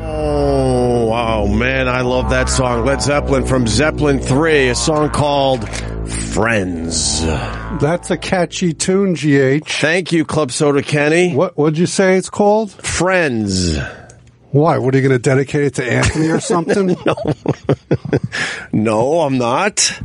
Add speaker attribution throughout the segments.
Speaker 1: Oh, love that song. Led Zeppelin from Zeppelin 3, a song called Friends.
Speaker 2: That's a catchy tune, GH.
Speaker 1: Thank you, Club Soda Kenny.
Speaker 2: What would you say it's called?
Speaker 1: Friends.
Speaker 2: Why? What are you going to dedicate it to Anthony or something?
Speaker 1: No, I'm not.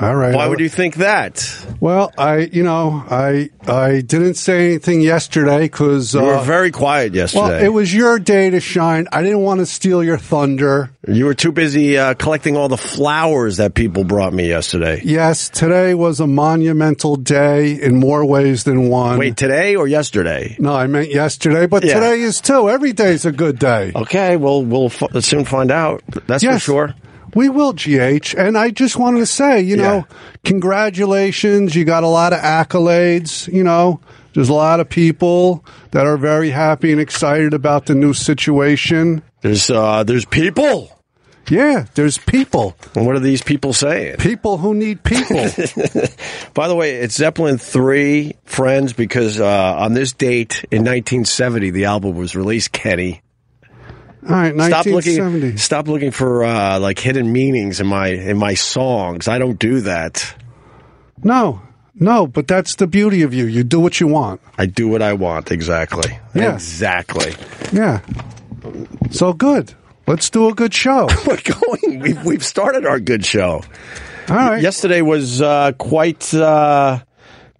Speaker 2: All right.
Speaker 1: Why would you think that?
Speaker 2: Well, I, you know, I, I didn't say anything yesterday because uh,
Speaker 1: You were very quiet
Speaker 2: well,
Speaker 1: yesterday.
Speaker 2: it was your day to shine. I didn't want to steal your thunder.
Speaker 1: you were too busy uh, collecting all the flowers that people brought me yesterday.
Speaker 2: Yes, today was a monumental day in more ways than one.
Speaker 1: Wait, today or yesterday?
Speaker 2: No, I meant yesterday, but
Speaker 1: Yeah.
Speaker 2: today is too. Every day's a good day.
Speaker 1: Okay, well, we'll f- soon find out. That's
Speaker 2: Yes.
Speaker 1: for sure.
Speaker 2: We will, GH. And I just wanted to say, you know, congratulations. You got a lot of accolades. You know, there's a lot of people that are very happy and excited about the new situation.
Speaker 1: There's uh, there's people.
Speaker 2: Yeah, there's people.
Speaker 1: And what are these people saying?
Speaker 2: People who need people.
Speaker 1: By the way, it's Zeppelin 3 Friends because uh, on this date in 1970 the album was released, Kenny.
Speaker 2: All right,
Speaker 1: Stop
Speaker 2: 1970.
Speaker 1: looking stop looking for uh, like hidden meanings in my in my songs. I don't do that.
Speaker 2: No, no, but that's the beauty of you. You do what you want.
Speaker 1: I do what I want exactly.
Speaker 2: Yeah.
Speaker 1: Exactly.
Speaker 2: Yeah. So good. Let's do a good show.
Speaker 1: We're going we've, we've started our good show.
Speaker 2: All right.
Speaker 1: Yesterday was uh, quite uh,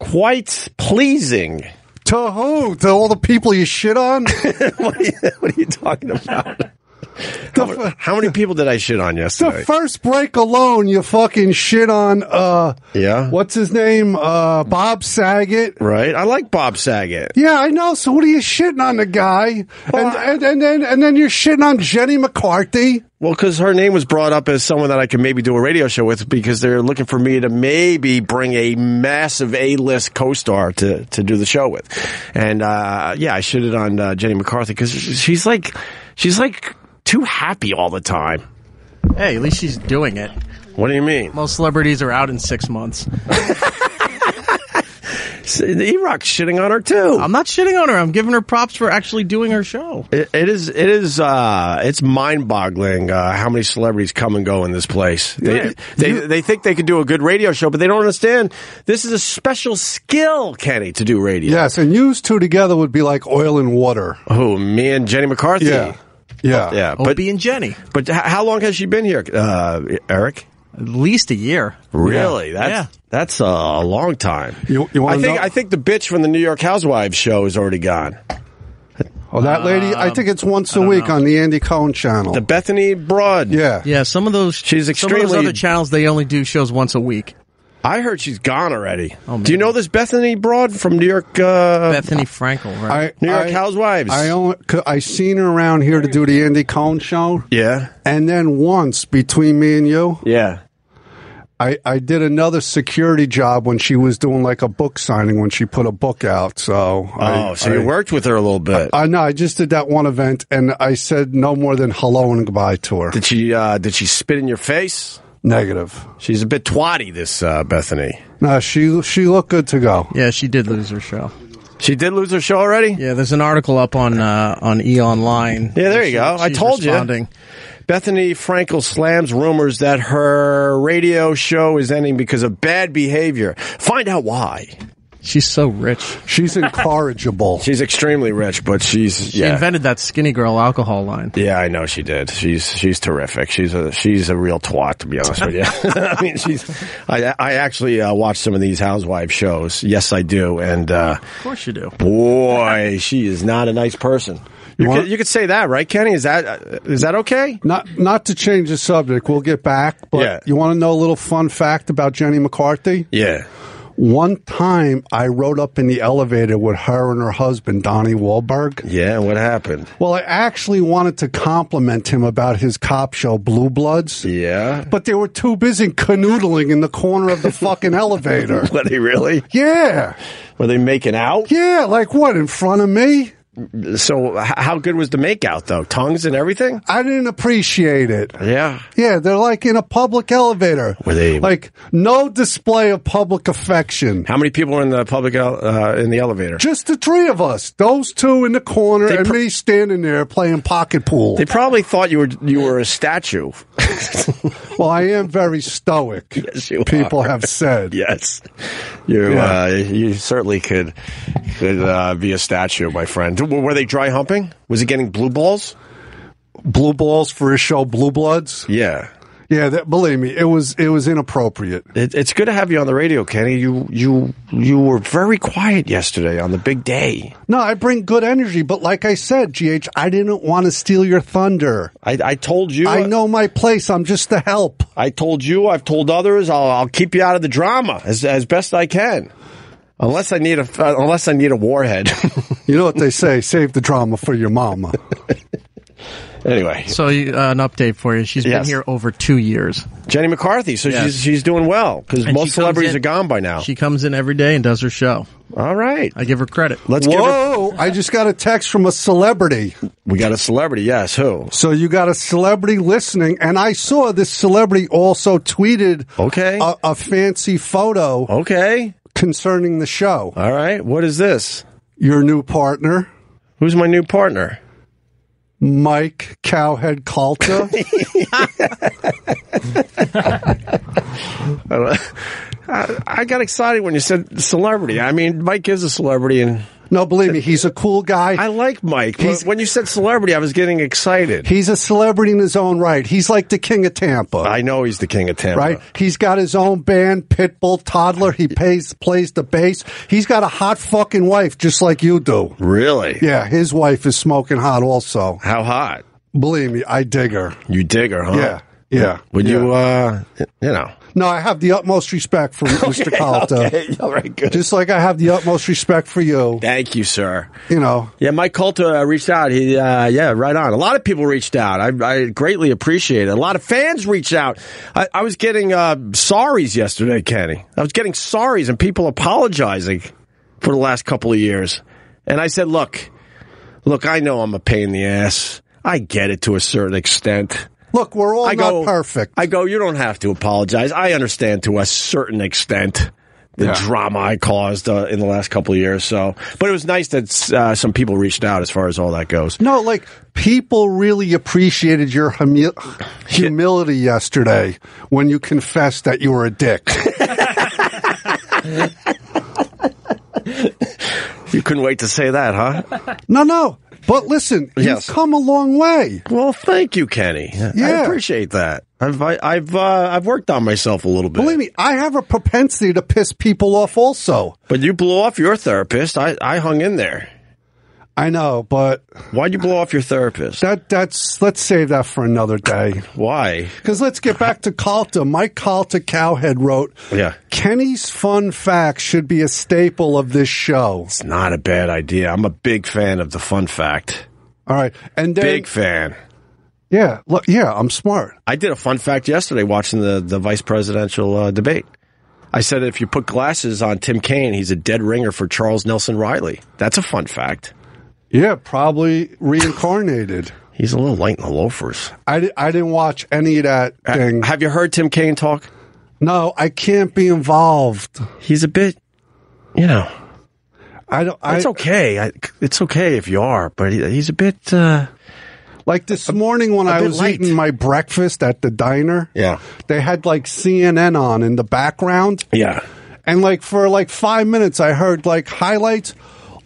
Speaker 1: quite pleasing.
Speaker 2: To who? To all the people you shit on?
Speaker 1: what, are you, what are you talking about?
Speaker 2: The f-
Speaker 1: How many people did I shit on
Speaker 2: The
Speaker 1: yesterday?
Speaker 2: first break alone, you fucking shit on, uh,
Speaker 1: Yeah.
Speaker 2: what's his name? Uh, Bob Saget.
Speaker 1: Right? I like Bob Saget.
Speaker 2: Yeah, I know. So what are you shitting on the guy? And, and, and then, and then you're shitting on Jenny McCarthy.
Speaker 1: Well, because her name was brought up as someone that I could maybe do a radio show with because they're looking for me to maybe bring a massive A-list co-star to, to do the show with. And, uh, yeah, I shitted on uh, Jenny McCarthy because she's like, she's like too happy all the time.
Speaker 3: Hey, at least she's doing it.
Speaker 1: What do you mean?
Speaker 3: Most celebrities are out in six months.
Speaker 1: E-Rock's shitting on her too.
Speaker 3: I'm not shitting on her. I'm giving her props for actually doing her show.
Speaker 1: It, it is. It is. Uh, it's mind-boggling uh, how many celebrities come and go in this place. They
Speaker 2: Yeah.
Speaker 1: they, they think they could do a good radio show, but they don't understand. This is a special skill, Kenny, to do radio.
Speaker 2: Yes. And you two together would be like oil and water.
Speaker 1: Who? Me and Jenny McCarthy.
Speaker 2: Yeah. Oh, Yeah.
Speaker 1: Yeah. But
Speaker 3: Opie and Jenny.
Speaker 1: but h- how long has she been here, uh, Eric?
Speaker 3: At least a year.
Speaker 1: Really? That's
Speaker 3: Yeah.
Speaker 1: that's a, a long time.
Speaker 2: You- you
Speaker 1: I
Speaker 2: wanna
Speaker 1: think
Speaker 2: know-
Speaker 1: I think the bitch from the New York Housewives show is already gone.
Speaker 2: Oh, that lady, Um, I think it's once a week on the Andy Cohen channel.
Speaker 1: The Bethany Broad.
Speaker 2: yeah.
Speaker 3: Yeah, some of those
Speaker 1: She's
Speaker 3: some of
Speaker 1: extremely-
Speaker 3: those other channels they only do shows once a week.
Speaker 1: I heard she's gone already.
Speaker 3: Oh,
Speaker 1: Do you
Speaker 3: maybe.
Speaker 1: know this Bethany Broad from New York? Uh,
Speaker 3: Bethany Frankel,
Speaker 2: I,
Speaker 3: right?
Speaker 1: New York
Speaker 2: I-
Speaker 1: Housewives.
Speaker 2: I only, I seen her around here to do the Andy Cohen show,
Speaker 1: yeah.
Speaker 2: and then once between me and you,
Speaker 1: Yeah.
Speaker 2: I, I did another security job when she was doing like a book signing when she put a book out. So I,
Speaker 1: Oh, so you
Speaker 2: I-
Speaker 1: worked with her a little bit.
Speaker 2: I know. I just did that one event, and I said no more than hello and goodbye to her.
Speaker 1: did she? Uh, did she spit in your face?
Speaker 2: Negative.
Speaker 1: She's a bit twatty, this uh, Bethany.
Speaker 2: No, she she looked good to go.
Speaker 3: yeah, she did lose her show.
Speaker 1: She did lose her show already.
Speaker 3: Yeah, there's an article up on uh, on E Online.
Speaker 1: Yeah, there you
Speaker 3: She-
Speaker 1: go. I
Speaker 3: she's
Speaker 1: told you.
Speaker 3: responding.
Speaker 1: Bethany Frankel slams rumors that her radio show is ending because of bad behavior. Find out why.
Speaker 3: She's so rich.
Speaker 2: She's incorrigible.
Speaker 1: She's extremely rich, but she's
Speaker 3: She
Speaker 1: yeah.
Speaker 3: invented that skinny girl alcohol line.
Speaker 1: yeah, I know she did. She's she's terrific. She's a she's a real twat to be honest with you. I mean, she's. I I actually uh, watch some of these housewife shows. Yes, I do, and uh,
Speaker 3: Of course you do.
Speaker 1: boy, she is not a nice person. You,
Speaker 2: want-
Speaker 1: could, you could say that, right, Kenny? Is that uh, is that okay?
Speaker 2: Not not to change the subject. We'll get back, but
Speaker 1: Yeah.
Speaker 2: you want to know a little fun fact about Jenny McCarthy?
Speaker 1: Yeah.
Speaker 2: One time I rode up in the elevator with her and her husband, Donnie Wahlberg.
Speaker 1: Yeah. What happened?
Speaker 2: Well, I actually wanted to compliment him about his cop show, Blue Bloods,
Speaker 1: Yeah.
Speaker 2: but they were too busy canoodling in the corner of the fucking elevator.
Speaker 1: Were they really?
Speaker 2: Yeah.
Speaker 1: Were they making out?
Speaker 2: Yeah. Like what? In front of me?
Speaker 1: So h- how good was the makeout though? Tongues and everything?
Speaker 2: I didn't appreciate it.
Speaker 1: Yeah.
Speaker 2: Yeah, they're like in a public elevator.
Speaker 1: Were they-
Speaker 2: like no display of public affection?
Speaker 1: How many people were in the public el- uh, in the elevator?
Speaker 2: Just the three of us, those two in the corner,
Speaker 1: They
Speaker 2: and
Speaker 1: pr-
Speaker 2: me standing there playing pocket pool.
Speaker 1: They probably thought you were you were a statue.
Speaker 2: well, I am very stoic.
Speaker 1: Yes, you
Speaker 2: people have said.
Speaker 1: yes, you
Speaker 2: Yeah.
Speaker 1: uh, you certainly could could uh, be a statue, my friend. W- Were they dry humping? Was he getting blue balls?
Speaker 2: Blue balls for his show, Blue Bloods.
Speaker 1: Yeah.
Speaker 2: Yeah, that, believe me, it was it was inappropriate.
Speaker 1: It, it's good to have you on the radio, Kenny. You you you were very quiet yesterday on the big day.
Speaker 2: No, I bring good energy, but like I said, GH, I didn't want to steal your thunder.
Speaker 1: I, I told you.
Speaker 2: I know my place. I'm just the help.
Speaker 1: I told you. I've told others. I'll, I'll keep you out of the drama as as best I can, unless I need a uh, unless I need a warhead.
Speaker 2: You know what they say: save the drama for your mama.
Speaker 1: anyway,
Speaker 3: So you- uh, an update for you. She's been
Speaker 1: Yes.
Speaker 3: here over two years.
Speaker 1: Jenny McCarthy. So
Speaker 3: Yes.
Speaker 1: she's she's doing well because
Speaker 3: And she
Speaker 1: most
Speaker 3: comes
Speaker 1: celebrities
Speaker 3: in-
Speaker 1: are gone by now.
Speaker 3: She comes in every day and does her show.
Speaker 1: All right.
Speaker 3: I give her credit.
Speaker 1: Let's give her.
Speaker 2: Whoa! I just got a text from a celebrity.
Speaker 1: We got a celebrity. Yes. Who?
Speaker 2: So you got a celebrity listening, and I saw this celebrity also tweeted
Speaker 1: Okay.
Speaker 3: Uh,
Speaker 2: a, a fancy photo
Speaker 1: Okay.
Speaker 2: concerning the show.
Speaker 1: All right. What is this?
Speaker 2: Your new partner,
Speaker 1: Who's my new partner?
Speaker 2: Mike Cowhead Calta.
Speaker 1: I, don't- uh, I- I got excited when you said celebrity. I mean, Mike is a celebrity, and
Speaker 2: no, believe me, he's a cool guy.
Speaker 1: I like Mike. But
Speaker 2: He's-
Speaker 1: when you said celebrity, I was getting excited.
Speaker 2: He's a celebrity in his own right. He's like the king of Tampa.
Speaker 1: I know he's the king of Tampa.
Speaker 2: Right, he's got his own band, Pitbull Toddler. He pays, plays the bass. He's got a hot fucking wife, just like you do.
Speaker 1: Really?
Speaker 2: Yeah, his wife is smoking hot. Also,
Speaker 1: How hot?
Speaker 2: believe me, I dig her.
Speaker 1: You dig her, huh?
Speaker 2: Yeah, yeah.
Speaker 1: Would
Speaker 2: yeah.
Speaker 1: you, uh, you know?
Speaker 2: No, I have the utmost respect for Mr. Calta.
Speaker 1: Okay. All right. Good.
Speaker 2: Just like I have the utmost respect for you,
Speaker 1: Thank you, sir.
Speaker 2: you know.
Speaker 1: Yeah, Mike Colta uh, reached out. He, uh, yeah, right on. A lot of people reached out. I, I greatly appreciate it. A lot of fans reached out. I, I was getting uh, sorries yesterday, Kenny. I was getting sorries and people apologizing for the last couple of years. And I said, look, look, I know I'm a pain in the ass. I get it to a certain extent.
Speaker 2: Look, we're all
Speaker 1: I
Speaker 2: not
Speaker 1: go
Speaker 2: perfect.
Speaker 1: I go. You don't have to apologize. I understand to a certain extent the drama I caused uh, in the last couple of years. So, but it was nice that uh, some people reached out as far as all that goes.
Speaker 2: no, like people really appreciated your humi- humility yesterday when you confessed that you were a dick.
Speaker 1: You couldn't wait to say that, huh?
Speaker 2: no, no. But listen,
Speaker 1: Yes.
Speaker 2: you've come a long way.
Speaker 1: well, thank you, Kenny. I
Speaker 2: Yeah.
Speaker 1: appreciate that. I've I, I've uh, I've worked on myself a little bit.
Speaker 2: Believe me, I have a propensity to piss people off also.
Speaker 1: But you blew off your therapist. I I hung in there.
Speaker 2: I know, but
Speaker 1: Why'd you blow off your therapist?
Speaker 2: that that's let's save that for another day.
Speaker 1: Why?
Speaker 2: Because let's get back to Calta. Mike Calta Cowhead wrote,
Speaker 1: Yeah.
Speaker 2: Kenny's fun facts should be a staple of this show.
Speaker 1: It's not a bad idea. I'm a big fan of the fun fact.
Speaker 2: All right. And then,
Speaker 1: Big fan.
Speaker 2: yeah, look, yeah, I'm smart.
Speaker 1: I did a fun fact yesterday watching the, the vice presidential uh, debate. I said if you put glasses on Tim Kaine, he's a dead ringer for Charles Nelson Riley. That's a fun fact.
Speaker 2: Yeah, probably reincarnated.
Speaker 1: He's a little light in the loafers.
Speaker 2: I, di- I didn't watch any of that thing.
Speaker 1: Have you heard Tim Kaine talk?
Speaker 2: No, I can't be involved.
Speaker 1: He's a bit, you know,
Speaker 2: I don't, I,
Speaker 1: it's okay. I, it's okay if you are, but he, he's a bit. Uh,
Speaker 2: like this morning when I
Speaker 1: bit
Speaker 2: was
Speaker 1: light.
Speaker 2: eating my breakfast at the diner.
Speaker 1: Yeah.
Speaker 2: They had like CNN on in the background.
Speaker 1: yeah.
Speaker 2: And like for like five minutes, I heard like highlights.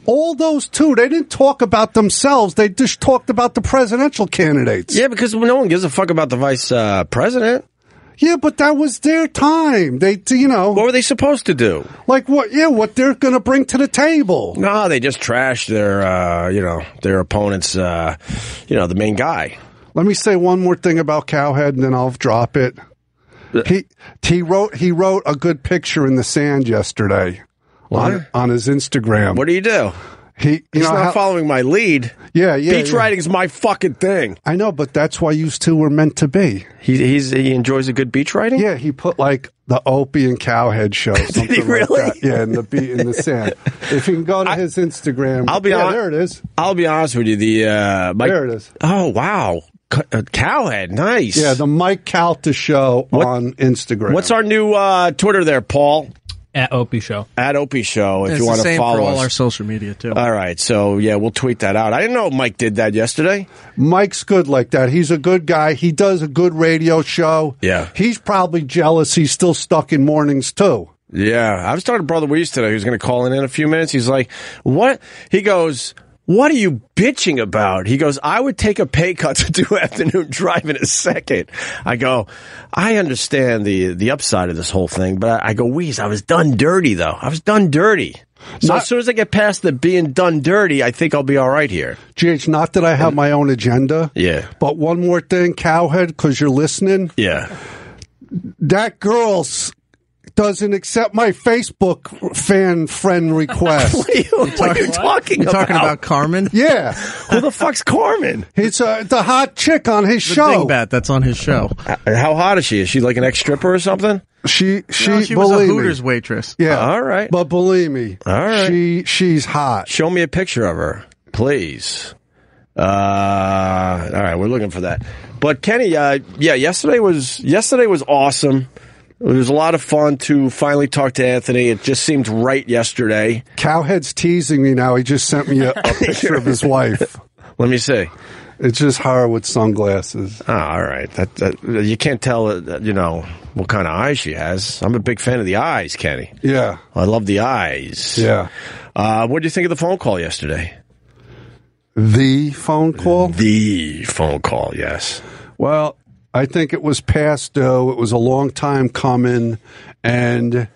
Speaker 2: All those two, they didn't talk about themselves. They just talked about the presidential candidates.
Speaker 1: Yeah, because no one gives a fuck about the vice uh, president.
Speaker 2: Yeah, but that was their time. They,
Speaker 1: What
Speaker 2: you know,
Speaker 1: were they supposed to do?
Speaker 2: like what? Yeah, what they're going to bring to the table.
Speaker 1: No, they just trashed their, uh, you know, their opponent's, uh, you know, the main guy.
Speaker 2: Let me say one more thing about Cowhead, and then I'll drop it. He he wrote he wrote a good picture in the sand yesterday on on his Instagram.
Speaker 1: What do you do?
Speaker 2: He you
Speaker 1: He's
Speaker 2: know
Speaker 1: not
Speaker 2: how-
Speaker 1: following my lead.
Speaker 2: yeah yeah
Speaker 1: Beach
Speaker 2: yeah.
Speaker 1: riding's my fucking thing.
Speaker 2: I know, but that's why you two were meant to be.
Speaker 1: He he's, he enjoys a good beach riding.
Speaker 2: Yeah, he put like the Opie and Cowhead show. Something
Speaker 1: he really?
Speaker 2: Like that. Yeah, and the beat in the sand. If you can go to his Instagram,
Speaker 1: I'll be
Speaker 2: yeah,
Speaker 1: hon-
Speaker 2: there. It is.
Speaker 1: I'll be honest with you. The uh, Mike,
Speaker 2: There it is.
Speaker 1: Oh wow, C- uh, Cowhead, nice.
Speaker 2: Yeah, the Mike Calta show on Instagram.
Speaker 1: What's our new uh, Twitter there, Paul?
Speaker 4: At Opie Show.
Speaker 1: At Opie Show, if
Speaker 3: it's
Speaker 1: you want
Speaker 3: the
Speaker 1: to
Speaker 3: same
Speaker 1: follow
Speaker 3: for all
Speaker 1: us. Uh,
Speaker 3: our social media too.
Speaker 1: all right, so yeah, we'll tweet that out. I didn't know Mike did that yesterday.
Speaker 2: Mike's good like that. He's a good guy. He does a good radio show.
Speaker 1: Yeah.
Speaker 2: He's probably jealous. He's still stuck in mornings too.
Speaker 1: Yeah, I was talking to Brother Weeze today. Who's going to call in in a few minutes. He's like, "What?" He goes, "What are you bitching about?" He goes, "I would take a pay cut to do afternoon drive in a second. I go, "I understand the the upside of this whole thing, but I, I go, Weeze, I was done dirty though. I was done dirty. So as soon as I get past the being done dirty, I think I'll be all right here."
Speaker 2: GH, not that I have my own agenda.
Speaker 1: Yeah.
Speaker 2: But one more thing, Cowhead, because you're listening.
Speaker 1: Yeah,
Speaker 2: That girl s- doesn't accept my Facebook fan friend request.
Speaker 1: what are you, what are you talking
Speaker 3: You're
Speaker 1: about?
Speaker 3: talking about Carmen,
Speaker 2: yeah.
Speaker 1: Who the fuck's Carmen?
Speaker 2: It's uh, the hot chick on his
Speaker 3: the
Speaker 2: show.
Speaker 3: dingbat that's on his show.
Speaker 1: How hot is she? Is she like an ex stripper or something?
Speaker 2: She she,
Speaker 3: No, she was a
Speaker 2: believe me.
Speaker 3: Hooters waitress.
Speaker 2: Yeah.
Speaker 1: All right.
Speaker 2: But believe me,
Speaker 1: All right.
Speaker 2: she she's hot.
Speaker 1: Show me a picture of her, please. Uh, all right, we're looking for that. But Kenny, uh, yeah, yesterday was yesterday was awesome. It was a lot of fun to finally talk to Anthony. It just seemed right yesterday.
Speaker 2: Cowhead's teasing me now. He just sent me a, a picture of his wife.
Speaker 1: Let me see.
Speaker 2: It's just her with sunglasses.
Speaker 1: Oh, all right, that, that you can't tell. Uh, you know what kind of eyes she has. I'm a big fan of the eyes, Kenny.
Speaker 2: Yeah.
Speaker 1: I love the eyes.
Speaker 2: Yeah.
Speaker 1: Uh, what do you think of the phone call yesterday?
Speaker 2: The phone call?
Speaker 1: The phone call. Yes.
Speaker 2: Well, I think it was past due. It was a long time coming. And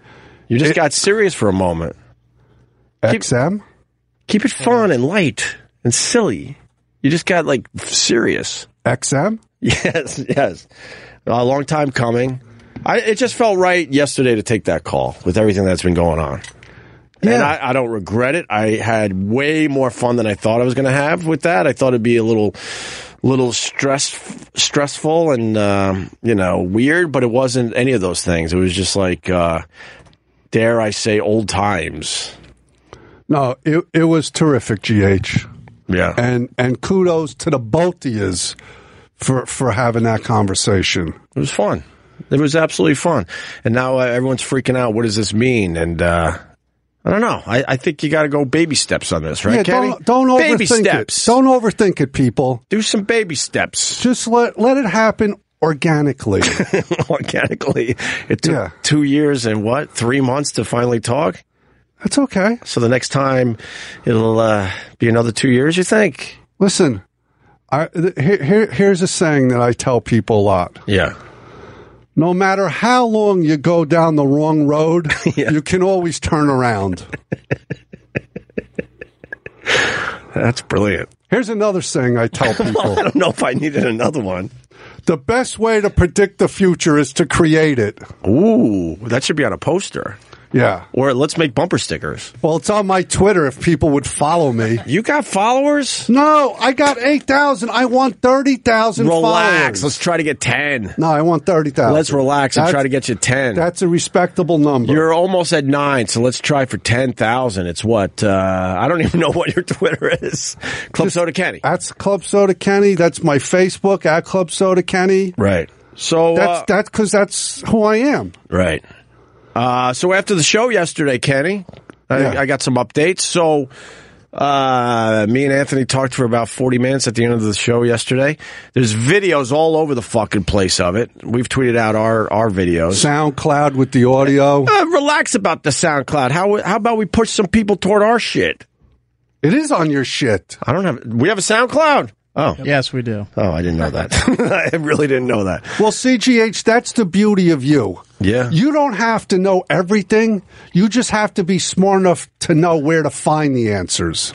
Speaker 1: You just got serious for a moment.
Speaker 2: XM?
Speaker 1: keep it fun and light and silly. You just got like serious.
Speaker 2: XM?
Speaker 1: Yes, yes. A long time coming. I, it just felt right yesterday to take that call with everything that's been going on. And I, I don't regret it. I had way more fun than I thought I was going to have with that. I thought it'd be a little, little stress, stressful and um, you know weird, but it wasn't any of those things. It was just like, uh, dare I say, old times.
Speaker 2: No, it, it was terrific, GH.
Speaker 1: Yeah.
Speaker 2: And and kudos to the both of yous for, for having that conversation.
Speaker 1: It was fun. It was absolutely fun. And now uh, everyone's freaking out. What does this mean? And uh, I don't know. I, I think you got to go baby steps on this, right,
Speaker 2: yeah,
Speaker 1: Kenny?
Speaker 2: don't, don't overthink
Speaker 1: baby
Speaker 2: it.
Speaker 1: steps.
Speaker 2: Don't overthink it, people.
Speaker 1: do some baby steps
Speaker 2: Just let let it happen organically.
Speaker 1: organically. It took
Speaker 2: Yeah.
Speaker 1: two years and what three months to finally talk.
Speaker 2: That's okay.
Speaker 1: So the next time it'll uh, be another two years. You think?
Speaker 2: Listen, I, th- here, here, here's a saying that I tell people a lot.
Speaker 1: Yeah.
Speaker 2: No matter how long you go down the wrong road, you can always turn around.
Speaker 1: That's brilliant.
Speaker 2: Here's another saying I tell
Speaker 1: I
Speaker 2: people.
Speaker 1: don't know if I needed another one.
Speaker 2: the best way to predict the future is to create it.
Speaker 1: Ooh, that should be on a poster.
Speaker 2: Yeah.
Speaker 1: Or let's make bumper stickers.
Speaker 2: Well, it's on my Twitter if people would follow me.
Speaker 1: You got followers?
Speaker 2: No, I got 8,000. I want 30,000
Speaker 1: Relax.
Speaker 2: followers.
Speaker 1: Let's try to get 10.
Speaker 2: no, I want 30,000.
Speaker 1: Let's relax and
Speaker 2: That's-
Speaker 1: try to get you 10.
Speaker 2: That's a respectable number.
Speaker 1: You're almost at nine, so let's try for 10,000. It's what? Uh, I don't even know what your Twitter is. Club Soda Kenny.
Speaker 2: That's Club Soda Kenny. That's my Facebook at Club Soda Kenny.
Speaker 1: Right. So,
Speaker 2: That's
Speaker 1: uh,
Speaker 2: that's because that's who I am.
Speaker 1: right. Uh, so after the show yesterday, Kenny, I,
Speaker 2: Yeah.
Speaker 1: I got some updates. So, uh, me and Anthony talked for about 40 minutes at the end of the show yesterday. There's videos all over the fucking place of it. We've tweeted out our, our videos.
Speaker 2: SoundCloud with the audio.
Speaker 1: Uh, relax about the SoundCloud. How how about we push some people toward our shit?
Speaker 2: It is on your shit.
Speaker 1: I don't have. We have a SoundCloud. Oh,
Speaker 3: Yes, we do.
Speaker 1: oh, I didn't know that. I really didn't know that.
Speaker 2: Well, CGH, that's the beauty of you.
Speaker 1: Yeah.
Speaker 2: You don't have to know everything. You just have to be smart enough to know where to find the answers.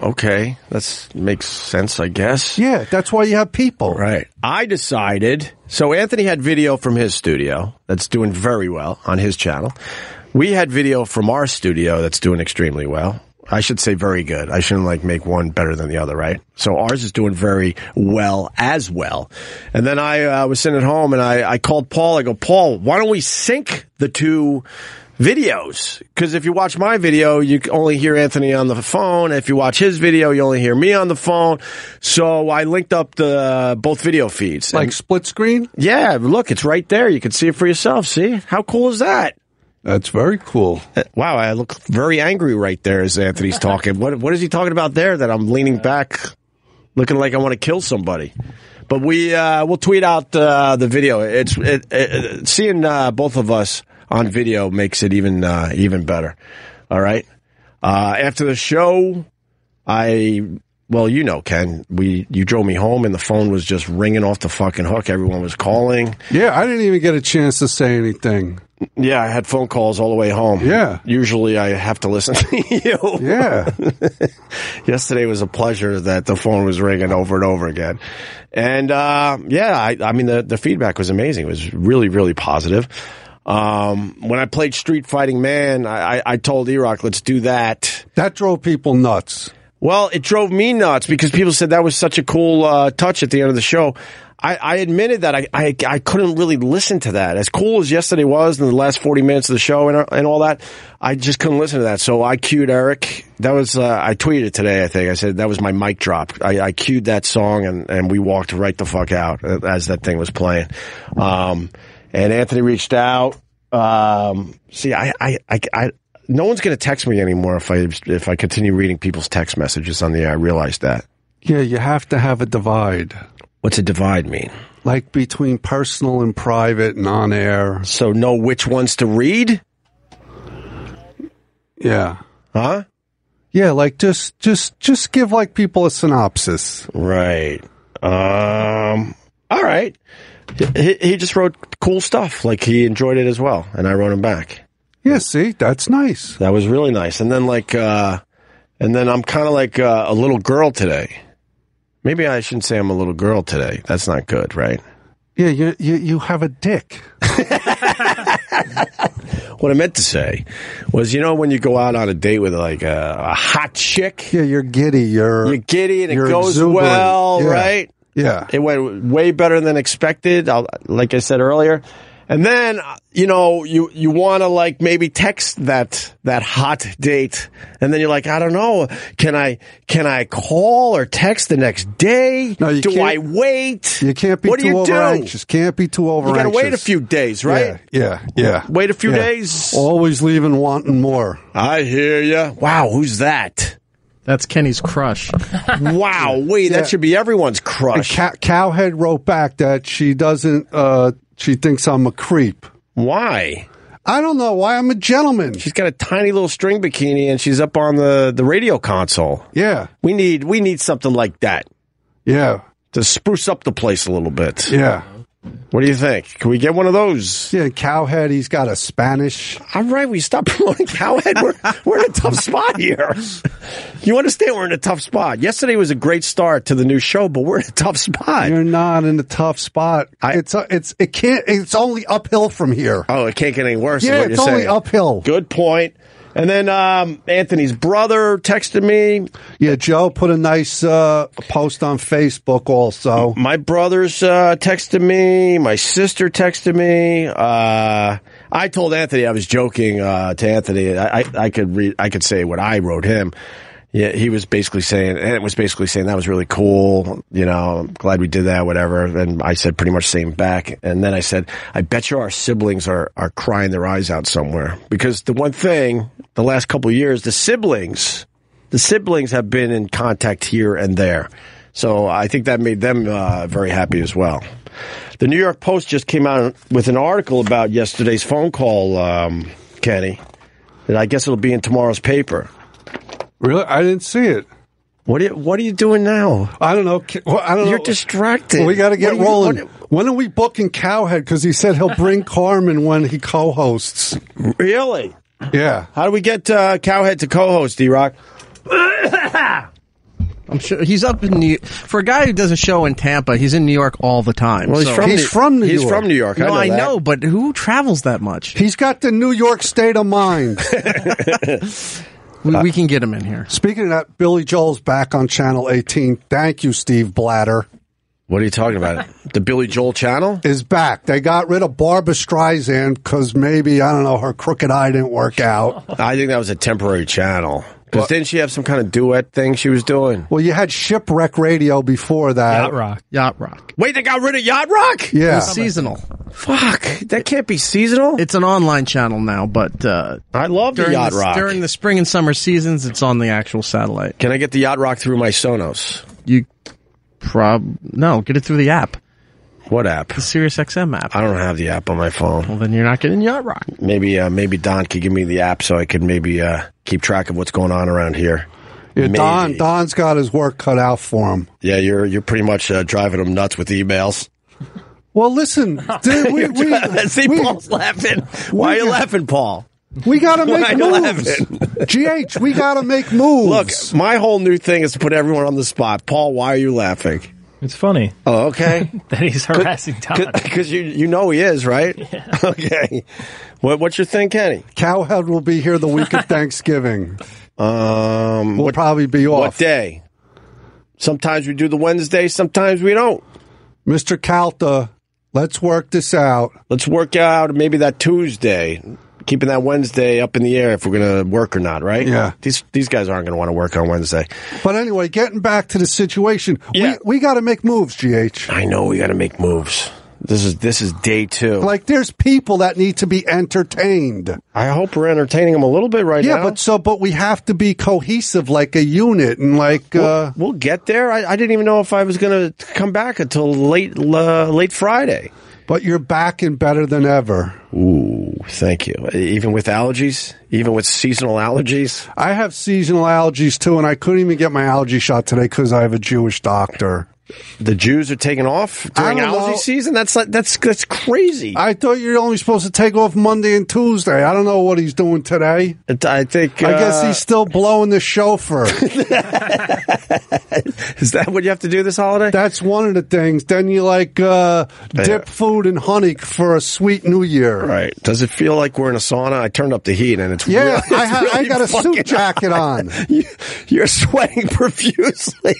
Speaker 1: Okay, that makes sense, I guess.
Speaker 2: Yeah, that's why you have people.
Speaker 1: Right. I decided. So Anthony had video from his studio that's doing very well on his channel. We had video from our studio that's doing extremely well. I should say very good. I shouldn't like make one better than the other, right? So ours is doing very well as well. And then I uh, was sitting at home and I, I called Paul. I go, Paul, why don't we sync the two videos? Because if you watch my video, you can only hear Anthony on the phone. If you watch his video, you only hear me on the phone. So I linked up the both video feeds.
Speaker 2: Like
Speaker 1: And-
Speaker 2: split screen?
Speaker 1: yeah, look, it's right there. You can see it for yourself. See how cool is that? Uh,
Speaker 2: That's very cool.
Speaker 1: Wow, I look very angry right there as Anthony's talking. What what is he talking about there that I'm leaning back looking like I want to kill somebody? But we uh, we'll tweet out uh, the video. It's it, it, it- seeing uh, both of us on video makes it even uh, even better. All right. Uh, after the show, I well, you know, Ken, we you drove me home and the phone was just ringing off the fucking hook. Everyone was calling.
Speaker 2: Yeah, I didn't even get a chance to say anything.
Speaker 1: Yeah, I had phone calls all the way home.
Speaker 2: Yeah.
Speaker 1: Usually I have to listen to you.
Speaker 2: Yeah.
Speaker 1: yesterday was a pleasure that the phone was ringing over and over again. And, uh, yeah, I, I mean, the, the feedback was amazing. It was really, really positive. Um, when I played Street Fighting Man, I, I, I told E-Rock, let's do that.
Speaker 2: that drove people nuts.
Speaker 1: Well, it drove me nuts because people said that was such a cool uh, touch at the end of the show. I, I admitted that I, I I couldn't really listen to that. As cool as yesterday was, and the last forty minutes of the show and and all that, I just couldn't listen to that. So I cued Eric. That was uh, I tweeted today. I think I said that was my mic drop. I, I cued that song and and we walked right the fuck out uh, as that thing was playing. Um, and Anthony reached out. Um, see, I I I. I no one's going to text me anymore if I if I continue reading people's text messages on the air. I realize that.
Speaker 2: Yeah, you have to have a divide,
Speaker 1: What's a divide mean?
Speaker 2: like between personal and private and on air.
Speaker 1: So know which ones to read,
Speaker 2: Yeah.
Speaker 1: huh?
Speaker 2: Yeah, like just just just give like people a synopsis.
Speaker 1: Right. Um. All right. He, he just wrote cool stuff. Like he enjoyed it as well, and I wrote him back.
Speaker 2: Yeah, see, that's nice.
Speaker 1: That was really nice. And then like, uh, and then I'm kind of like uh, a little girl today. Maybe I shouldn't say I'm a little girl today. That's not good, right?
Speaker 2: Yeah, you you, you have a dick.
Speaker 1: What I meant to say was, you know, when you go out on a date with like a, a hot chick,
Speaker 2: Yeah, you're giddy. You're
Speaker 1: you're giddy and it
Speaker 2: You're
Speaker 1: goes
Speaker 2: exuberant.
Speaker 1: well,
Speaker 2: Yeah.
Speaker 1: right?
Speaker 2: yeah.
Speaker 1: It went way better than expected, I'll- like I said earlier. And then, uh, you know, you, you want to like maybe text that, that hot date. And then you're like, I don't know. Can I, can I call or text the next day?
Speaker 2: No, you
Speaker 1: do
Speaker 2: can't-
Speaker 1: I wait?
Speaker 2: You can't be
Speaker 1: what
Speaker 2: too
Speaker 1: do you
Speaker 2: over
Speaker 1: do?
Speaker 2: anxious. Can't be too over
Speaker 1: You got to
Speaker 2: anxious.
Speaker 1: wait a few days, right?
Speaker 2: Yeah, yeah. yeah.
Speaker 1: Wait a few
Speaker 2: Yeah.
Speaker 1: days.
Speaker 2: Always leaving wanting more.
Speaker 1: I hear you. Wow. Who's that?
Speaker 3: That's Kenny's crush.
Speaker 1: Wow, wait,
Speaker 2: Yeah.
Speaker 1: that should be everyone's crush.
Speaker 2: Cow- Cowhead wrote back that she doesn't. Uh, she thinks I'm a creep.
Speaker 1: Why?
Speaker 2: I don't know why I'm a gentleman.
Speaker 1: She's got a tiny little string bikini and she's up on the, the radio console.
Speaker 2: Yeah,
Speaker 1: We need we need something like that
Speaker 2: yeah,
Speaker 1: to spruce up the place a little bit.
Speaker 2: yeah,
Speaker 1: What do you think? Can we get one of those?
Speaker 2: yeah. Cowhead, he's got a Spanish.
Speaker 1: All right, we stop promoting Cowhead. We're, we're in a tough spot here. You understand we're in a tough spot. Yesterday was a great start to the new show, but we're in a tough spot.
Speaker 2: You're not in a tough spot.
Speaker 1: I-
Speaker 2: it's a, it's it can't. It's only uphill from here.
Speaker 1: Oh, it can't get any worse. is
Speaker 2: yeah,
Speaker 1: what
Speaker 2: it's
Speaker 1: you're
Speaker 2: only
Speaker 1: saying.
Speaker 2: uphill.
Speaker 1: Good point. And then um, Anthony's brother texted me.
Speaker 2: Yeah, Joe put a nice uh, post on Facebook also.
Speaker 1: my brothers uh, texted me. My sister texted me. Uh, I told Anthony I was joking uh, to Anthony. I, I, I could read. I could say what I wrote him. Yeah, he was basically saying, and it was basically saying that was really cool. You know, I'm glad we did that, whatever. And I said pretty much same back. And then I said, I bet you our siblings are are crying their eyes out somewhere because the one thing the last couple of years, the siblings the siblings have been in contact here and there. So I think that made them uh, very happy as well. The New York Post just came out with an article about yesterday's phone call, um, Kenny, that I guess it'll be in tomorrow's paper.
Speaker 2: Really, I didn't see it.
Speaker 1: What are you, what are you doing now?
Speaker 2: I don't know. Ki- Well, I don't
Speaker 1: You're
Speaker 2: know.
Speaker 1: distracted.
Speaker 2: we got to
Speaker 1: What
Speaker 2: get
Speaker 1: are you-
Speaker 2: rolling.
Speaker 1: what-
Speaker 2: when are we booking Cowhead? Because he said he'll bring Carmen when he co-hosts.
Speaker 1: really?
Speaker 2: Yeah.
Speaker 1: How do we get uh, Cowhead to co-host, D-Rock?
Speaker 3: I'm sure he's up in New. For a guy who does a show in Tampa, he's in New York all the time.
Speaker 1: Well, he's
Speaker 3: so-
Speaker 1: from
Speaker 2: He's
Speaker 1: New,
Speaker 2: from New
Speaker 1: he's
Speaker 2: York.
Speaker 1: from New York.
Speaker 3: No,
Speaker 1: I know, that.
Speaker 3: but who travels that much?
Speaker 2: He's got the New York state of mind.
Speaker 3: We,
Speaker 1: Uh,
Speaker 3: we can get him in here.
Speaker 2: Speaking of that, Billy Joel's back on Channel 18. Thank you, Steve Blatter.
Speaker 1: What are you talking about? the Billy Joel channel?
Speaker 2: Is back. They got rid of Barbara Streisand because maybe, I don't know, her crooked eye didn't work out.
Speaker 1: I think that was a temporary channel. Because didn't she have some kind of duet thing she was doing?
Speaker 2: Well, you had Shipwreck Radio before that.
Speaker 4: Yacht Rock.
Speaker 3: Yacht Rock.
Speaker 1: Wait, they got rid of Yacht Rock?
Speaker 2: Yeah.
Speaker 3: It's seasonal.
Speaker 1: Fuck, that can't be seasonal.
Speaker 3: It's an online channel now, but uh,
Speaker 1: I love the
Speaker 3: during,
Speaker 1: Yacht
Speaker 3: the,
Speaker 1: Rock.
Speaker 3: during the spring and summer seasons, it's on the actual satellite.
Speaker 1: Can I get the Yacht Rock through my Sonos?
Speaker 3: You prob no get it through the app,
Speaker 1: What app?
Speaker 3: the SiriusXM app.
Speaker 1: I don't have the app on my phone.
Speaker 3: Well, then you're not getting Yacht Rock.
Speaker 1: Maybe uh, maybe Don could give me the app so I could maybe uh, keep track of what's going on around here.
Speaker 2: Yeah, Don,
Speaker 1: Maybe.
Speaker 2: Don's got his work cut out for him.
Speaker 1: Yeah, you're you're pretty much uh, driving them nuts with emails.
Speaker 2: Well, listen, dude, we, we,
Speaker 1: See,
Speaker 2: we,
Speaker 1: Paul's laughing. Why are you laughing, Paul?
Speaker 2: we got to
Speaker 1: Why
Speaker 2: make
Speaker 1: you
Speaker 2: moves. GH, we got to make moves.
Speaker 1: Look, my whole new thing is to put everyone on the spot. Paul, why are you laughing?
Speaker 4: It's funny
Speaker 1: Oh, okay.
Speaker 4: that he's harassing Don.
Speaker 1: Because you you know he is, right? Okay. What what's your thing, Kenny?
Speaker 2: Cowhead will be here the week of Thanksgiving.
Speaker 1: Um,
Speaker 2: We'll probably be
Speaker 1: What
Speaker 2: off.
Speaker 1: day? Sometimes we do the Wednesday, sometimes we don't.
Speaker 2: Mr. Calta, let's work this out.
Speaker 1: Let's work out maybe that Tuesday, keeping that Wednesday up in the air if we're going to work or not, right?
Speaker 2: Yeah.
Speaker 1: These these guys aren't going to want to work on Wednesday.
Speaker 2: But anyway, getting back to the situation,
Speaker 1: Yeah.
Speaker 2: we, we got to make moves, GH.
Speaker 1: I know we got to make moves. This is this is day 2.
Speaker 2: Like, there's people that need to be entertained.
Speaker 1: I hope we're entertaining them a little bit right
Speaker 2: Yeah,
Speaker 1: now.
Speaker 2: but so, but we have to be cohesive like a unit and like, uh,
Speaker 1: we'll get there. I, I didn't even know if I was going to come back until late uh, late Friday.
Speaker 2: but you're back and better than ever.
Speaker 1: Ooh, thank you. E, Even with allergies, even with seasonal allergies.
Speaker 2: I have seasonal allergies too, and I couldn't even get my allergy shot today because I have a Jewish doctor.
Speaker 1: the Jews are taking off during
Speaker 2: I don't
Speaker 1: allergy
Speaker 2: know.
Speaker 1: season. That's like, that's that's crazy. I,
Speaker 2: I thought you're only supposed to take off Monday and Tuesday. I don't know what he's doing today.
Speaker 1: I think.
Speaker 2: I guess
Speaker 1: uh,
Speaker 2: he's still blowing the chauffeur.
Speaker 1: Is that what you have to do this holiday?
Speaker 2: That's one of the things. Then you like uh, dip food in honey for a sweet New Year.
Speaker 1: right. Does it feel like we're in a sauna? I turned up the heat and it's
Speaker 2: Yeah,
Speaker 1: really-
Speaker 2: I,
Speaker 1: it's
Speaker 2: ha-
Speaker 1: really
Speaker 2: I got a
Speaker 1: fucking
Speaker 2: suit jacket on.
Speaker 1: You, you're sweating profusely.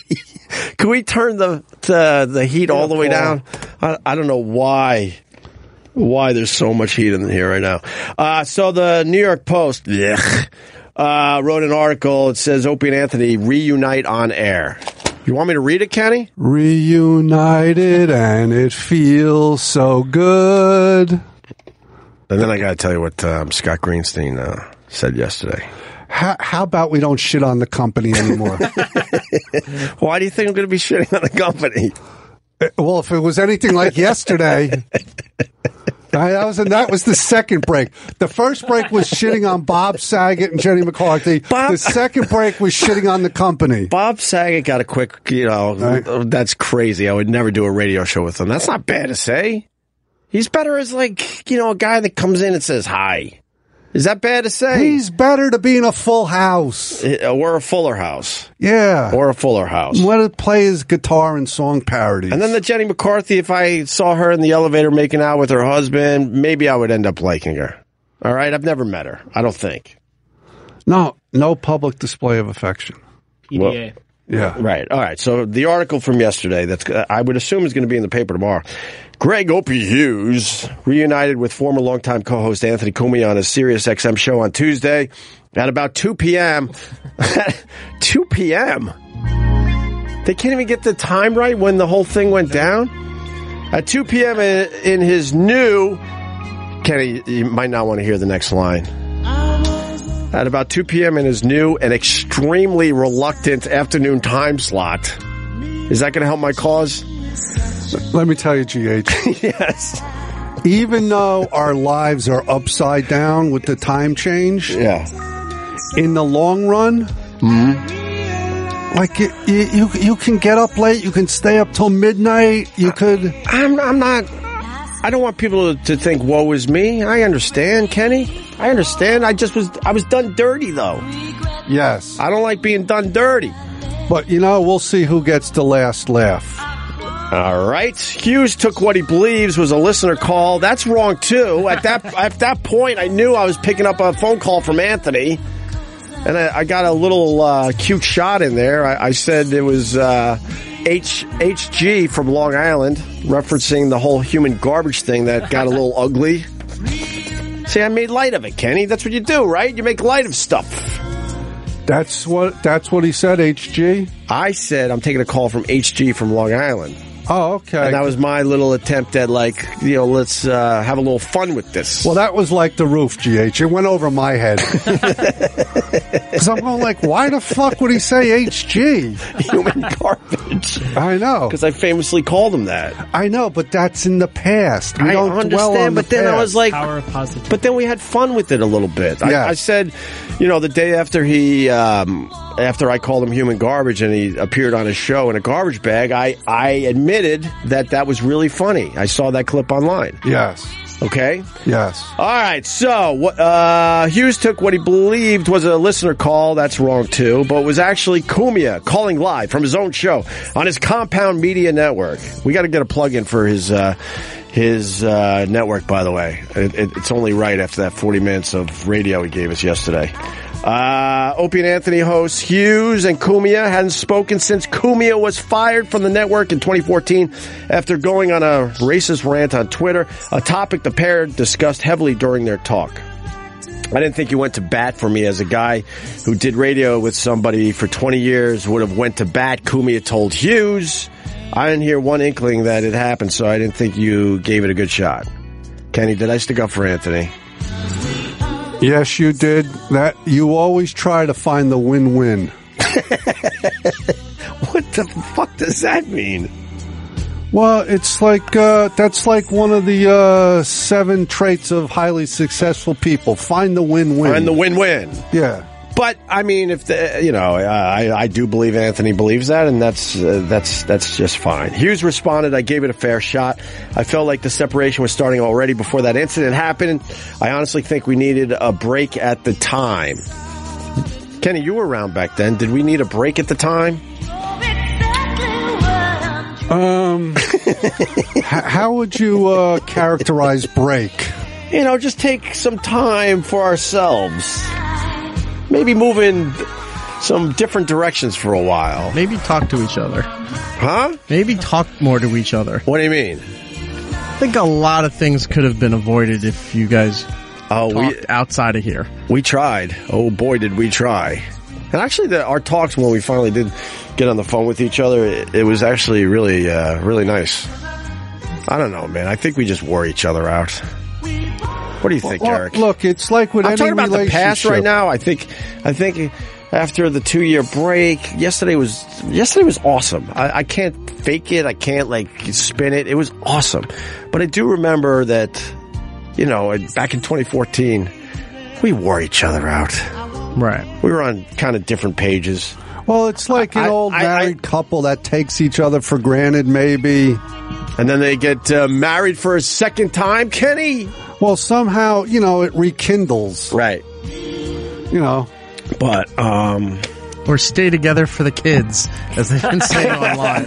Speaker 1: Can we turn the the, the heat all the way down? I, I don't know why why there's so much heat in here right now. Uh, so the New York Post blech, uh, wrote an article. It says Opie and Anthony reunite on air. You want me to read it, Kenny?
Speaker 2: Reunited and it feels so good.
Speaker 1: And then I got to tell you what um, Scott Greenstein uh, said yesterday.
Speaker 2: How, how about we don't shit on the company anymore? Uh,
Speaker 1: Why do you think I'm going to be shitting on the company?
Speaker 2: well, if it was anything like yesterday, I, that was that was the second break. The first break was shitting on Bob Saget and Jenny McCarthy.
Speaker 1: Bob-
Speaker 2: the second break was shitting on the company.
Speaker 1: Bob Saget got a quick, you know,
Speaker 2: Right.
Speaker 1: that's crazy. I would never do a radio show with him. That's not bad to say. He's better as like, you know, a guy that comes in and says hi. Is that bad to say?
Speaker 2: He's better to be in a full house.
Speaker 1: Uh, or a Fuller House,
Speaker 2: Yeah.
Speaker 1: or a Fuller House.
Speaker 2: Let it play his guitar and song parodies.
Speaker 1: And then the Jenny McCarthy. If I saw her in the elevator making out with her husband, maybe I would end up liking her. All right, I've never met her. I don't think.
Speaker 2: no, no public display of affection.
Speaker 4: PDA.
Speaker 2: Yeah.
Speaker 1: Right. All right. So the article from yesterday that's uh, I would assume is going to be in the paper tomorrow. Greg Opie Hughes reunited with former longtime co-host Anthony Cumey on his Sirius XM show on Tuesday at about 2 p.m. 2 p.m. They can't even get the time right when the whole thing went down. At 2 p.m. in, uh, in his new Kenny, you might not want to hear the next line. At about 2 p.m. in his new and extremely reluctant afternoon time slot. Is that going to help my cause?
Speaker 2: Let me tell you, GH.
Speaker 1: yes.
Speaker 2: Even though our lives are upside down with the time change,
Speaker 1: Yeah.
Speaker 2: in the long run, like you, you, you can get up late, you can stay up till midnight, you could.
Speaker 1: I'm, I'm not. I don't want people to, to think woe is me. I understand, Kenny. I understand. I just was. I was done dirty though.
Speaker 2: Yes.
Speaker 1: I don't like being done dirty.
Speaker 2: But you know, we'll see who gets the last laugh.
Speaker 1: All right. Hughes took what he believes was a listener call. That's wrong too. At that at that point, I knew I was picking up a phone call from Anthony. and I, I got a little uh, cute shot in there. I, I said it was uh, H, HG from Long Island, referencing the whole human garbage thing that got a little ugly. See, I made light of it, Kenny. That's what you do, right? You make light of stuff.
Speaker 2: That's what that's what he said. HG.
Speaker 1: I said I'm taking a call from HG from Long Island.
Speaker 2: Oh, okay.
Speaker 1: And that was my little attempt at like, you know, let's uh, have a little fun with this.
Speaker 2: Well, that was like the roof, GH. It went over my head. Because I'm going like, why the fuck would he say HG?
Speaker 1: human garbage.
Speaker 2: I know.
Speaker 1: Because I famously called him that.
Speaker 2: I know, but that's in the past. We
Speaker 1: I
Speaker 2: don't
Speaker 1: understand,
Speaker 2: dwell on the
Speaker 1: but then I
Speaker 2: past.
Speaker 1: was like,
Speaker 4: Power of positivity.
Speaker 1: but then we had fun with it a little bit.
Speaker 2: Yeah.
Speaker 1: I, I said, you know, the day after he, um, after I called him human garbage and he appeared on his show in a garbage bag, I, I admitted that that was really funny. I saw that clip online.
Speaker 2: yes,
Speaker 1: Okay.
Speaker 2: yes.
Speaker 1: All right, so what, uh, Hughes took what he believed was a listener call. That's wrong too, but it was actually Kumia calling live from his own show on his Compound Media Network. We got to get a plug in for his uh, his uh, network, by the way. It, it, it's only right after that forty minutes of radio he gave us yesterday. Uh, Opie and Anthony hosts Hughes and Kumia hadn't spoken since Kumia was fired from the network in 2014 after going on a racist rant on Twitter, a topic the pair discussed heavily during their talk. I didn't think you went to bat for me as a guy who did radio with somebody for 20 years would have went to bat. Kumia told Hughes. I didn't hear one inkling that it happened, so I didn't think you gave it a good shot. Kenny, did I stick up for Anthony?
Speaker 2: Yes, you did. That you always try to find the win-win.
Speaker 1: What the fuck does that mean?
Speaker 2: Well, it's like uh, that's like one of the uh, seven traits of highly successful people. Find the win-win.
Speaker 1: And the win-win.
Speaker 2: yeah.
Speaker 1: But I mean, if the, you know, uh, I, I do believe Anthony believes that, and that's uh, that's that's just fine. Hughes responded, "I gave it a fair shot. I felt like the separation was starting already before that incident happened. I honestly think we needed a break at the time." Kenny, you were around back then. Did we need a break at the time?
Speaker 2: Um, h- how would you uh, characterize break?
Speaker 1: You know, just take some time for ourselves. Maybe move in some different directions for a while,
Speaker 3: Maybe talk to each other.
Speaker 1: huh?
Speaker 3: Maybe talk more to each other.
Speaker 1: What do you mean?
Speaker 3: I think a lot of things could have been avoided if you guys
Speaker 1: Oh,
Speaker 3: talked outside of here.
Speaker 1: We tried. Oh boy, did we try! And actually, the, our talks when we finally did get on the phone with each other, it, it was actually really, uh, really nice. I don't know, man. I think we just wore each other out. What do you think,
Speaker 2: Well,
Speaker 1: Eric?
Speaker 2: Look, it's like with
Speaker 1: I'm
Speaker 2: any
Speaker 1: talking about the past
Speaker 2: relationship.
Speaker 1: right now. I think, I think after the two year break, yesterday was yesterday was awesome. I, I can't fake it. I can't like spin it. It was awesome. But I do remember that, you know, back in 2014, we wore each other out
Speaker 3: Right.
Speaker 1: we were on kind of different pages.
Speaker 2: Well, it's like an
Speaker 1: I-
Speaker 2: old
Speaker 1: I-
Speaker 2: married couple that takes each other for granted, maybe.
Speaker 1: And then they get uh, married for a second time, Kenny.
Speaker 2: Well, somehow, you know, it rekindles,
Speaker 1: Right.
Speaker 2: you know.
Speaker 1: But um
Speaker 3: Or stay together for the kids, as they've been saying online.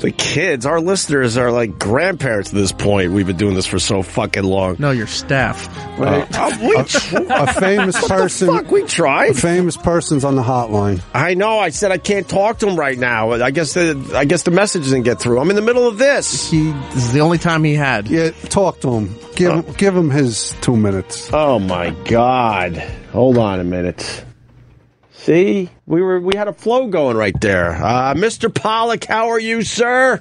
Speaker 1: the kids, our listeners are like grandparents at this point. We've been doing this for so fucking long.
Speaker 3: No, your staff.
Speaker 2: Right?
Speaker 1: Uh, we tr-
Speaker 2: a famous person
Speaker 1: fuck, we
Speaker 2: a
Speaker 1: tried.
Speaker 2: famous person's on the hotline.
Speaker 1: I know. I said I can't talk to him right now. I guess the I guess the message didn't get through. I'm in the middle of this.
Speaker 3: He this is the only time he had.
Speaker 2: Yeah, talk to him. Give him give him his 2 minutes.
Speaker 1: Oh my god! Hold on a minute. See, we were we had a flow going right there. Uh, Mr. Pollock, how are you, sir?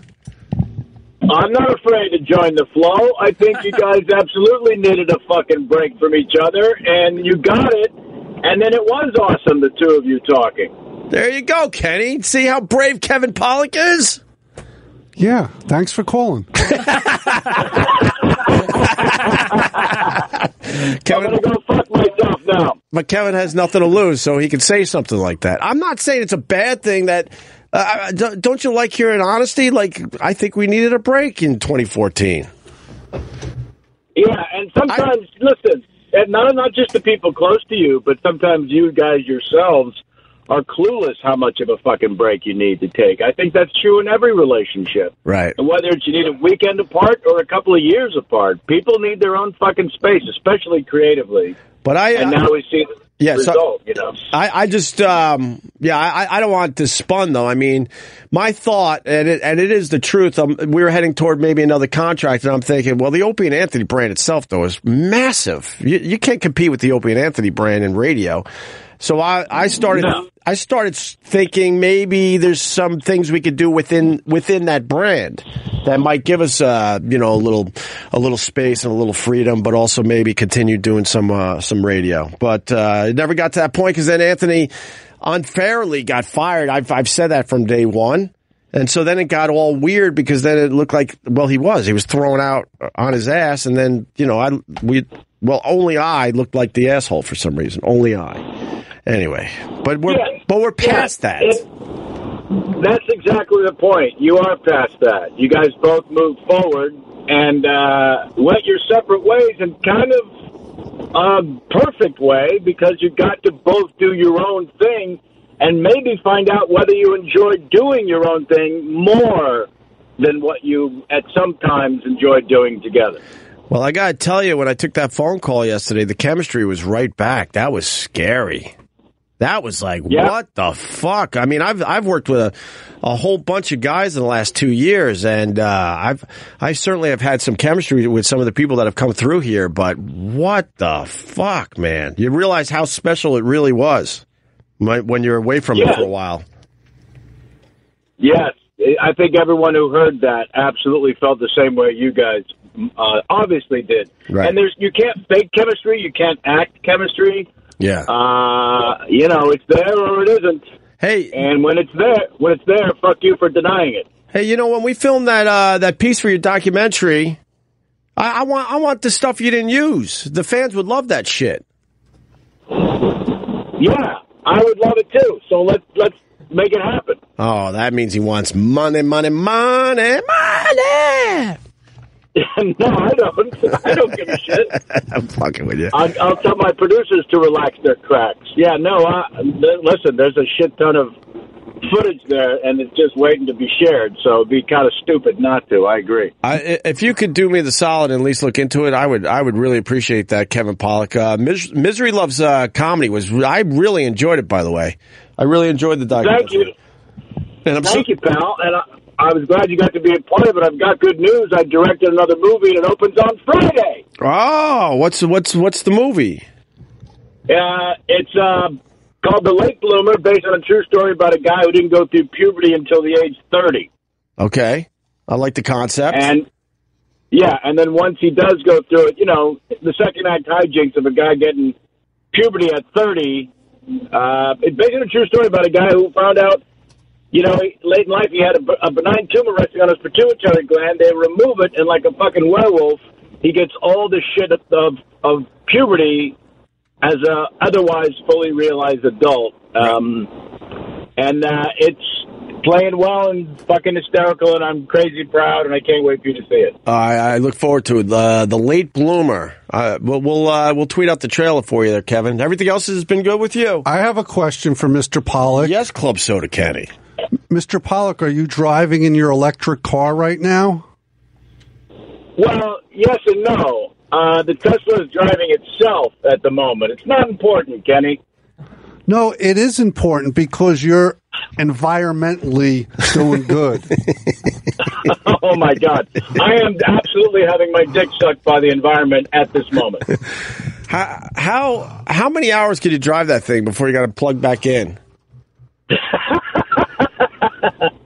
Speaker 5: I'm not afraid to join the flow. I think you guys absolutely needed a fucking break from each other, and you got it. And then it was awesome, the two of you talking.
Speaker 1: There you go, Kenny. See how brave Kevin Pollock is?
Speaker 2: Yeah, thanks for calling.
Speaker 5: I'm
Speaker 1: Kevin,
Speaker 5: gonna go fuck myself now.
Speaker 1: but Kevin has nothing to lose, so he can say something like that. I'm not saying it's a bad thing that. Uh, I- don't- don't you like hearing honesty? Like, I think we needed a break in 2014.
Speaker 5: Yeah, and sometimes, listen, and not not just the people close to you, but sometimes you guys yourselves are clueless how much of a fucking break you need to take. I think that's true in every relationship.
Speaker 1: Right.
Speaker 5: And whether it's you need a weekend apart or a couple of years apart, people need their own fucking space, especially creatively.
Speaker 1: But I,
Speaker 5: and now we see the
Speaker 1: Yeah, so-
Speaker 5: result. you know,
Speaker 1: I, I just, um, yeah, I, I- I don't want to spun though. I mean, my thought, and it, and it is the truth. Um, we were heading toward maybe another contract, and I'm thinking, well, the Opie and Anthony brand itself though is massive. You, you can't compete with the Opie and Anthony brand in radio. So I, I started,
Speaker 5: No.
Speaker 1: I started thinking maybe there's some things we could do within within that brand that might give us, uh, you know, a little a little space and a little freedom, but also maybe continue doing some uh, some radio. But uh, it never got to that point because then Anthony unfairly got fired. I've I've said that from day one. And so then it got all weird because then it looked like well he was he was thrown out uh, on his ass and then you know I we well only I looked like the asshole for some reason only I anyway but we're
Speaker 5: Yeah.
Speaker 1: but we're past
Speaker 5: Yeah,
Speaker 1: that
Speaker 5: it- that's exactly the point. You are past that. You guys both move forward and uh, went your separate ways in kind of um, perfect way because you got to both do your own thing and maybe find out whether you enjoyed doing your own thing more than what you at some times enjoyed doing together.
Speaker 1: well I gotta tell you when I took that phone call yesterday the chemistry was right back that was scary That was like
Speaker 5: Yeah.
Speaker 1: what the fuck? I mean, I've I've worked with a, a whole bunch of guys in the last two years, and uh, I've I certainly have had some chemistry with some of the people that have come through here. But what the fuck, man? You realize how special it really was when when you're away from it
Speaker 5: Yeah.
Speaker 1: for a while.
Speaker 5: Yes, I think everyone who heard that absolutely felt the same way you guys uh, obviously did.
Speaker 1: Right.
Speaker 5: And there's you can't fake chemistry, you can't act chemistry.
Speaker 1: Yeah.
Speaker 5: Uh, you know, it's there or it isn't.
Speaker 1: hey,
Speaker 5: And when it's there, when it's there, fuck you for denying it.
Speaker 1: Hey, you know when we filmed that uh, that piece for your documentary, I, I want I want the stuff you didn't use. The fans would love that shit.
Speaker 5: Yeah, I would love it too. So let's let's make it happen.
Speaker 1: Oh, that means he wants money, money, money, money.
Speaker 5: no, I don't. I don't give a shit.
Speaker 1: I'm fucking with you.
Speaker 5: I'll, I'll tell my producers to relax their cracks. Yeah, no, I, th- listen, there's a shit ton of footage there, and it's just waiting to be shared. So it'd be kind of stupid not to. I agree.
Speaker 1: I, if you could do me the solid and at least look into it, I would. I would really appreciate that, Kevin Pollock. Uh, Mis- Misery loves uh, comedy was. I really enjoyed it, by the way. I really enjoyed the documentary.
Speaker 5: Thank you,
Speaker 1: And I'm so,
Speaker 5: thank you, pal. And I, I was glad you got to be a part of it. I've got good news. I directed another movie, and it opens on Friday.
Speaker 1: oh, what's what's what's the movie?
Speaker 5: Uh, it's uh, called The Late Bloomer, based on a true story about a guy who didn't go through puberty until the age thirty.
Speaker 1: Okay, I like the concept.
Speaker 5: And yeah, and then once he does go through it, you know, the second act hijinks of a guy getting puberty at thirty. Uh, it's based on a true story about a guy who found out, you know, late in life he had a, b- a benign tumor resting on his pituitary gland. They remove it, and like a fucking werewolf, he gets all the shit of of, of puberty as a otherwise fully realized adult. Um, and uh, it's playing well and fucking hysterical, and I'm crazy proud, and I can't wait for you to see it.
Speaker 1: I, I look forward to it. Uh, the late bloomer. Uh, we'll we'll, uh, we'll tweet out the trailer for you there, Kevin. Everything else has been good with you. Uh,
Speaker 2: I have a question for Mr. Pollock.
Speaker 1: yes, Club Soda Kenny.
Speaker 2: Mr. Pollock, are you driving in your electric car right now?
Speaker 5: Well, yes and no. Uh, the Tesla is driving itself at the moment. It's not important, Kenny.
Speaker 2: No, it is important because you're environmentally doing good.
Speaker 5: Oh my God, I am absolutely having my dick sucked by the environment at this moment.
Speaker 1: How how how many hours could you drive that thing before you got to plug back in?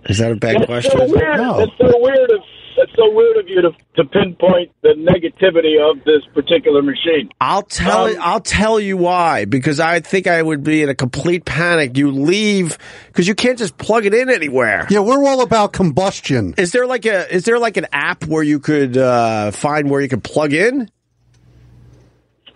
Speaker 1: Is that a bad
Speaker 5: That's so
Speaker 1: question?
Speaker 5: weird.
Speaker 2: No.
Speaker 5: That's so weird. Of, that's so weird of you to, to pinpoint the negativity of this particular machine.
Speaker 1: I'll tell
Speaker 5: Um,
Speaker 1: I'll tell you why because I think I would be in a complete panic. You leave because you can't just plug it in anywhere.
Speaker 2: yeah, we're all about combustion.
Speaker 1: Is there like a is there like an app where you could uh, find where you could plug in?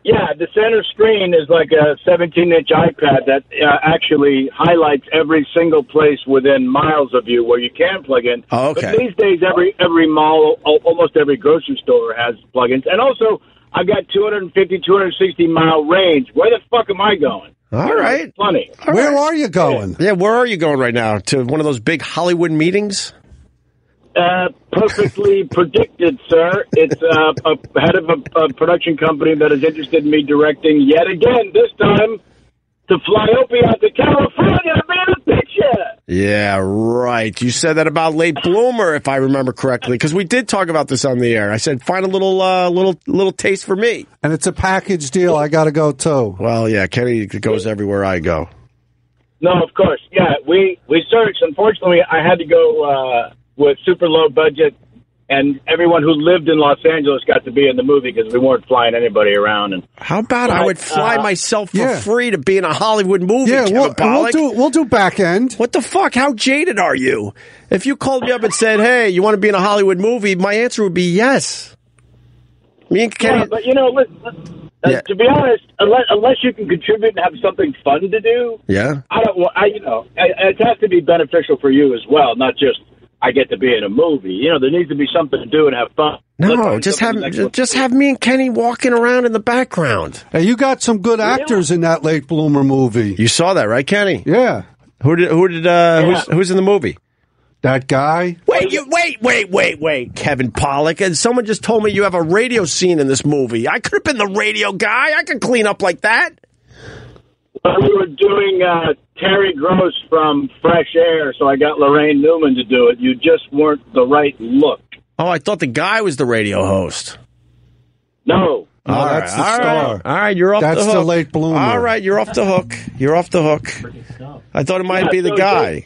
Speaker 5: Yeah, the center screen is like a 17-inch iPad that uh, actually highlights every single place within miles of you where you can plug in.
Speaker 1: Oh, okay.
Speaker 5: But these days, every every mall, al- almost every grocery store has plugins, and also I've got 250, 260 mile range. Where the fuck am I going?
Speaker 1: All right.
Speaker 5: Plenty.
Speaker 2: Where are you going?
Speaker 1: Yeah, where are you going right now? To one of those big Hollywood meetings?
Speaker 5: uh, perfectly predicted, sir. It's uh, a head of a, a production company that is interested in me directing yet again. This time to fly Opie out to California to be in the picture.
Speaker 1: Yeah, right. You said that about late bloomer, if I remember correctly, because we did talk about this on the air. I said find a little, uh, little, little taste for me.
Speaker 2: And it's a package deal. I got to go too.
Speaker 1: Well, yeah, Kenny goes everywhere I go.
Speaker 5: No, of course. Yeah, we we searched. Unfortunately, I had to go uh, with super low budget, and everyone who lived in Los Angeles got to be in the movie because we weren't flying anybody around. And
Speaker 1: How about I would fly myself for
Speaker 2: Uh, yeah.
Speaker 1: free to be in a Hollywood movie?
Speaker 2: Yeah,
Speaker 1: Kevin
Speaker 2: we'll, and we'll
Speaker 1: Pollak?
Speaker 2: do we'll do back end.
Speaker 1: What the fuck? How jaded are you? If you called me up and said, "Hey, you want to be in a Hollywood movie?" My answer would be yes. Me and Kenny.
Speaker 5: yeah, but you know, listen, listen, uh,
Speaker 1: Yeah.
Speaker 5: to be honest, unless unless you can contribute and have something fun to do,
Speaker 1: yeah.
Speaker 5: I don't. wa- I you know, I- it has to be beneficial for you as well, not just I get to be in a movie. You know, there needs to be something to do and have fun. Let's
Speaker 1: No,
Speaker 5: find
Speaker 1: just
Speaker 5: something
Speaker 1: have
Speaker 5: next
Speaker 1: ju-
Speaker 5: one.
Speaker 1: just have me and Kenny walking around in the background.
Speaker 2: Hey, you got some good actors in that late bloomer movie.
Speaker 1: You saw that, right, Kenny?
Speaker 2: Yeah,
Speaker 1: Who did? Who did? Uh, Who's Who's in the movie?
Speaker 2: that guy.
Speaker 1: Wait, you wait, wait, wait, wait, Kevin Pollock. And someone just told me you have a radio scene in this movie. I could have been the radio guy. I could clean up like that.
Speaker 5: But we were doing uh, Terry Gross from Fresh Air, so I got Lorraine Newman to do it. You just weren't the right look.
Speaker 1: Oh, I thought the guy was the radio host.
Speaker 5: No.
Speaker 2: No, that's the
Speaker 1: all
Speaker 2: star.
Speaker 1: right. All right, you're off
Speaker 2: That's
Speaker 1: the hook.
Speaker 2: the late bloomer.
Speaker 1: All right, you're off the hook. You're off the hook. I thought it might
Speaker 5: Yeah,
Speaker 1: be the
Speaker 5: so
Speaker 1: guy.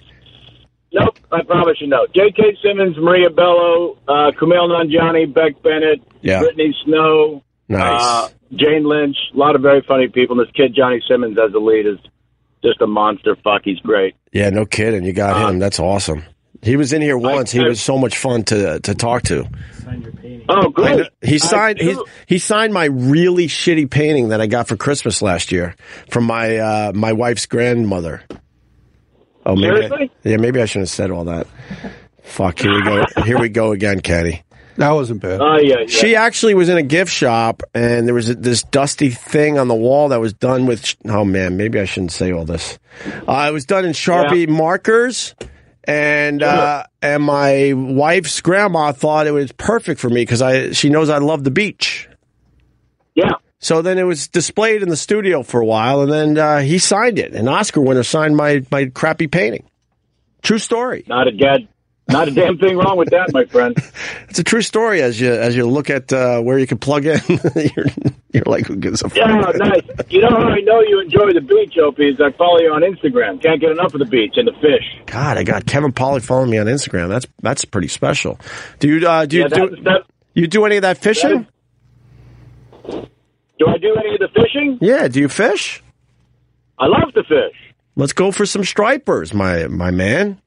Speaker 5: Nope, I promise you no. J.K. Simmons, Maria Bello, uh, Kumail Nanjiani, Beck Bennett,
Speaker 1: Yeah.
Speaker 5: Brittany Snow,
Speaker 1: Nice.
Speaker 5: uh, Jane Lynch. A lot of very funny people. And this kid, Johnny Simmons, as the lead, is just a monster. Fuck, he's great.
Speaker 1: yeah, no kidding. You got him. That's awesome. He was in here once. he
Speaker 5: Uh, I-
Speaker 1: was so much fun to to talk to.
Speaker 5: Oh,
Speaker 1: I
Speaker 5: great.
Speaker 1: know- He signed
Speaker 5: I do-
Speaker 1: he, he signed my really shitty painting that I got for Christmas last year from my uh, my wife's grandmother. Oh, maybe I-
Speaker 5: Seriously?
Speaker 1: yeah, maybe I shouldn't have said all that. Fuck, here we go. Here we go again, Kenny.
Speaker 2: That wasn't bad.
Speaker 1: Uh,
Speaker 5: Oh, yeah, yeah.
Speaker 1: She actually was in a gift shop, and there was a, this dusty thing on the wall that was done with. Oh man, maybe I shouldn't say all this. Uh, it was done in Sharpie markers, and uh, and my wife's grandma thought it was perfect for me because I she knows I love the beach.
Speaker 5: yeah.
Speaker 1: So then it was displayed in the studio for a while, and then uh, he signed it. An Oscar winner signed my my crappy painting. True story.
Speaker 5: Not a gad. Not a damn thing wrong with that, my friend.
Speaker 1: It's a true story. As you as you look at uh, where you can plug in, you're, you're like, who gives a fuck?
Speaker 5: Yeah, nice. You know how I know you enjoy the beach, Opie, is I follow you on Instagram. Can't get enough of the beach and the fish.
Speaker 1: God, I got Kevin Pollock following me on Instagram. That's that's pretty special. Do you uh, do you
Speaker 5: Yeah,
Speaker 1: do
Speaker 5: that, that,
Speaker 1: you do any of that fishing?
Speaker 5: do I do any of the fishing?
Speaker 1: Yeah, do you fish?
Speaker 5: I love to fish.
Speaker 1: Let's go for some stripers, my my man.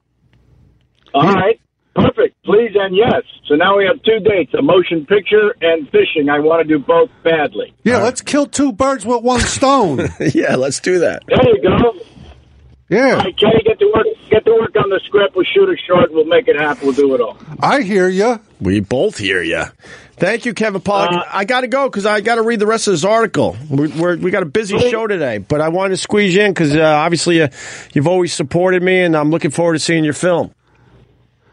Speaker 5: All right. Perfect. Please and yes. So now we have two dates, a motion picture and fishing. I want to do both badly.
Speaker 1: uh,
Speaker 2: Yeah, let's kill two birds with one stone.
Speaker 1: yeah, let's do that.
Speaker 5: There you go.
Speaker 2: yeah,
Speaker 5: All right, Kenny, get to work. Get to work on the script. We'll shoot it short. We'll make it happen. We'll do it all.
Speaker 2: I hear you.
Speaker 1: We both hear you. Thank you, Kevin Pollock.
Speaker 5: Uh,
Speaker 1: I got to go because I got to read the rest of this article. We're, we're, we got a busy show today, but I wanted to squeeze you in because uh, obviously uh, you've always supported me, and I'm looking forward to seeing your film.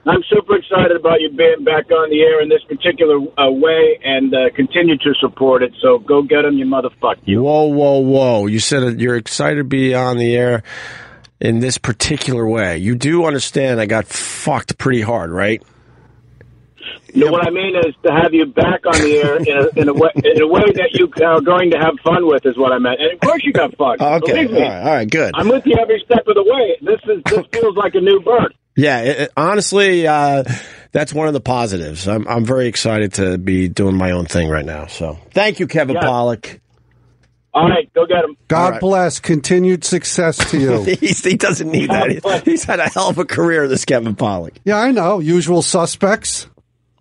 Speaker 5: I'm super excited about you being back on the air in this particular uh, way and uh, continue to support it. So go get them, you motherfucker.
Speaker 1: Whoa, whoa, whoa! You said that you're excited to be on the air in this particular way. You do understand I got fucked pretty hard, right?
Speaker 5: You know, what I mean is to have you back on the air in a, in a, way, in a way that you are going to have fun with is what I meant. And of course you got fun.
Speaker 1: Okay,
Speaker 5: Believe
Speaker 1: all
Speaker 5: me.
Speaker 1: right, all right, good.
Speaker 5: I'm with you every step of the way. This is this feels like a new birth.
Speaker 1: Yeah, it, it- honestly, uh, that's one of the positives. I'm, I'm very excited to be doing my own thing right now. So, thank you, Kevin
Speaker 5: Yeah.
Speaker 1: Pollock.
Speaker 5: All right, go get him.
Speaker 2: God
Speaker 1: right.
Speaker 2: bless. Continued success to you.
Speaker 1: He's, he doesn't need that. He's had a hell of a career, this Kevin Pollock.
Speaker 2: yeah, I know. Usual suspects.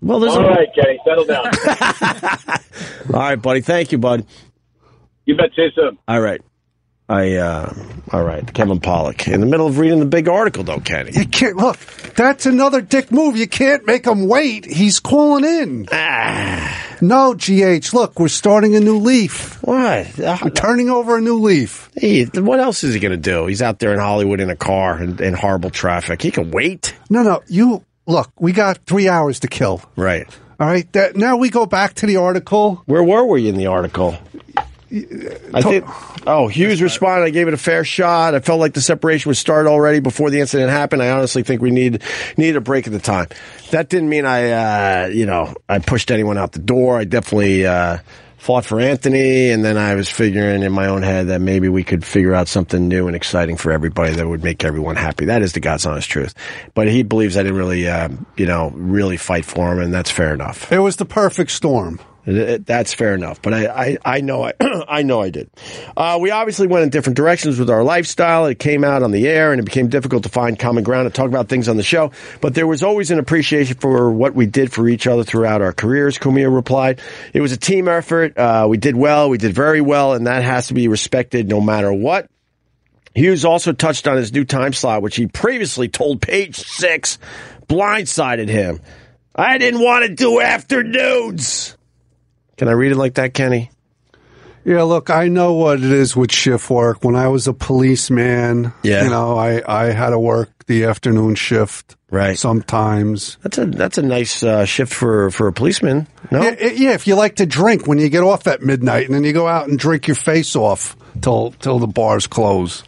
Speaker 1: Well, there's
Speaker 5: All
Speaker 1: a,
Speaker 5: right, Kenny, settle down.
Speaker 1: all right, buddy. Thank you, bud.
Speaker 5: you bet. See you soon.
Speaker 1: All right. I uh, all right, Kevin Pollock. In the middle of reading the big article, though, Kenny.
Speaker 2: You can't look. That's another dick move. You can't make him wait. He's calling in.
Speaker 1: Ah.
Speaker 2: No, GH. Look, we're starting a new leaf.
Speaker 1: What? Uh,
Speaker 2: Turning over a new leaf.
Speaker 1: Hey, what else is he going to do? He's out there in Hollywood in a car and in horrible traffic. He can wait.
Speaker 2: No, no. You look, we got three hours to kill.
Speaker 1: Right.
Speaker 2: All right. That, now we go back to the article.
Speaker 1: Where were we in the article? I think. Oh, Hughes responded. I gave it a fair shot. I felt like the separation was started already before the incident happened. I honestly think we need need a break at the time. That didn't mean I, uh, you know, I pushed anyone out the door. I definitely uh, fought for Anthony, and then I was figuring in my own head that maybe we could figure out something new and exciting for everybody that would make everyone happy. That is the God's honest truth. But he believes I didn't really, uh, you know, really fight for him, and that's fair enough.
Speaker 2: It was the perfect storm.
Speaker 1: It- it- That's fair enough, but I, I, I know I, I know I did. Uh, we obviously went in different directions with our lifestyle. It came out on the air, and it became difficult to find common ground and talk about things on the show. But there was always an appreciation for what we did for each other throughout our careers. Kumia replied, "It was a team effort. Uh, we did well. We did very well, and that has to be respected no matter what." Hughes also touched on his new time slot, which he previously told Page Six blindsided him. I didn't want to do afternoons. Can I read it like that, Kenny?
Speaker 2: Yeah, look, I know what it is with shift work. When I was a policeman,
Speaker 1: Yeah.
Speaker 2: you know, I, I had to work the afternoon shift.
Speaker 1: Right.
Speaker 2: Sometimes.
Speaker 1: That's a that's a nice uh, shift for for a policeman. No,
Speaker 2: Yeah, i- yeah, if you like to drink when you get off at midnight and then you go out and drink your face off till till the bars close.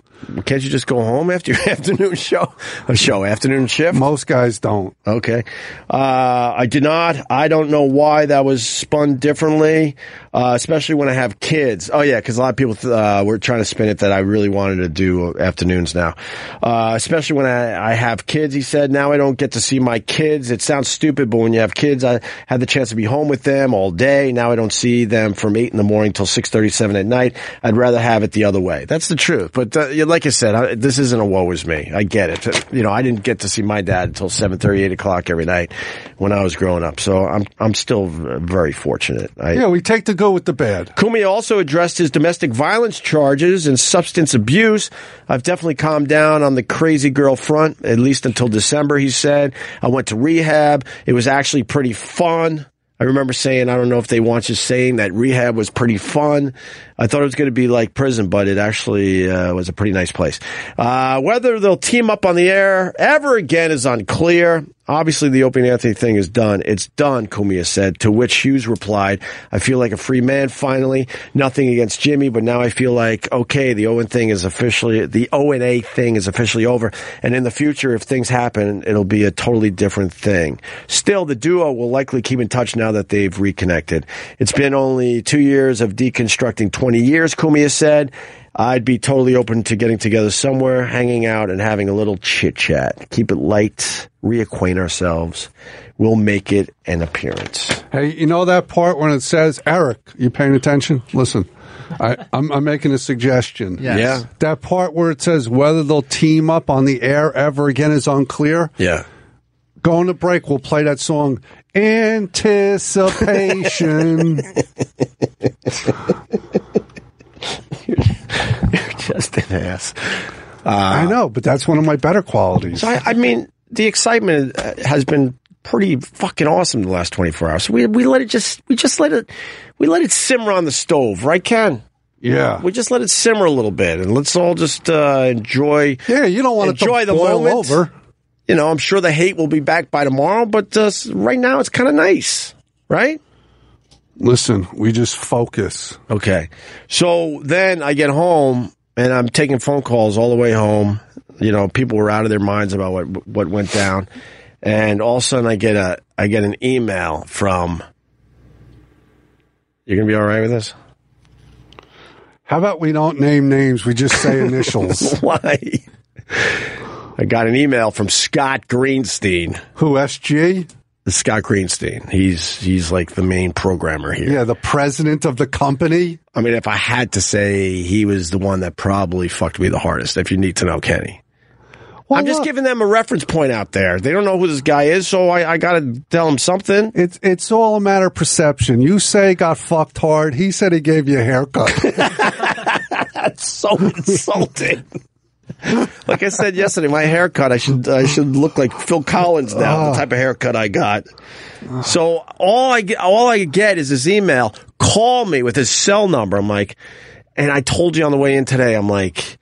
Speaker 1: can't you just go home after your afternoon show? A show afternoon shift.
Speaker 2: Most guys don't.
Speaker 1: Okay. Uh, I did not. I don't know why that was spun differently, uh, especially when I have kids. Oh, yeah, because a lot of people uh, were trying to spin it that I really wanted to do afternoons now. Uh, especially when I, I have kids, he said. Now I don't get to see my kids. It sounds stupid, but when you have kids, I had the chance to be home with them all day. Now I don't see them from 8 in the morning till 6.37 at night. I'd rather have it the other way. That's the truth. But uh, yeah, like I said, I, this isn't a woe is me. I get it. You know, I didn't get to see my dad until 7.30, 8 o'clock every night when I was growing up. So I'm, I'm still v- very fortunate. I,
Speaker 2: Yeah, we take the good with the bad.
Speaker 1: Kumi also addressed his domestic violence charges and substance abuse. I've definitely calmed down on the crazy girl front, at least until December, he said. I went to rehab. It was actually pretty fun. I remember saying, I don't know if they want you saying that rehab was pretty fun. I thought it was going to be like prison, but it actually uh, was a pretty nice place. Uh, whether they'll team up on the air ever again is unclear. Obviously, the Opie and Anthony thing is done. It's done, Kumia said, to which Hughes replied, I feel like a free man finally. Nothing against Jimmy, but now I feel like, okay, the Owen thing is officially, the O and A thing is officially over. And in the future, if things happen, it'll be a totally different thing. Still, the duo will likely keep in touch now that they've reconnected. It's been only two years of deconstructing 20 years, Kumia said. I'd be totally open to getting together somewhere, hanging out, and having a little chit chat. Keep it light, reacquaint ourselves. We'll make it an appearance.
Speaker 2: Hey, you know that part when it says Eric, you paying attention? Listen. I, I'm, I'm making a suggestion.
Speaker 3: Yes.
Speaker 1: Yeah.
Speaker 2: That part where it says whether they'll team up on the air ever again is unclear.
Speaker 1: Yeah.
Speaker 2: Going to break, we'll play that song. Anticipation.
Speaker 1: Just an ass.
Speaker 2: I know, but that's one of my better qualities.
Speaker 1: So, I, I mean, the excitement uh, has been pretty fucking awesome the last 24 hours. We, we let it just, we just let it, we let it simmer on the stove, right, Ken?
Speaker 2: Yeah.
Speaker 1: We just let it simmer a little bit and let's all just uh, enjoy.
Speaker 2: Yeah, you don't want it to
Speaker 1: Enjoy the
Speaker 2: boil
Speaker 1: moment.
Speaker 2: over.
Speaker 1: You know, I'm sure the hate will be back by tomorrow, but uh, right now it's kind of nice, right?
Speaker 2: Listen, we just focus.
Speaker 1: Okay. So then I get home and I'm taking phone calls all the way home. You know, people were out of their minds about what what went down. And all of a sudden I get a I get an email from You're going to be all right with this?
Speaker 2: How about we don't name names? We just say initials.
Speaker 1: Why? I got an email from Scott Greenstein.
Speaker 2: Who, SG?
Speaker 1: Scott Greenstein. He's he's like the main programmer here.
Speaker 2: Yeah, the president of the company.
Speaker 1: I mean, if I had to say, he was the one that probably fucked me the hardest. If you need to know, Kenny.
Speaker 2: Well,
Speaker 1: I'm just
Speaker 2: look,
Speaker 1: giving them a reference point out there. They don't know who this guy is, so I, I got to tell them something.
Speaker 2: It's, it's all a matter of perception. You say he got fucked hard. He said he gave you a haircut.
Speaker 1: That's so insulting. like I said yesterday, my haircut I should I should look like Phil Collins now. The type of haircut I got. So all I get, all I get is his email. Call me with his cell number. I'm like, and I told you on the way in today. I'm like,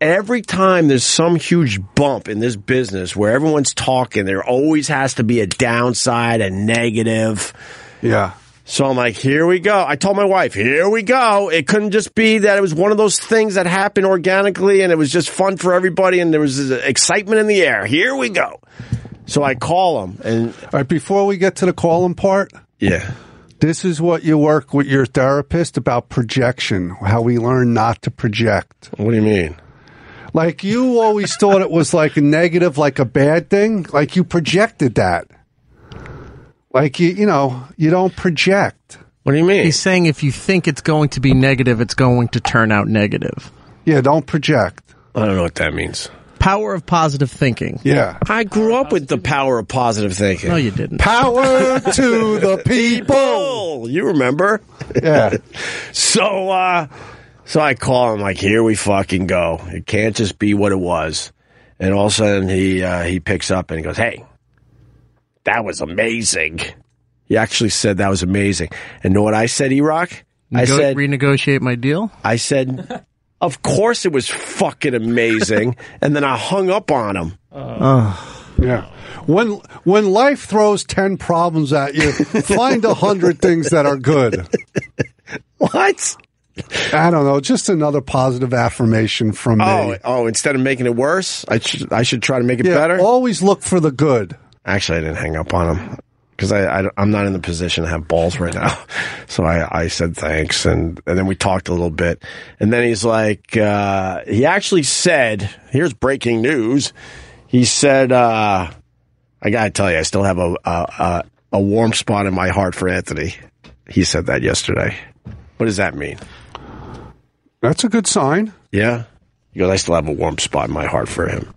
Speaker 1: every time there's some huge bump in this business where everyone's talking, there always has to be a downside, a negative.
Speaker 2: Yeah.
Speaker 1: So I'm like, here we go. I told my wife, here we go. It couldn't just be that it was one of those things that happened organically and it was just fun for everybody and there was this excitement in the air. Here we go. So I call him and
Speaker 2: All right. Before we get to the calling part,
Speaker 1: yeah.
Speaker 2: this is what you work with your therapist about projection, how we learn not to project.
Speaker 1: What do you mean?
Speaker 2: Like you always thought it was like a negative, like a bad thing. Like you projected that. Like you, you know, you don't project.
Speaker 1: What do you mean?
Speaker 3: He's saying if you think it's going to be negative, it's going to turn out negative.
Speaker 2: Yeah, don't project.
Speaker 1: I don't know what that means.
Speaker 3: Power of positive thinking.
Speaker 2: Yeah.
Speaker 1: I grew up with the power of positive thinking.
Speaker 3: No, you didn't.
Speaker 2: Power to the people.
Speaker 1: Bull, you remember?
Speaker 2: Yeah.
Speaker 1: So, uh, so I call him like, here we fucking go. It can't just be what it was. And all of a sudden he, uh, he picks up and he goes, Hey, that was amazing. He actually said that was amazing. And know what I said, E-Rock? I
Speaker 3: Go
Speaker 1: said,
Speaker 3: renegotiate my deal.
Speaker 1: I said, of course it was fucking amazing. and then I hung up on him.
Speaker 2: Yeah. When when life throws 10 problems at you, find a 100 things that are good.
Speaker 1: What?
Speaker 2: I don't know, just another positive affirmation from me.
Speaker 1: Oh, oh, instead of making it worse, I should, I should try to make it
Speaker 2: yeah,
Speaker 1: better.
Speaker 2: always look for the good.
Speaker 1: Actually, I didn't hang up on him because I, I am not in the position to have balls right now. So I I said thanks and and then we talked a little bit and then he's like uh, he actually said here's breaking news. He said uh, I gotta tell you I still have a a, a a warm spot in my heart for Anthony. He said that yesterday. What does that mean?
Speaker 2: That's a good sign.
Speaker 1: Yeah. He goes, I still have a warm spot in my heart for him.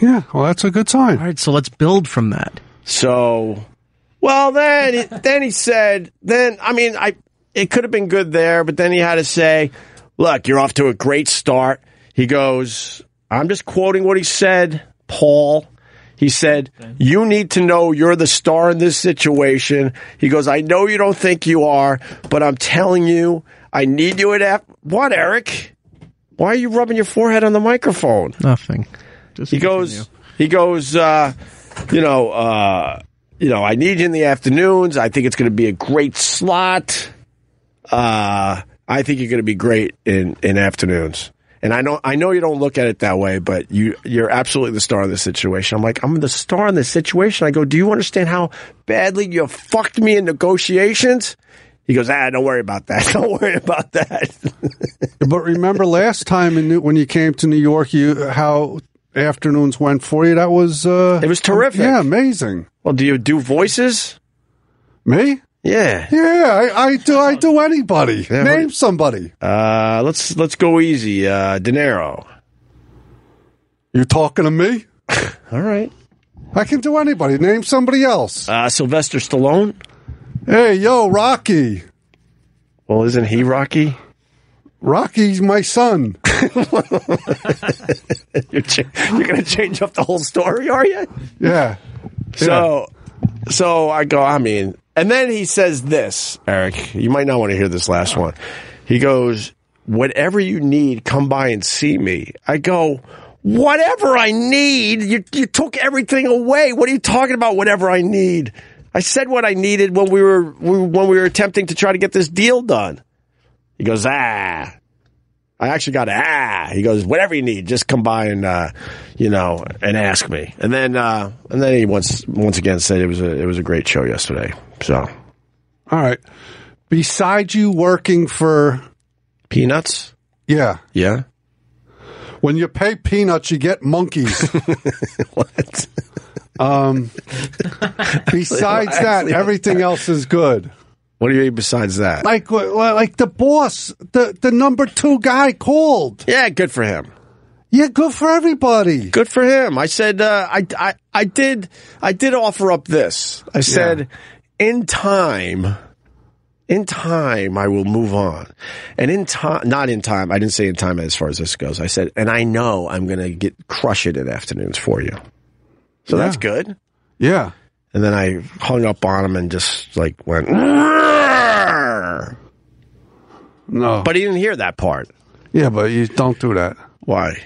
Speaker 2: Yeah, well, that's a good sign.
Speaker 3: All right, so let's build from that.
Speaker 1: So, well, then he, then he said, then I mean, I it could have been good there, but then he had to say, "Look, you're off to a great start." He goes, "I'm just quoting what he said, Paul." He said, "You need to know you're the star in this situation." He goes, "I know you don't think you are, but I'm telling you, I need you at F- what, Eric? Why are you rubbing your forehead on the microphone?"
Speaker 3: Nothing. Just
Speaker 1: He goes. He goes. Uh, you know. Uh, you know. I need you in the afternoons. I think it's going to be a great slot. Uh, I think you're going to be great in in afternoons. And I know I know you don't look at it that way, but you you're absolutely the star of this situation. I'm like I'm the star in this situation. I go, do you understand how badly you fucked me in negotiations? He goes, ah, don't worry about that. Don't worry about that.
Speaker 2: But remember last time in New, when you came to New York, you how afternoons went for you. That was uh,
Speaker 1: It was terrific.
Speaker 2: Yeah, amazing.
Speaker 1: well, do you do voices?
Speaker 2: Me?
Speaker 1: Yeah.
Speaker 2: Yeah, I, I do. I do anybody. Name somebody.
Speaker 1: Uh, let's let's go easy. Uh, De Niro.
Speaker 2: You talking to me?
Speaker 1: All right.
Speaker 2: I can do anybody. Name somebody else.
Speaker 1: Uh, Sylvester Stallone.
Speaker 2: Hey, yo, Rocky.
Speaker 1: Well, isn't he Rocky?
Speaker 2: Rocky's my son.
Speaker 1: You're, ch- you're going to change up the whole story, are you?
Speaker 2: Yeah.
Speaker 1: So, so I go. I mean, and then he says this, Eric. You might not want to hear this last one. He goes, "Whatever you need, come by and see me." I go. Whatever I need, you, you took everything away. What are you talking about? Whatever I need, I said what I needed when we were we- when we were attempting to try to get this deal done. He goes, ah. I actually got a, ah. He goes, whatever you need, just come by and uh, you know and ask me. And then uh, and then he once once again said it was a it was a great show yesterday. So
Speaker 2: All right. Beside you working for
Speaker 1: peanuts,
Speaker 2: yeah,
Speaker 1: yeah.
Speaker 2: when you pay peanuts, you get monkeys.
Speaker 1: What?
Speaker 2: Besides that, everything else is good.
Speaker 1: What do you mean besides that?
Speaker 2: Like like the boss, the the number two guy called.
Speaker 1: Yeah, good for him.
Speaker 2: Yeah, good for everybody.
Speaker 1: Good for him. I said uh, I, I I did I did offer up this. I said in time in time I will move on. And in time not in time. I didn't say in time as far as this goes. I said and I know I'm going to get crush it in afternoons for you. So that's good.
Speaker 2: Yeah.
Speaker 1: And then I hung up on him and just like went "Rrrr."
Speaker 2: No.
Speaker 1: But he didn't hear that part.
Speaker 2: yeah, but you don't do that.
Speaker 1: Why?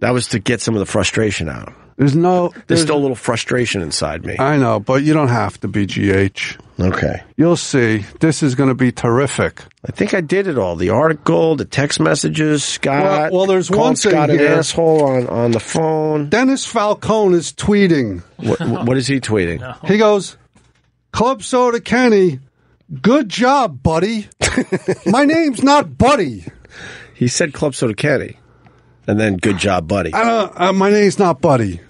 Speaker 1: That was to get some of the frustration out.
Speaker 2: There's no.
Speaker 1: There's
Speaker 2: there's-
Speaker 1: still a little frustration inside me.
Speaker 2: I know, but you don't have to be GH.
Speaker 1: Okay.
Speaker 2: You'll see. This is going to be terrific.
Speaker 1: I think I did it all. The article, the text messages, Scott.
Speaker 2: Well- well, there's
Speaker 1: called
Speaker 2: one thing
Speaker 1: Scott
Speaker 2: here.
Speaker 1: an asshole on, on the phone.
Speaker 2: Dennis Falcone is tweeting.
Speaker 1: What, what is he tweeting?
Speaker 2: He goes, Club Soda Kenny, good job, buddy. My name's not Buddy.
Speaker 1: He said Club Soda Kenny. And then good job, buddy.
Speaker 2: I don't, uh, my name's not Buddy.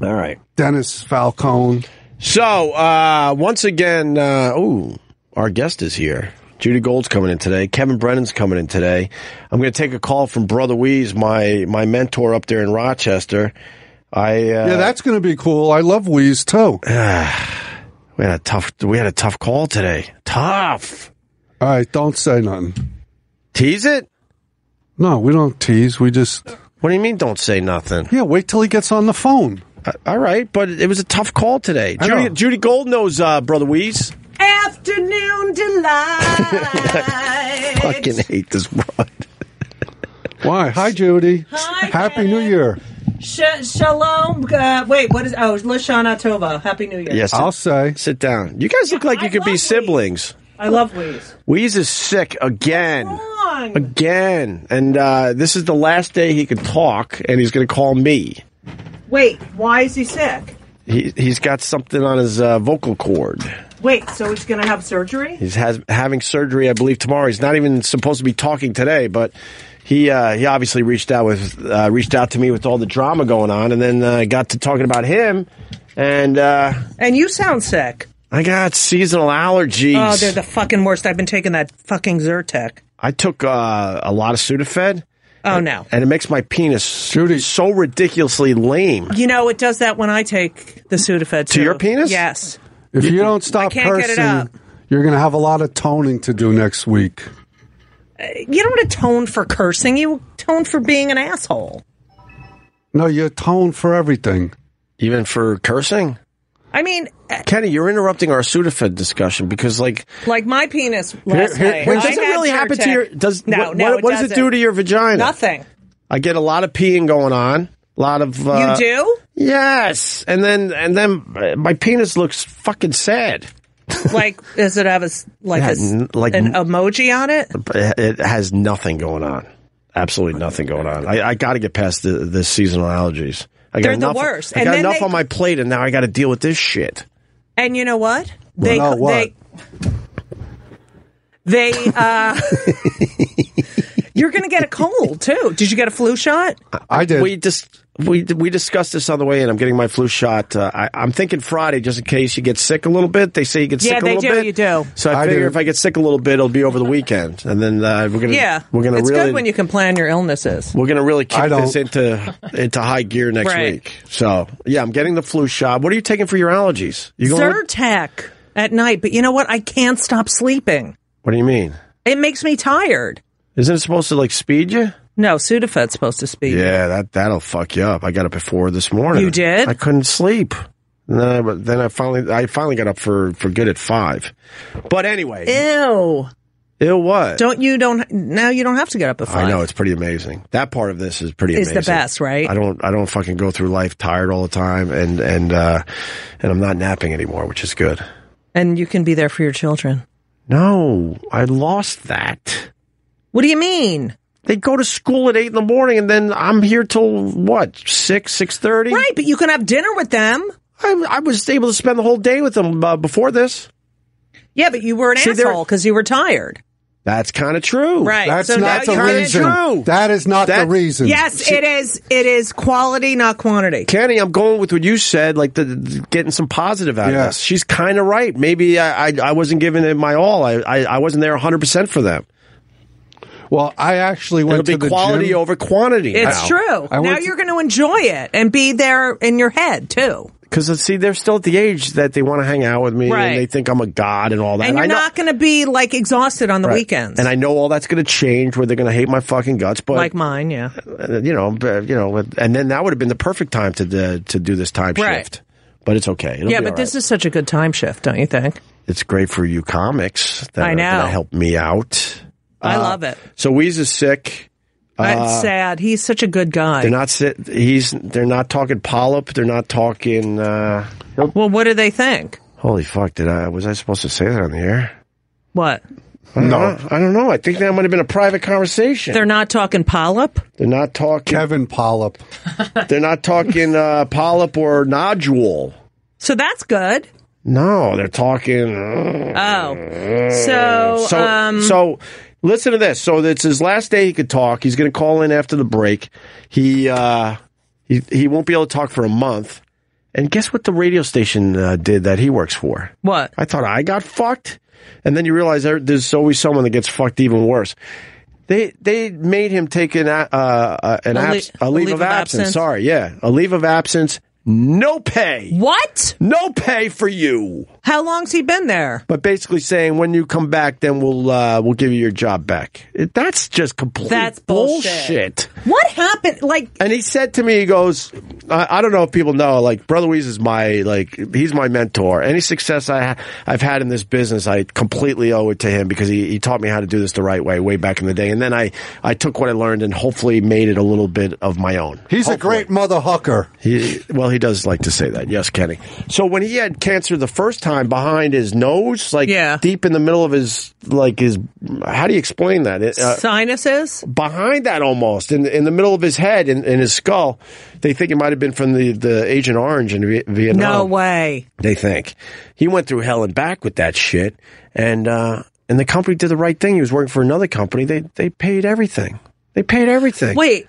Speaker 1: all right.
Speaker 2: Dennis Falcone.
Speaker 1: So, uh, once again, uh, ooh, our guest is here. Judy Gold's coming in today. Kevin Brennan's coming in today. I'm going to take a call from Brother Weeze, my, my mentor up there in Rochester. I, uh,
Speaker 2: Yeah, that's going to be cool. I love Wheeze too. All
Speaker 1: we had a tough, we had a tough call today. Tough.
Speaker 2: right, don't say nothing.
Speaker 1: Tease it?
Speaker 2: No, we don't tease. We just,
Speaker 1: What do you mean don't say nothing?
Speaker 2: yeah, wait till he gets on the phone.
Speaker 1: Uh, All right, but it was a tough call today.
Speaker 2: know.
Speaker 1: Judy, Judy Gold knows uh, Brother Weeze.
Speaker 6: Afternoon delight.
Speaker 1: Fucking hate this broad.
Speaker 2: Why? Hi, Judy.
Speaker 6: Hi,
Speaker 2: Happy
Speaker 6: Dennis.
Speaker 2: New Year.
Speaker 6: Sh- shalom. Uh, wait, what is? Oh, it's Lashana Tova. Happy New Year.
Speaker 1: Yes,
Speaker 2: I'll say.
Speaker 1: sit down. You guys look like you
Speaker 6: I
Speaker 1: could
Speaker 6: love
Speaker 1: be
Speaker 6: Weeze.
Speaker 1: siblings.
Speaker 6: I love Wheeze.
Speaker 1: Weeze is sick again.
Speaker 6: Wrong.
Speaker 1: Again. And uh, this is the last day he could talk, and he's going to call me.
Speaker 6: Wait, why is he sick?
Speaker 1: He, he's got something on his uh, vocal cord.
Speaker 6: Wait, so he's gonna have surgery?
Speaker 1: He's has, having surgery, I believe, tomorrow. He's not even supposed to be talking today, but he uh, he obviously reached out with uh, reached out to me with all the drama going on, and then uh, got to talking about him, and uh,
Speaker 6: And you sound sick.
Speaker 1: I got seasonal allergies.
Speaker 6: Oh, they're the fucking worst. I've been taking that fucking Zyrtec.
Speaker 1: I took uh, a lot of Sudafed,
Speaker 6: Oh no.
Speaker 1: and it makes my penis
Speaker 2: Judy.
Speaker 1: so ridiculously lame.
Speaker 6: You know it does that when I take the Sudafed too.
Speaker 1: your penis?
Speaker 6: Yes.
Speaker 2: If you don't stop
Speaker 6: can't get it
Speaker 2: cursing,
Speaker 6: up.
Speaker 2: you're going to have a lot of toning to do next week.
Speaker 6: You don't atone for cursing. You atone for being an asshole.
Speaker 2: No, you tone for everything.
Speaker 1: Even for cursing,
Speaker 6: I mean,
Speaker 1: Kenny, you're interrupting our Sudafed discussion because, like,
Speaker 6: Like my penis last
Speaker 2: here-
Speaker 6: night.
Speaker 1: wait,
Speaker 6: I
Speaker 1: does it
Speaker 6: had
Speaker 1: really happen to
Speaker 6: Zyrtec.
Speaker 1: your? Does
Speaker 6: no,
Speaker 1: what,
Speaker 6: no,
Speaker 1: what, what does it do
Speaker 6: doesn't.
Speaker 1: to your uh, vagina?
Speaker 6: Nothing.
Speaker 1: I get a lot of peeing going on. A lot of
Speaker 6: You
Speaker 1: uh,
Speaker 6: do?
Speaker 1: Yes, and then and then uh, my penis looks fucking sad.
Speaker 6: Like, does it have a s- like
Speaker 1: Yeah,
Speaker 6: a s-
Speaker 1: n- like
Speaker 6: an
Speaker 1: n-
Speaker 6: emoji on it?
Speaker 1: But It has nothing going on. Absolutely nothing going on. I, I got to get past the, the seasonal allergies. I got
Speaker 6: They're the
Speaker 1: enough,
Speaker 6: worst.
Speaker 1: I
Speaker 6: And
Speaker 1: got
Speaker 6: then
Speaker 1: enough
Speaker 6: they-
Speaker 1: on my plate, and now I got to deal with this shit.
Speaker 6: And you know what? They
Speaker 2: no, what?
Speaker 6: they they uh You're going to get a cold too. Did you get a flu shot?
Speaker 2: I did.
Speaker 1: We just we we discussed this on the way in. I'm getting my flu shot. Uh, I, I'm thinking Friday, just in case you get sick a little bit. They say you get
Speaker 6: Yeah,
Speaker 1: sick a
Speaker 6: they
Speaker 1: little
Speaker 6: do,
Speaker 1: bit.
Speaker 6: you do.
Speaker 1: So I,
Speaker 2: I
Speaker 1: figure
Speaker 2: do.
Speaker 1: if I get sick a little bit, it'll be over the weekend, and then uh, we're gonna
Speaker 6: Yeah.
Speaker 1: we're gonna
Speaker 6: it's
Speaker 1: really
Speaker 6: good when you can plan your illnesses.
Speaker 1: we're gonna really
Speaker 2: I
Speaker 1: kick
Speaker 2: don't.
Speaker 1: this into into high gear next
Speaker 6: Right.
Speaker 1: week. So yeah, I'm getting the flu shot. What are you taking for your allergies? You going? with-
Speaker 6: Zyrtec at night, but you know what? I can't stop sleeping.
Speaker 1: what do you mean?
Speaker 6: It makes me tired.
Speaker 1: Isn't it supposed to like speed you?
Speaker 6: No, Sudafed's supposed to speak.
Speaker 1: Yeah, that that'll fuck you up. I got up at four this morning.
Speaker 6: You did?
Speaker 1: I couldn't sleep. And then I, but then I finally I finally got up for for good at five. But anyway,
Speaker 6: Ew.
Speaker 1: it, was.
Speaker 6: Don't you don't now you don't have to get up at five.
Speaker 1: I know it's pretty amazing. That part of this is pretty
Speaker 6: Is the
Speaker 1: amazing.
Speaker 6: best, right?
Speaker 1: I don't I don't fucking go through life tired all the time and and uh and I'm not napping anymore, which is good.
Speaker 6: And you can be there for your children.
Speaker 1: No, I lost that.
Speaker 6: What do you mean?
Speaker 1: They go to school at eight in the morning, and then I'm here till what six six thirty.
Speaker 6: Right, but you can have dinner with them.
Speaker 1: I, I was able to spend the whole day with them uh, before this.
Speaker 6: Yeah, but you were an
Speaker 1: See, they're-
Speaker 6: asshole because you were tired.
Speaker 1: That's kind of true.
Speaker 6: Right.
Speaker 2: That's
Speaker 6: so
Speaker 2: not the
Speaker 6: now you did-
Speaker 2: reason.
Speaker 1: True.
Speaker 2: That is not
Speaker 1: That-
Speaker 2: the reason.
Speaker 6: Yes, it is. It is quality, not quantity.
Speaker 1: Kenny, I'm going with what you said, like the, the- getting some positive out
Speaker 2: Yeah.
Speaker 1: of this. She's kind of right. Maybe I, I, I wasn't giving it my all. I, I, I wasn't there 100% for them.
Speaker 2: Well, I actually went
Speaker 1: It'll
Speaker 2: to
Speaker 1: be
Speaker 2: the
Speaker 1: quality
Speaker 2: gym.
Speaker 1: over quantity.
Speaker 6: It's true.
Speaker 2: I
Speaker 6: now
Speaker 2: went to-
Speaker 6: you're going to enjoy it and be there in your head too.
Speaker 1: Because, uh, see, they're still at the age that they want to hang out with me
Speaker 6: Right.
Speaker 1: and they think I'm a god and all that.
Speaker 6: And, you're
Speaker 1: I know-
Speaker 6: not going to be like exhausted on the
Speaker 1: Right.
Speaker 6: weekends.
Speaker 1: And I know all that's going to change where they're going to hate my fucking guts. But,
Speaker 6: like mine, yeah.
Speaker 1: uh, you know, but, you know, and then that would have been the perfect time to, uh, to, to do this time
Speaker 6: Right.
Speaker 1: shift. But it's okay. It'll
Speaker 6: Yeah,
Speaker 1: be
Speaker 6: but
Speaker 1: all
Speaker 6: this
Speaker 1: right.
Speaker 6: is such a good time shift, don't you think?
Speaker 1: it's great for you comics that
Speaker 6: I
Speaker 1: are going
Speaker 6: know.
Speaker 1: to help me out.
Speaker 6: I love it.
Speaker 1: So Weeze is sick.
Speaker 6: That's sad. He's such a good guy.
Speaker 1: uh, They're not sit. He's. They're not talking polyp. They're not talking. Uh,
Speaker 6: well, what do they think?
Speaker 1: holy fuck! Did I was I supposed to say that on the air?
Speaker 6: What?
Speaker 1: I no, I don't know. I think that might have been a private conversation.
Speaker 6: They're not talking polyp?
Speaker 1: They're not talking.
Speaker 2: Kevin Pollop.
Speaker 1: They're not talking uh, polyp or nodule.
Speaker 6: So that's good.
Speaker 1: No, they're talking. uh,
Speaker 6: Oh. So,
Speaker 1: so,
Speaker 6: um,
Speaker 1: so listen to this. So it's his last day he could talk. He's going to call in after the break. He uh, he he won't be able to talk for a month. And guess what the radio station uh, did that he works for?
Speaker 6: what?
Speaker 1: I thought I got fucked, and then you realize there, there's always someone that gets fucked even worse. They they made him take an a- uh, uh, an
Speaker 6: A le-
Speaker 1: abs- a leave of, absence. Sorry, yeah, a leave of absence. No pay,
Speaker 6: What?
Speaker 1: no pay for you.
Speaker 6: How long's he been there?
Speaker 1: But basically saying when you come back, then we'll uh, we'll give you your job back. It- That's just complete
Speaker 6: That's bullshit. What happened? Like,
Speaker 1: And he said to me, he goes, I, I don't know if people know, like Brother Weeze is my like he's my mentor. Any success I ha- I've had in this business, I completely owe it to him because he, he taught me how to do this the right way way back in the day. And then I I took what I learned and hopefully made it a little bit of my own.
Speaker 2: He's a great mother hucker.
Speaker 1: He, well, he does like to say that. Yes, Kenny. So when he had cancer the first time behind his nose, like
Speaker 6: Yeah.
Speaker 1: deep in the middle of his, like his, how do you explain that? It, uh,
Speaker 6: sinuses?
Speaker 1: behind that almost, in, in the middle of his head, in, in his skull, they think it might have been from the, the Agent Orange in Vi- Vietnam.
Speaker 6: No way.
Speaker 1: They think. He went through hell and back with that shit. And, uh, and the company did the right thing. He was working for another company. They, they paid everything. They paid everything.
Speaker 6: Wait,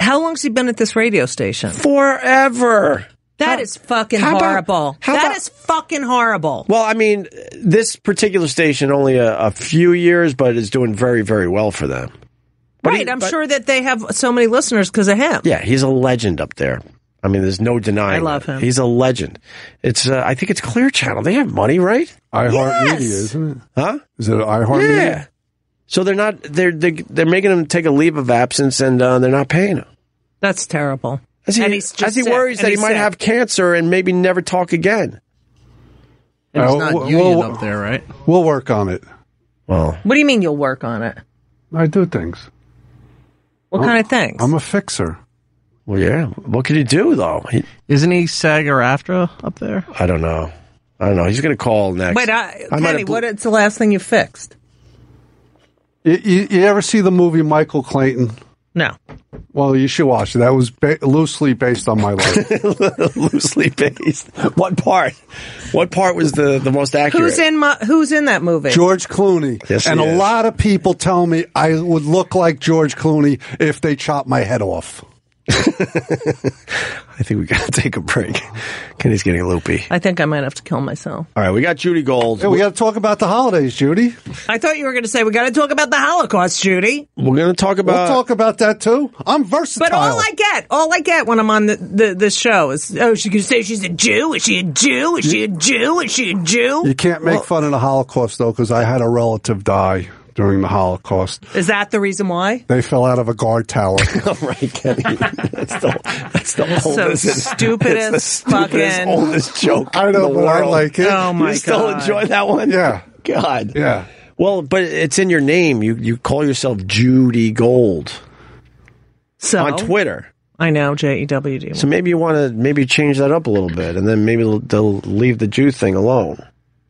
Speaker 6: how long's he been at this radio station?
Speaker 1: Forever.
Speaker 6: That is fucking
Speaker 1: how about-
Speaker 6: horrible. That is
Speaker 1: how about-
Speaker 6: fucking horrible.
Speaker 1: Well, I mean, this particular station only a, a few years, but is doing very, very well for them. but
Speaker 6: right,
Speaker 1: he-
Speaker 6: I'm
Speaker 1: but-
Speaker 6: sure that they have so many listeners because of him.
Speaker 1: Yeah, he's a legend up there. I mean, there's no denying.
Speaker 6: I love
Speaker 1: that.
Speaker 6: him.
Speaker 1: He's a legend. It's, uh, I think it's Clear Channel. They have money, right?
Speaker 2: iHeartMedia,
Speaker 6: Yes.
Speaker 2: isn't it?
Speaker 1: Huh?
Speaker 2: Is it iHeartMedia?
Speaker 1: Yeah. So they're not. They're they're, they're making him take a leave of absence, and uh, they're not paying him.
Speaker 6: That's terrible.
Speaker 1: As he,
Speaker 6: And he's just
Speaker 1: as he
Speaker 6: sick.
Speaker 1: worries
Speaker 6: And
Speaker 1: that he
Speaker 6: he's
Speaker 1: might
Speaker 6: sick.
Speaker 1: have cancer and maybe never talk again.
Speaker 3: And it's
Speaker 2: Oh,
Speaker 3: not
Speaker 2: well,
Speaker 3: union
Speaker 2: well-
Speaker 3: up there, right?
Speaker 2: We'll work on it.
Speaker 1: Well,
Speaker 6: What do you mean you'll work on it?
Speaker 2: I do things.
Speaker 6: What kind
Speaker 1: Oh,
Speaker 6: of things?
Speaker 2: I'm a fixer.
Speaker 1: well, yeah. What can he do though? He,
Speaker 3: Isn't he SAG or AFTRA up there?
Speaker 1: I don't know. I don't know. He's going to call next.
Speaker 6: Wait, I,
Speaker 1: I might
Speaker 6: Kenny,
Speaker 1: have bl-
Speaker 6: what is the last thing you fixed?
Speaker 2: You, you, you ever see the movie Michael Clayton?
Speaker 6: No.
Speaker 2: Well, you should watch it. That was ba- loosely based on my life.
Speaker 1: loosely based. What part? What part was the the most accurate?
Speaker 6: Who's in my, Who's in that movie?
Speaker 2: George Clooney.
Speaker 1: Yes, he
Speaker 2: and a
Speaker 1: is.
Speaker 2: lot of people tell me I would look like George Clooney if they chopped my head off.
Speaker 1: I think we got to take a break. Kenny's getting loopy.
Speaker 6: I think I might have to kill myself.
Speaker 1: All right, we got Judy Gold.
Speaker 2: Hey, we got to talk about the holidays, Judy.
Speaker 6: I thought you were going to say we got to talk about the Holocaust, Judy.
Speaker 1: We're going to talk
Speaker 2: We'll
Speaker 1: about.
Speaker 2: talk about that too. I'm versatile.
Speaker 6: But all I get, all I get when I'm on the the, the show is, oh, she can say she's a Jew. Is she a Jew? Is she a Jew? Is she a Jew?
Speaker 2: you can't make fun of the Holocaust though, because I had a relative die during the Holocaust.
Speaker 6: Is that the reason why?
Speaker 2: They fell out of a guard tower.
Speaker 1: All right, Kenny. That's the, that's the
Speaker 6: So
Speaker 1: oldest.
Speaker 6: stupidest,
Speaker 1: it's the stupidest,
Speaker 6: fucking.
Speaker 1: oldest joke.
Speaker 2: I
Speaker 1: in
Speaker 2: know,
Speaker 1: the
Speaker 2: but I
Speaker 1: world.
Speaker 2: like it.
Speaker 6: Oh my
Speaker 1: you still
Speaker 6: god!
Speaker 1: enjoy that one?
Speaker 2: Yeah.
Speaker 1: God.
Speaker 2: Yeah.
Speaker 1: Well, but it's in your name. You you call yourself Judy Gold
Speaker 6: so
Speaker 1: on Twitter.
Speaker 6: I know J E W D.
Speaker 1: So maybe you want to maybe change that up a little bit, and then maybe they'll, they'll leave the Jew thing alone.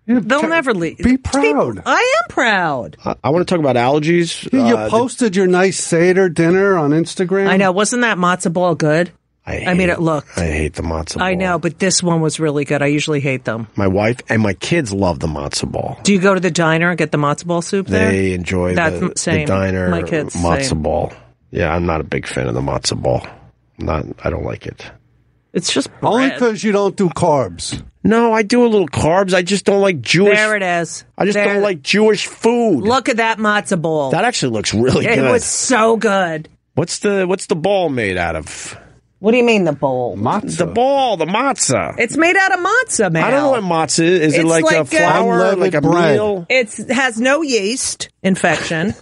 Speaker 6: They'll never leave.
Speaker 2: Be proud.
Speaker 6: I am proud.
Speaker 1: I, I want to talk about allergies.
Speaker 2: You
Speaker 1: Uh, the-
Speaker 2: posted your nice Seder dinner on Instagram.
Speaker 6: I know. Wasn't that matzo ball good? I mean,
Speaker 1: hate-
Speaker 6: it looked-
Speaker 1: I hate the matzo. Ball.
Speaker 6: I know, but this one was really good. I usually hate them.
Speaker 1: My wife and my kids love the matzo ball.
Speaker 6: Do you go to the diner and get the matzo ball soup there?
Speaker 1: They enjoy
Speaker 6: That's
Speaker 1: the,
Speaker 6: m- same.
Speaker 1: the diner
Speaker 6: My kids,
Speaker 1: matzo
Speaker 6: same.
Speaker 1: ball. Yeah, I'm not a big fan of the matzo ball. Not, I don't like it.
Speaker 6: it's just
Speaker 2: Only
Speaker 6: bread.
Speaker 2: because you don't do carbs.
Speaker 1: No, I do a little carbs. I just don't like Jewish.
Speaker 6: There it is.
Speaker 1: I just
Speaker 6: There-
Speaker 1: don't like Jewish food.
Speaker 6: Look at that matzo ball.
Speaker 1: that actually looks really
Speaker 6: it
Speaker 1: good.
Speaker 6: was so good.
Speaker 1: what's the what's the ball made out of?
Speaker 6: What do you mean the bowl?
Speaker 1: The
Speaker 2: Matzah.
Speaker 1: ball, the matzah.
Speaker 6: It's made out of matzo, man.
Speaker 1: I don't know what matzah is. Is it
Speaker 6: It's
Speaker 1: like, a
Speaker 6: like, uh,
Speaker 1: flour,
Speaker 2: Unleavened
Speaker 1: like a
Speaker 2: bread.
Speaker 1: meal?
Speaker 6: It's has no yeast infection.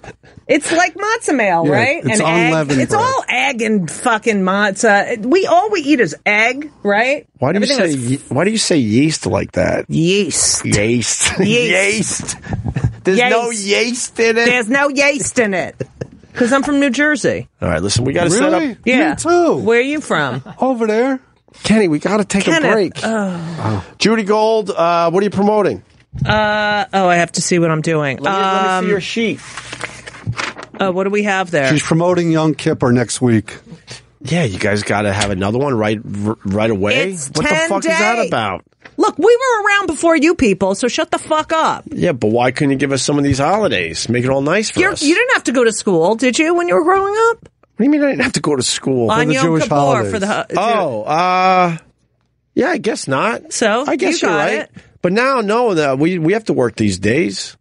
Speaker 6: it's like matzo meal,
Speaker 2: Yeah,
Speaker 6: right?
Speaker 2: it's unleavened
Speaker 6: egg. It's
Speaker 2: bread.
Speaker 6: all egg and fucking matzah. We all we eat is egg, right?
Speaker 1: Why do you
Speaker 6: Everything
Speaker 1: say
Speaker 6: is
Speaker 1: ye- why do you say yeast like that?
Speaker 6: yeast?
Speaker 1: Yeast.
Speaker 6: Yeast.
Speaker 1: There's no
Speaker 6: Yeast.
Speaker 1: yeast in it.
Speaker 6: There's no yeast in it. Because I'm from New Jersey.
Speaker 1: All right, listen, we got to set
Speaker 2: Really?
Speaker 1: up.
Speaker 6: Yeah.
Speaker 2: Me too.
Speaker 6: Where are you from?
Speaker 2: Over there.
Speaker 1: Kenny, we got to take
Speaker 6: Kenneth.
Speaker 1: a break. Judy Gold, uh, what are you promoting?
Speaker 6: Uh, oh, I have to see what I'm doing.
Speaker 1: Let me, let me
Speaker 6: Um,
Speaker 1: see your sheet.
Speaker 6: uh, what do we have there?
Speaker 2: She's promoting Young Kipper next week.
Speaker 1: Yeah, you guys got to have another one right r- right away.
Speaker 6: It's
Speaker 1: what the
Speaker 6: 10
Speaker 1: fuck is that
Speaker 6: day.
Speaker 1: about?
Speaker 6: Look, we were around before you people, so shut the fuck up.
Speaker 1: Yeah, but why couldn't you give us some of these holidays? Make it all nice for
Speaker 6: You're,
Speaker 1: us.
Speaker 6: you didn't have to go to school, did you, when you were growing up?
Speaker 1: what do you mean I didn't have to go to school?
Speaker 6: On
Speaker 2: the
Speaker 6: Yom
Speaker 2: Jewish
Speaker 6: Kippur
Speaker 2: holidays.
Speaker 6: for the ho-
Speaker 1: oh, uh, yeah, I guess not.
Speaker 6: So,
Speaker 1: I guess
Speaker 6: you
Speaker 1: are
Speaker 6: got
Speaker 1: right.
Speaker 6: it.
Speaker 1: But now, no, that we we have to work these days,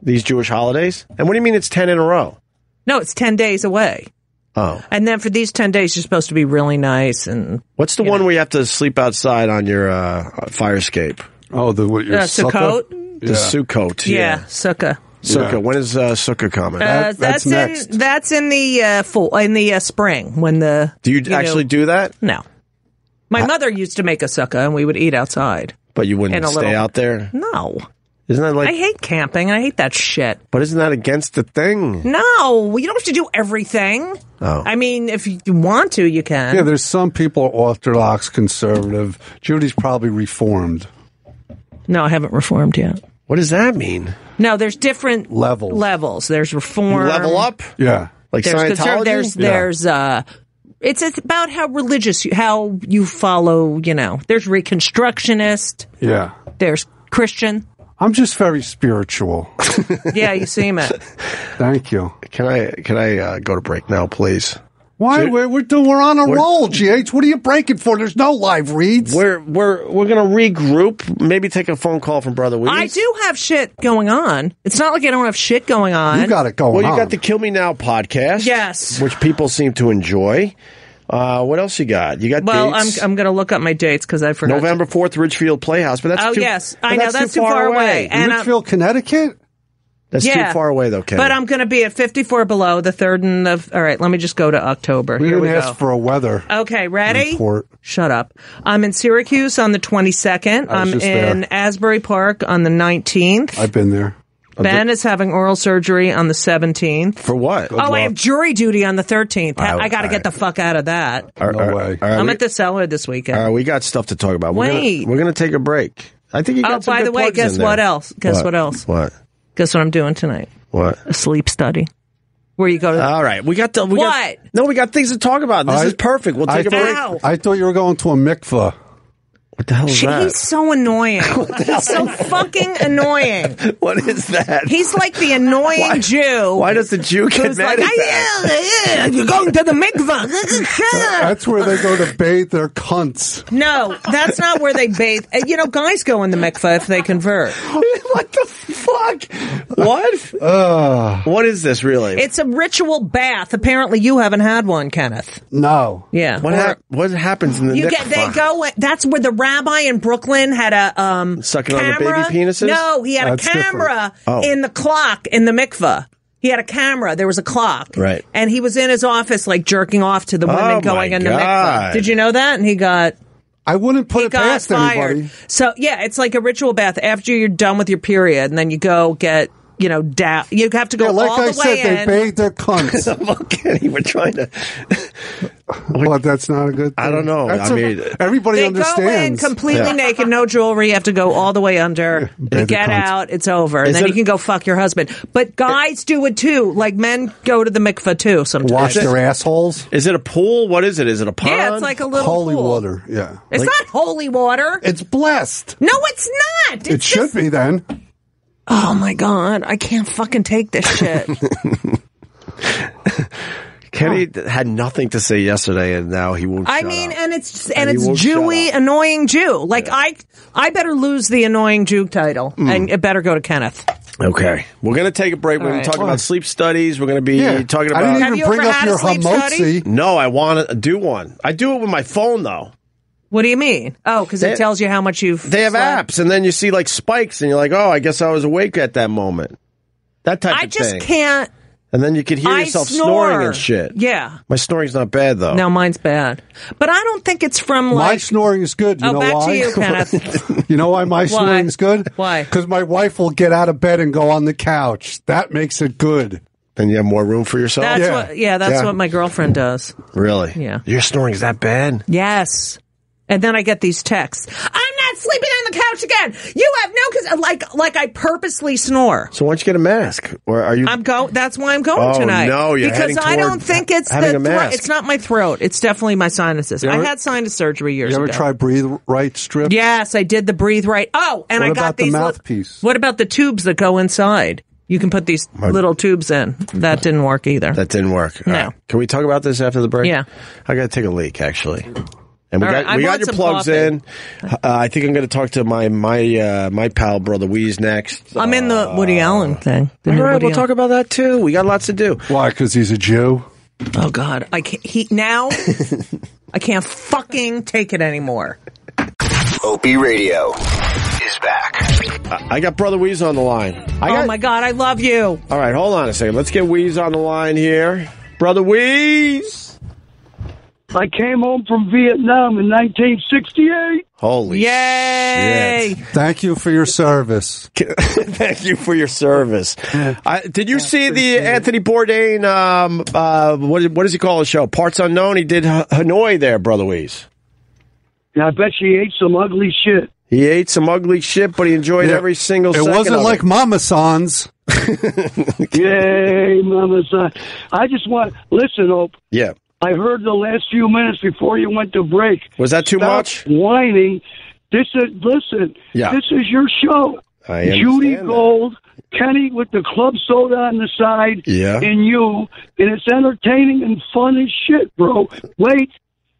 Speaker 1: these Jewish holidays. And what do you mean it's ten in a row?
Speaker 6: No, it's ten days away,
Speaker 1: Oh,
Speaker 6: and then for these ten days, you're supposed to be really nice and
Speaker 1: what's the one where you have to sleep outside on your uh, fire escape?
Speaker 2: Oh, the what? Your
Speaker 6: uh,
Speaker 2: sukkah?
Speaker 6: Sukkot.
Speaker 1: The Sukkot.
Speaker 6: Yeah, sukkah.
Speaker 1: Sukkah.
Speaker 2: Yeah.
Speaker 1: When is uh, Sukkah coming?
Speaker 6: Uh,
Speaker 2: That- that's
Speaker 6: in
Speaker 2: next.
Speaker 6: that's in the uh, fall in the uh, spring when the
Speaker 1: do you,
Speaker 6: know-
Speaker 1: actually do that?
Speaker 6: no. My mother used to make a sukkah, and we would eat outside.
Speaker 1: But you
Speaker 6: In
Speaker 1: wouldn't
Speaker 6: a
Speaker 1: stay
Speaker 6: little-
Speaker 1: out there.
Speaker 6: No,
Speaker 1: Isn't that like?
Speaker 6: I hate camping. I hate that shit.
Speaker 1: but isn't that against the thing?
Speaker 6: No, you don't have to do everything.
Speaker 1: Oh.
Speaker 6: I mean, if you want to, you can.
Speaker 2: Yeah, there's some people are orthodox, conservative. Judy's probably reformed.
Speaker 6: no, I haven't reformed yet.
Speaker 1: What does that mean?
Speaker 6: No, there's different
Speaker 2: Levels.
Speaker 6: Levels. There's reform.
Speaker 1: Level up?
Speaker 2: Yeah.
Speaker 1: Like
Speaker 6: There's
Speaker 1: Scientology?
Speaker 6: conserv- there's
Speaker 2: Yeah.
Speaker 6: there's uh it's, it's about how religious you how you follow, you know. There's reconstructionist,
Speaker 2: Yeah.
Speaker 6: there's Christian.
Speaker 2: I'm just very spiritual.
Speaker 6: Yeah, you seem it.
Speaker 2: Thank you.
Speaker 1: Can I can I uh, go to break now, please?
Speaker 2: Why? We're, we're, doing, we're on a roll, GH. What are you breaking for? There's no live reads.
Speaker 1: We're we're we're gonna regroup. Maybe take a phone call from Brother Weeds.
Speaker 6: I do have shit going on. It's not like I don't have shit going on.
Speaker 2: You got it going
Speaker 1: Well, you
Speaker 2: on.
Speaker 1: got the Kill Me Now podcast,
Speaker 6: Yes.
Speaker 1: which people seem to enjoy. Uh, what else you got? You got
Speaker 6: Well, I'm
Speaker 1: dates?
Speaker 6: I'm going to look up my dates cuz I forgot.
Speaker 1: November fourth, Ridgefield Playhouse. But that's
Speaker 6: Oh
Speaker 1: too,
Speaker 6: yes,
Speaker 1: but
Speaker 6: I know that's too, far away. And I'm,
Speaker 2: Litchfield, Connecticut?
Speaker 1: That's
Speaker 6: yeah.
Speaker 1: too far away, though, Ken.
Speaker 6: but I'm going to be at 54 below the 3rd and the All right, let me just go to October.
Speaker 2: We
Speaker 6: Here
Speaker 2: didn't
Speaker 6: we
Speaker 2: ask
Speaker 6: go.
Speaker 2: for a weather
Speaker 6: Okay, ready?
Speaker 2: report.
Speaker 6: Shut up. I'm in Syracuse on the
Speaker 2: I
Speaker 6: 22nd.
Speaker 2: was
Speaker 6: I'm
Speaker 2: just
Speaker 6: in
Speaker 2: there.
Speaker 6: Asbury Park on the 19th.
Speaker 2: I've been there.
Speaker 6: ben is having oral surgery on the 17th.
Speaker 1: for what?
Speaker 6: Oh, I have jury duty on the 13th.
Speaker 1: Wow,
Speaker 6: I got to
Speaker 1: all
Speaker 6: get the fuck out of that.
Speaker 1: All right, all right,
Speaker 2: way.
Speaker 1: all right,
Speaker 6: I'm
Speaker 1: we- Uh,
Speaker 6: at the cellar this weekend.
Speaker 1: all right, we got stuff to talk about. We're gonna-
Speaker 6: Wait.
Speaker 1: we're gonna take a break. I think you got
Speaker 6: oh,
Speaker 1: some
Speaker 6: by
Speaker 1: good
Speaker 6: the way,
Speaker 1: plugs
Speaker 6: guess
Speaker 1: in there.
Speaker 6: what else? Guess what, else?
Speaker 1: What?
Speaker 6: Guess what I'm doing tonight?
Speaker 1: What?
Speaker 6: A sleep study. Where you go to
Speaker 1: All right, we got the we
Speaker 6: What?
Speaker 1: Got, no, we got things to talk about. This
Speaker 2: I-
Speaker 1: is perfect. We'll
Speaker 2: I
Speaker 1: take a
Speaker 2: thought-
Speaker 1: break.
Speaker 6: Ow.
Speaker 2: I thought you were going to a mikvah.
Speaker 1: What the hell is
Speaker 6: She- He's so annoying. He's so fucking annoying.
Speaker 1: What is that?
Speaker 6: He's like the annoying Jew.
Speaker 1: Why does the Jew get
Speaker 6: who's
Speaker 1: mad
Speaker 6: like,
Speaker 1: at that? Uh,
Speaker 6: "Ah, yeah, yeah, you're going to the mikvah.
Speaker 2: That's where they go to bathe their cunts.
Speaker 6: no, that's not where they bathe. Uh, You know, guys go in the mikvah if they convert.
Speaker 1: what the fuck? What? Uh, what is this really?
Speaker 6: It's a ritual bath. Apparently, you haven't had one, Kenneth.
Speaker 2: No.
Speaker 6: Yeah.
Speaker 1: what, hap- what happens in the
Speaker 6: You
Speaker 1: neck
Speaker 6: get they
Speaker 1: fuck?
Speaker 6: go. in- That's where the rabbi in Brooklyn had a um
Speaker 1: Sucking on the baby
Speaker 6: camera.
Speaker 1: penises?
Speaker 6: No, he had
Speaker 2: That's
Speaker 6: a
Speaker 2: different.
Speaker 6: camera
Speaker 1: Oh.
Speaker 6: in the clock in the mikvah. He had a camera. There was a clock,
Speaker 1: Right.
Speaker 6: And he was in his office, like jerking off to the women
Speaker 1: Oh,
Speaker 6: going
Speaker 1: my
Speaker 6: in the mikvah.
Speaker 1: God.
Speaker 6: Did you know that? And he got
Speaker 2: I wouldn't put it
Speaker 6: got
Speaker 2: past
Speaker 6: fired.
Speaker 2: anybody.
Speaker 6: So yeah, it's like a ritual bath after you're done with your period, and then you go get you know down. You have to go
Speaker 2: Yeah, like
Speaker 6: all the
Speaker 2: I
Speaker 6: way
Speaker 2: said, they
Speaker 6: in.
Speaker 2: bathe their cunts.
Speaker 1: Kenny, we're trying to.
Speaker 2: but that's not a good thing.
Speaker 1: I don't know.
Speaker 2: That's
Speaker 1: I
Speaker 2: a-
Speaker 1: mean-
Speaker 2: everybody
Speaker 6: They go in
Speaker 2: understands.
Speaker 6: completely
Speaker 1: Yeah.
Speaker 6: naked, no jewelry. You have to go all the way under.
Speaker 2: They're the
Speaker 6: You get
Speaker 2: cons.
Speaker 6: out, it's over, and
Speaker 1: Is
Speaker 6: then
Speaker 1: it-
Speaker 6: you can go fuck your husband. But guys do it too. Like men go to the mikvah too sometimes.
Speaker 2: Wash their assholes.
Speaker 1: Is it a pool? What is it? Is it a pond?
Speaker 6: yeah, it's like a little
Speaker 2: Holy
Speaker 6: pool.
Speaker 2: water. Yeah.
Speaker 6: It's not holy water.
Speaker 2: It's blessed.
Speaker 6: no, it's not. It's
Speaker 2: It should
Speaker 6: just-
Speaker 2: be then.
Speaker 6: Oh my god, I can't fucking take this shit.
Speaker 1: Kenny had nothing to say yesterday, and now he won't.
Speaker 6: I
Speaker 1: shut
Speaker 6: mean,
Speaker 1: up.
Speaker 6: and it's
Speaker 1: And
Speaker 6: and,
Speaker 1: he
Speaker 6: it's
Speaker 1: won't shut
Speaker 6: Jewy,
Speaker 1: up.
Speaker 6: annoying Jew. Like I, I better lose the annoying Jew title,
Speaker 1: Mm.
Speaker 6: and it better go to Kenneth.
Speaker 1: Okay, we're gonna take a break. We're gonna
Speaker 6: right.
Speaker 1: talk about sleep studies. We're gonna be talking about.
Speaker 2: I didn't
Speaker 6: Have you
Speaker 2: even bring
Speaker 6: ever
Speaker 2: up
Speaker 6: had a
Speaker 2: your
Speaker 6: sleep study?
Speaker 2: hamotzi.
Speaker 1: No, I want to do one. I do it with my phone though.
Speaker 6: What do you mean? Oh, because
Speaker 1: They-
Speaker 6: it tells you how much you've.
Speaker 1: They have
Speaker 6: slept.
Speaker 1: apps, and then you see like spikes, and you're like, "Oh, I guess I was awake at that moment." That type
Speaker 6: I
Speaker 1: of
Speaker 6: just
Speaker 1: thing.
Speaker 6: can't.
Speaker 1: And then you could hear
Speaker 6: I
Speaker 1: yourself
Speaker 6: snore.
Speaker 1: snoring and shit.
Speaker 6: Yeah.
Speaker 1: my snoring's not bad though.
Speaker 6: No, mine's bad. But I don't think it's from
Speaker 2: My
Speaker 6: like.
Speaker 2: snoring is good. You
Speaker 6: oh,
Speaker 2: know
Speaker 6: back
Speaker 2: why?
Speaker 6: to you, Kenneth.
Speaker 2: You know why my snoring's good?
Speaker 6: Why?
Speaker 2: Because my wife will get out of bed and go on the couch. That makes it good.
Speaker 1: and you have more room for yourself.
Speaker 6: That's
Speaker 2: Yeah.
Speaker 6: what. Yeah, that's
Speaker 1: Yeah.
Speaker 6: what my girlfriend does.
Speaker 1: Really?
Speaker 6: Yeah.
Speaker 1: Your snoring is that bad?
Speaker 6: Yes. And then I get these texts. I'm not sleeping on the couch again. You have no cause like like I purposely snore.
Speaker 1: So why don't you get a mask? Or are you?
Speaker 6: I'm go. That's why I'm going
Speaker 1: Oh,
Speaker 6: tonight.
Speaker 1: no, you're
Speaker 6: because
Speaker 1: heading
Speaker 6: I
Speaker 1: toward
Speaker 6: don't think it's
Speaker 1: having
Speaker 6: the
Speaker 1: a
Speaker 6: throat.
Speaker 1: mask.
Speaker 6: It's not my throat. It's definitely my sinuses.
Speaker 2: ever-
Speaker 6: I had sinus surgery years
Speaker 2: You ever
Speaker 6: ago.
Speaker 2: try breathe right strip?
Speaker 6: yes, I did the breathe right. Oh, and
Speaker 2: What
Speaker 6: I got
Speaker 2: about the
Speaker 6: these. li-
Speaker 2: mouthpiece?
Speaker 6: what about the tubes that go inside? You can put these little tubes in. That didn't work either.
Speaker 1: that didn't work.
Speaker 6: No.
Speaker 1: All Can we talk about this after the break?
Speaker 6: Yeah.
Speaker 1: I got to take a leak actually. And we
Speaker 6: All right,
Speaker 1: got
Speaker 6: I
Speaker 1: we got
Speaker 6: want
Speaker 1: your
Speaker 6: some
Speaker 1: plugs
Speaker 6: coffee.
Speaker 1: in. Uh, I think I'm going to talk to my my uh, my pal brother Weeze next.
Speaker 6: I'm in the Woody
Speaker 1: uh,
Speaker 6: Allen thing. The
Speaker 1: All
Speaker 6: new
Speaker 1: right,
Speaker 6: Woody
Speaker 1: we'll
Speaker 6: Allen-
Speaker 1: talk about that too. We got lots to do.
Speaker 2: Why? Because he's a Jew.
Speaker 6: Oh God, I can't. He now. I can't fucking take it anymore.
Speaker 7: Opie Radio is back.
Speaker 1: I got brother Weeze on the line. I
Speaker 6: oh
Speaker 1: got,
Speaker 6: my God, I love you.
Speaker 1: All right, hold on a second. Let's get Weeze on the line here, brother Weeze.
Speaker 8: I came home from Vietnam in 1968.
Speaker 1: Holy
Speaker 6: Yay!
Speaker 2: Thank you for your service.
Speaker 1: Thank you for your service. I, did you see the Anthony Bourdain? Um, uh, what, what does he call his show? Parts unknown. He did Ha- Hanoi there, brother Weeze.
Speaker 8: And I bet she ate some ugly shit.
Speaker 1: He ate some ugly shit, but he enjoyed
Speaker 2: Yeah.
Speaker 1: every single.
Speaker 2: It
Speaker 1: second
Speaker 2: wasn't
Speaker 1: of
Speaker 2: like
Speaker 1: it.
Speaker 2: Mama San's.
Speaker 8: Yay, Mama Son. I just want, listen, Ope,
Speaker 1: yeah.
Speaker 8: I heard the last few minutes before you went to break.
Speaker 1: Was that too
Speaker 8: Stop
Speaker 1: much?
Speaker 8: whining. This is, listen,
Speaker 1: Yeah.
Speaker 8: this is your show.
Speaker 1: I understand
Speaker 8: Judy
Speaker 1: that.
Speaker 8: Gold, Kenny with the club soda on the side,
Speaker 1: Yeah.
Speaker 8: and you, and it's entertaining and fun as shit, bro. Wait,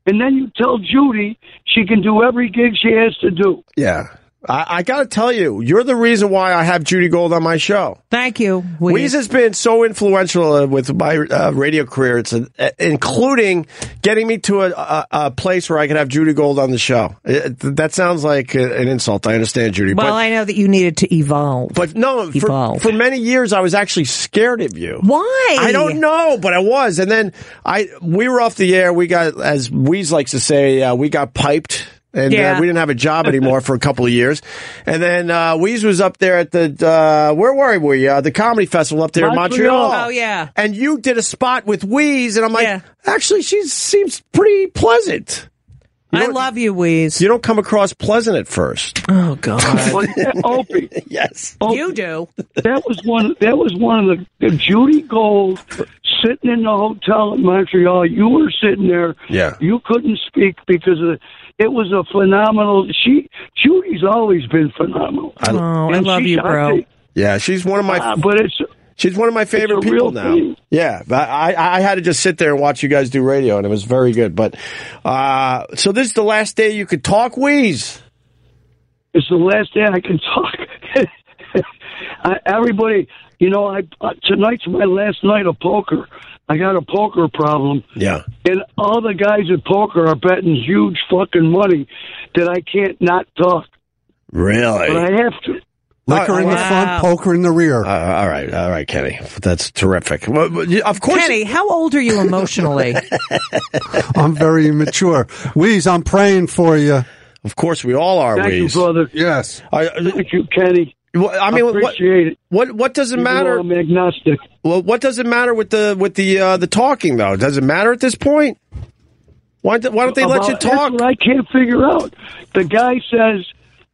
Speaker 8: and then you tell Judy she can do every gig she has to do.
Speaker 1: Yeah. I, I got to tell you, you're the reason why I have Judy Gold on my show.
Speaker 6: Thank you.
Speaker 1: Weeze has been so influential uh, with my uh, radio career, it's uh, including getting me to a, a, a place where I could have Judy Gold on the show. It- that sounds like uh, an insult. I understand, Judy.
Speaker 6: Well,
Speaker 1: but,
Speaker 6: I know that you needed to evolve.
Speaker 1: but no, for,
Speaker 6: Evolve.
Speaker 1: for many years, I was actually scared of you.
Speaker 6: Why?
Speaker 1: I don't know, but I was. And then I we were off the air. We got, as Weeze likes to say, uh, we got piped. And
Speaker 6: Yeah.
Speaker 1: uh, we didn't have a job anymore for a couple of years. And then uh, Weeze was up there at the, uh, where were we? Uh, the comedy festival up there in
Speaker 8: Montreal.
Speaker 1: Montreal.
Speaker 6: Oh, yeah.
Speaker 1: And you did a spot with Weeze. And I'm like,
Speaker 6: Yeah.
Speaker 1: actually, she seems pretty pleasant.
Speaker 6: I
Speaker 1: don't-
Speaker 6: love you, Weeze.
Speaker 1: You don't come across pleasant at first.
Speaker 6: oh God,
Speaker 8: Well, yeah, Opie,
Speaker 1: Yes.
Speaker 6: you do.
Speaker 8: that was one. That was one of the if Judy Gold sitting in the hotel in Montreal. You were sitting there.
Speaker 1: Yeah.
Speaker 8: You couldn't speak because of, it was a phenomenal. She Judy's always been phenomenal.
Speaker 6: Oh, I
Speaker 8: And
Speaker 6: love
Speaker 8: she-
Speaker 6: you,
Speaker 8: I
Speaker 6: bro.
Speaker 8: think-
Speaker 1: Yeah, she's one of my
Speaker 8: ah, but it's
Speaker 1: She's one of my favorite
Speaker 8: It's a
Speaker 1: people
Speaker 8: real
Speaker 1: now.
Speaker 8: thing.
Speaker 1: Yeah, but I, I I had to just sit there and watch you guys do radio, and it was very good. But uh, so this is the last day you could talk wheeze.
Speaker 8: it's the last day I can talk. I, everybody, you know, I uh, tonight's my last night of poker. I got a poker problem.
Speaker 1: Yeah,
Speaker 8: And all the guys at poker are betting huge fucking money that I can't not talk. But
Speaker 1: really.
Speaker 8: I have to.
Speaker 1: Oh,
Speaker 2: Liquor in the
Speaker 6: Wow.
Speaker 2: front, poker in the rear.
Speaker 1: Uh, all right, all right, Kenny, that's terrific. Well, but you- of course,
Speaker 6: Kenny, how old are you emotionally?
Speaker 2: I'm very immature. Wheeze, I'm praying for you.
Speaker 1: of course, we all are
Speaker 8: Thank you,
Speaker 1: wheeze.
Speaker 8: brother.
Speaker 2: Yes.
Speaker 1: I, I-
Speaker 8: Thank you, Kenny.
Speaker 1: I mean, what,
Speaker 8: appreciate it.
Speaker 1: what what does it
Speaker 8: Even though
Speaker 1: matter?
Speaker 8: I'm agnostic.
Speaker 1: Well, what does it matter with the with the uh, the talking though? Does it matter at this point? Why do, why don't they let you
Speaker 8: About- that's
Speaker 1: talk?
Speaker 8: what I can't figure out. The guy says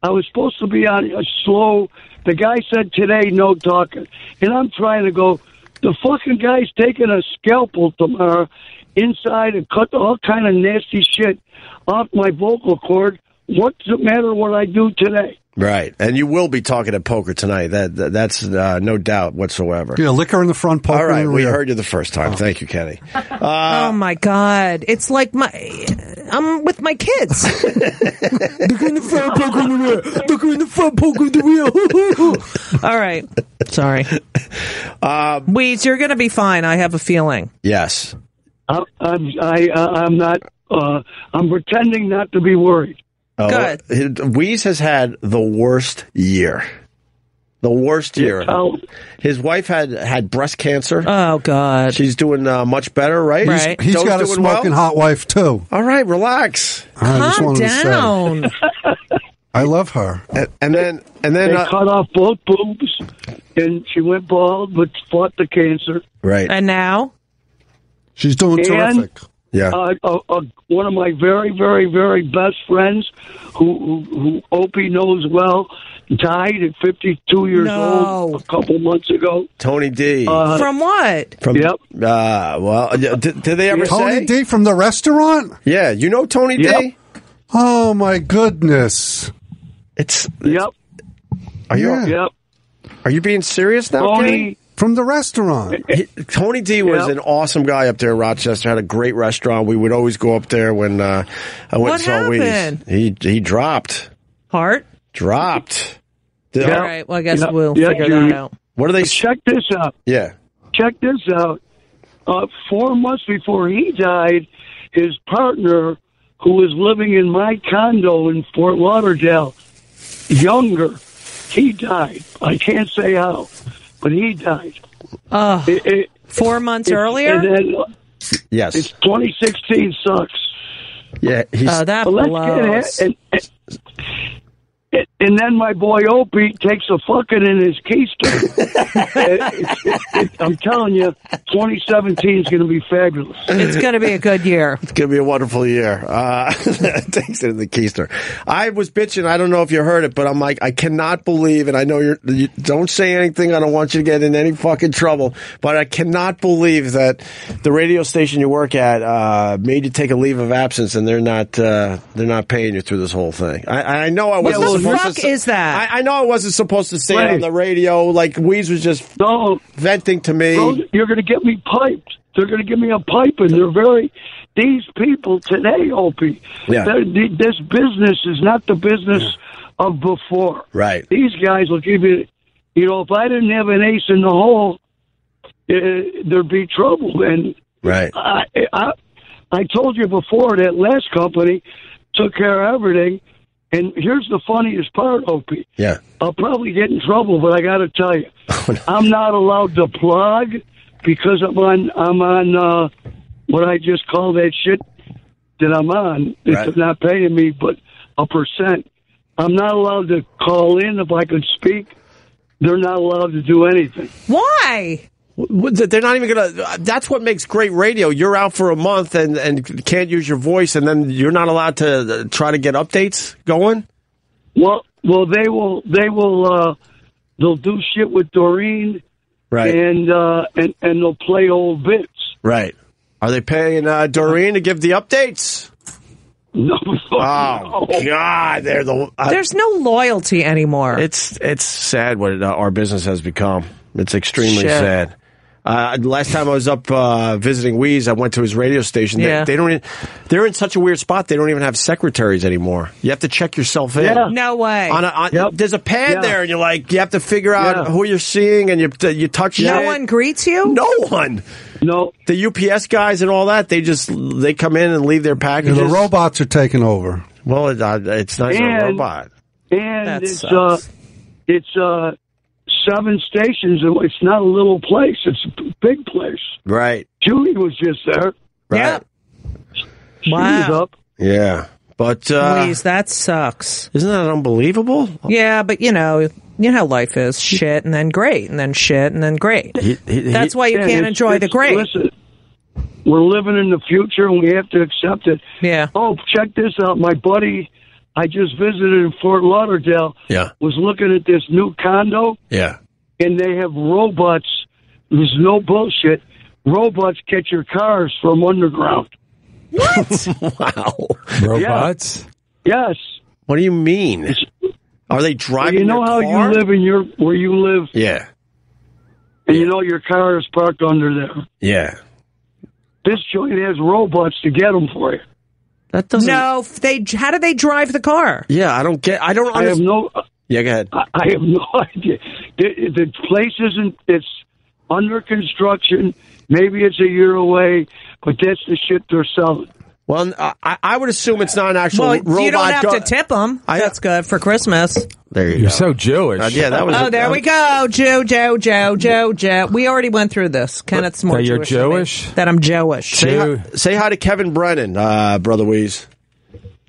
Speaker 8: I was supposed to be on a slow. The guy said today no talking, and I'm trying to go. The fucking guy's taking a scalpel tomorrow inside and cut all kind of nasty shit off my vocal cord. What's the matter what I do today?
Speaker 1: Right, and you will be talking at poker tonight. That, that that's uh, no doubt whatsoever.
Speaker 2: Yeah, liquor in the front, poker
Speaker 1: All
Speaker 2: in
Speaker 1: right,
Speaker 2: the
Speaker 1: we
Speaker 2: rear.
Speaker 1: heard you the first time. Thank you, Kenny.
Speaker 2: Uh,
Speaker 6: oh my God, it's like my I'm with my kids.
Speaker 2: Liquor in the front, poker in the rear. Liquor in the front, poker in the rear. Um,
Speaker 6: All right, sorry. Weeze, you're gonna be fine. I have a feeling.
Speaker 1: Yes.
Speaker 8: I'm I'm, I, I'm not. Uh, I'm pretending not to be worried.
Speaker 1: Uh, Weeze has had the worst year. The worst year.
Speaker 8: I'll-
Speaker 1: His wife had had breast cancer.
Speaker 6: Oh God.
Speaker 1: She's doing uh, much better, right?
Speaker 6: He's- Right.
Speaker 2: He's
Speaker 1: Joe's
Speaker 2: got a
Speaker 1: doing well?
Speaker 2: smoking hot wife, too.
Speaker 1: All right, relax.
Speaker 2: I just
Speaker 6: Calm
Speaker 2: wanted to say.
Speaker 6: down.
Speaker 2: I love her.
Speaker 1: And, and then and
Speaker 8: They
Speaker 1: then uh,
Speaker 8: cut off both boobs, and she went bald, but fought the cancer.
Speaker 1: right.
Speaker 6: And now,
Speaker 2: She's doing terrific.
Speaker 1: yeah.
Speaker 8: Uh, uh, uh, one of my very, very, very best friends, who, who, who Opie knows well, died at 52 years
Speaker 6: No.
Speaker 8: old a couple months ago.
Speaker 1: Tony D.
Speaker 8: Uh,
Speaker 6: from what?
Speaker 1: from
Speaker 8: yep.
Speaker 1: Uh, well, yeah, did, did they ever say?
Speaker 2: Tony D from the restaurant?
Speaker 1: Yeah, you know Tony
Speaker 8: Yep.
Speaker 1: D.
Speaker 2: Oh my goodness.
Speaker 1: It's
Speaker 8: Yep.
Speaker 1: are you
Speaker 2: Yeah.
Speaker 8: Yep.
Speaker 1: are you being serious now? Kenny?
Speaker 8: Tony,
Speaker 2: From the restaurant.
Speaker 1: He- Tony D was
Speaker 8: Yep.
Speaker 1: an awesome guy up there in Rochester. Had a great restaurant. We would always go up there when uh, I went
Speaker 6: What
Speaker 1: and saw
Speaker 6: happened?
Speaker 1: Wheaties. He he dropped
Speaker 6: Heart?
Speaker 1: dropped. Did-
Speaker 8: Yeah.
Speaker 6: All right. Well, I guess
Speaker 8: Yeah.
Speaker 6: we'll
Speaker 8: Yeah,
Speaker 6: figure
Speaker 8: you-
Speaker 6: that out.
Speaker 1: What are they?
Speaker 8: check this out.
Speaker 1: Yeah.
Speaker 8: check this out. Uh, four months before he died, his partner, who was living in my condo in Fort Lauderdale, younger, he died. I can't say how, but he died.
Speaker 6: Ugh.
Speaker 8: It- it-
Speaker 6: Four months
Speaker 8: it-
Speaker 6: earlier?
Speaker 8: and then uh,
Speaker 1: Yes.
Speaker 8: 2016 sucks.
Speaker 1: Yeah. He's,
Speaker 6: oh, that
Speaker 8: But let's
Speaker 6: blows.
Speaker 8: get it. And, and, and then my boy Opie takes a fucking in his keister. It- it- it- I'm telling you, 2017 is going to be fabulous.
Speaker 6: It's going to be a good year.
Speaker 1: It's gonna be a wonderful year. Uh, thanks to the keister. I was bitching. I don't know if you heard it, but I'm like, I cannot believe, and I know you're. You, don't say anything. I don't want you to get in any fucking trouble. But I cannot believe that the radio station you work at uh, made you take a leave of absence, and they're not. Uh, they're not paying you through this whole thing. I, I know I wasn't
Speaker 6: the
Speaker 1: supposed
Speaker 6: fuck
Speaker 1: to.
Speaker 6: is that?
Speaker 1: I, I know I wasn't supposed to say it on
Speaker 8: Right.
Speaker 1: the radio. Like Weeds was just
Speaker 8: No,
Speaker 1: venting to me.
Speaker 8: Those- you're going to get me piped. They're going to give me a pipe, and they're very. These people today, Opie,
Speaker 1: Yeah.
Speaker 8: they're- th- this business is not the business of before.
Speaker 1: Right.
Speaker 8: These guys will give you, you know, if I didn't have an ace in the hole, eh, there'd be trouble. And
Speaker 1: Right.
Speaker 8: I, I, I told you before that last company took care of everything. And here's the funniest part, Opie.
Speaker 1: Yeah. Oh,
Speaker 8: I'll probably get in trouble, but I got to tell you, I'm not allowed to plug because I'm on I'm on uh, what I just call that shit that I'm on.
Speaker 1: Right.
Speaker 8: It's not paying me, but a percent. I'm not allowed to call in if I could speak. They're not allowed to do anything.
Speaker 6: Why?
Speaker 1: What- They're not even gonna. uh, That's what makes great radio. You're out for a month and and can't use your voice, and then you're not allowed to uh, try to get updates going.
Speaker 8: Well, well, they will they will uh, they'll do shit with Doreen and uh, and and they'll play old bits.
Speaker 1: right. Are they paying uh, Doreen to give the updates?
Speaker 8: No,
Speaker 1: Oh God, they're the. uh,
Speaker 6: There's no loyalty anymore.
Speaker 1: it's it's sad what it, uh, our business has become. It's extremely
Speaker 6: Shit.
Speaker 1: sad. Uh, last time I was up uh, visiting Wheeze, I went to his radio station.
Speaker 6: Yeah.
Speaker 1: They, they don't. e- They're in such a weird spot. They don't even have secretaries anymore. You have to check yourself in.
Speaker 8: Yeah.
Speaker 6: no way.
Speaker 1: on a, on,
Speaker 8: Yep.
Speaker 1: there's a pad
Speaker 8: Yeah.
Speaker 1: there, and you're like, you have to figure out
Speaker 8: Yeah.
Speaker 1: who you're seeing, and you you touch
Speaker 6: no
Speaker 1: it.
Speaker 6: one greets you?
Speaker 1: no one.
Speaker 8: no.
Speaker 1: The UPS guys and all that, they just they come in and leave their
Speaker 2: Yeah,
Speaker 1: packages.
Speaker 2: the robots are taking over.
Speaker 1: Well, it, uh, it's not even a
Speaker 8: And-
Speaker 1: robot.
Speaker 8: and
Speaker 6: That
Speaker 8: it's uh,
Speaker 6: sucks.
Speaker 8: it's uh, seven stations. It's not a little place. It's a b- big place.
Speaker 1: Right.
Speaker 8: Julie was just there.
Speaker 1: Right.
Speaker 6: Yep.
Speaker 8: She
Speaker 6: Wow.
Speaker 8: was up.
Speaker 1: Yeah. But uh,
Speaker 6: Please, that sucks.
Speaker 1: isn't that unbelievable?
Speaker 6: Yeah, but you know, you know how life is. Shit and then great and then shit and then great.
Speaker 1: He- he- he-
Speaker 6: That's why you
Speaker 8: Yeah,
Speaker 6: can't
Speaker 8: it's-
Speaker 6: enjoy the
Speaker 8: it's-
Speaker 6: great.
Speaker 8: Listen, we're living in the future, and we have to accept it.
Speaker 6: Yeah.
Speaker 8: Oh, check this out, my buddy. I just visited in Fort Lauderdale.
Speaker 1: Yeah.
Speaker 8: Was looking at this new condo,
Speaker 1: Yeah.
Speaker 8: and they have robots. There's no bullshit. Robots catch your cars from underground.
Speaker 1: Wow.
Speaker 9: Robots?
Speaker 8: Yes.
Speaker 1: What do you mean? Are they driving?
Speaker 8: you know
Speaker 1: your
Speaker 8: how
Speaker 1: car?
Speaker 8: you live in your where you live,
Speaker 1: Yeah.
Speaker 8: and you know your car is parked under there.
Speaker 1: Yeah.
Speaker 8: This joint has robots to get them for you.
Speaker 1: That doesn't.
Speaker 6: No, f- they how do they drive the car?
Speaker 1: Yeah, I don't get. I don't
Speaker 8: I have
Speaker 1: understand.
Speaker 8: no,
Speaker 1: yeah, go ahead.
Speaker 8: I I have no idea. The, the place isn't. It's under construction. Maybe it's a year away, but that's the shit they're selling.
Speaker 1: Well, I, I would assume it's not an actual
Speaker 6: Well,
Speaker 1: robot.
Speaker 6: you don't have
Speaker 1: gu-
Speaker 6: to tip them.
Speaker 1: I-
Speaker 6: That's good for Christmas.
Speaker 1: There you
Speaker 9: You're
Speaker 1: go.
Speaker 9: so Jewish.
Speaker 1: Uh, yeah, that was.
Speaker 6: Oh, there we go. Joe, Joe, Joe, Joe, Joe. We already went through this. Kenneth's more
Speaker 9: that you're
Speaker 6: than me.
Speaker 9: Jewish?
Speaker 6: That I'm Jewish.
Speaker 1: Say
Speaker 9: Jew.
Speaker 1: hi, say hi to Kevin Brennan, uh, brother Weeze.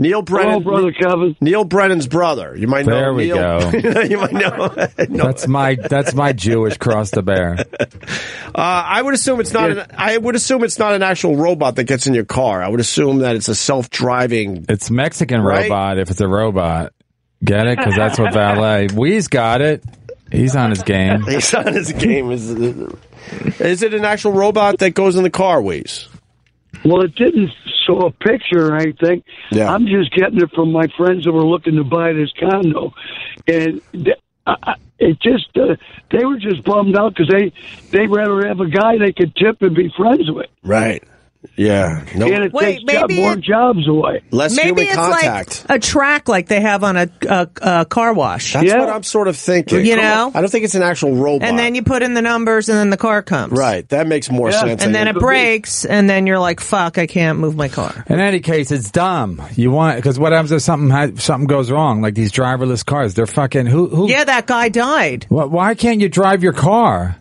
Speaker 1: Neil
Speaker 10: Hello,
Speaker 1: Brennan,
Speaker 10: brother Kevin.
Speaker 1: Neil Brennan's brother. You might know.
Speaker 9: There we
Speaker 1: Neil.
Speaker 9: go.
Speaker 1: you might know. Uh, no.
Speaker 9: That's my that's my Jewish cross the bear.
Speaker 1: Uh, I would assume it's not. An, I would assume it's not an actual robot that gets in your car. I would assume that it's a self-driving.
Speaker 9: It's Mexican
Speaker 1: Right?
Speaker 9: robot if it's a robot. Get it? Because that's what valet. Wee's got it. He's on his game.
Speaker 1: It's on his game. Is is it an actual robot that goes in the car? Ways.
Speaker 10: Well, it didn't show a picture or anything.
Speaker 1: Yeah.
Speaker 10: I'm just getting it from my friends that were looking to buy this condo, and th- I, I- it just uh, they were just bummed out because they they rather have a guy they could tip and be friends with,
Speaker 1: Right. Yeah. No.
Speaker 10: and it
Speaker 6: Wait,
Speaker 10: takes job,
Speaker 6: maybe
Speaker 10: more
Speaker 6: it-
Speaker 10: jobs away.
Speaker 1: Less
Speaker 6: Maybe
Speaker 1: human
Speaker 6: it's
Speaker 1: contact.
Speaker 6: like a track like they have on a, a, a car wash.
Speaker 1: That's
Speaker 10: Yeah.
Speaker 1: what I'm sort of thinking.
Speaker 6: You know?
Speaker 1: I don't think it's an actual robot.
Speaker 6: and then you put in the numbers and then the car comes.
Speaker 1: Right. That makes more
Speaker 10: Yeah.
Speaker 1: sense.
Speaker 6: And then
Speaker 1: I
Speaker 6: it
Speaker 1: think.
Speaker 6: breaks and then you're like, fuck, I can't move my car.
Speaker 9: In any case, it's dumb. You want because what happens if something ha- something goes wrong? Like these driverless cars, they're fucking who who.
Speaker 6: Yeah, that guy died.
Speaker 9: Why, why can't you drive your car?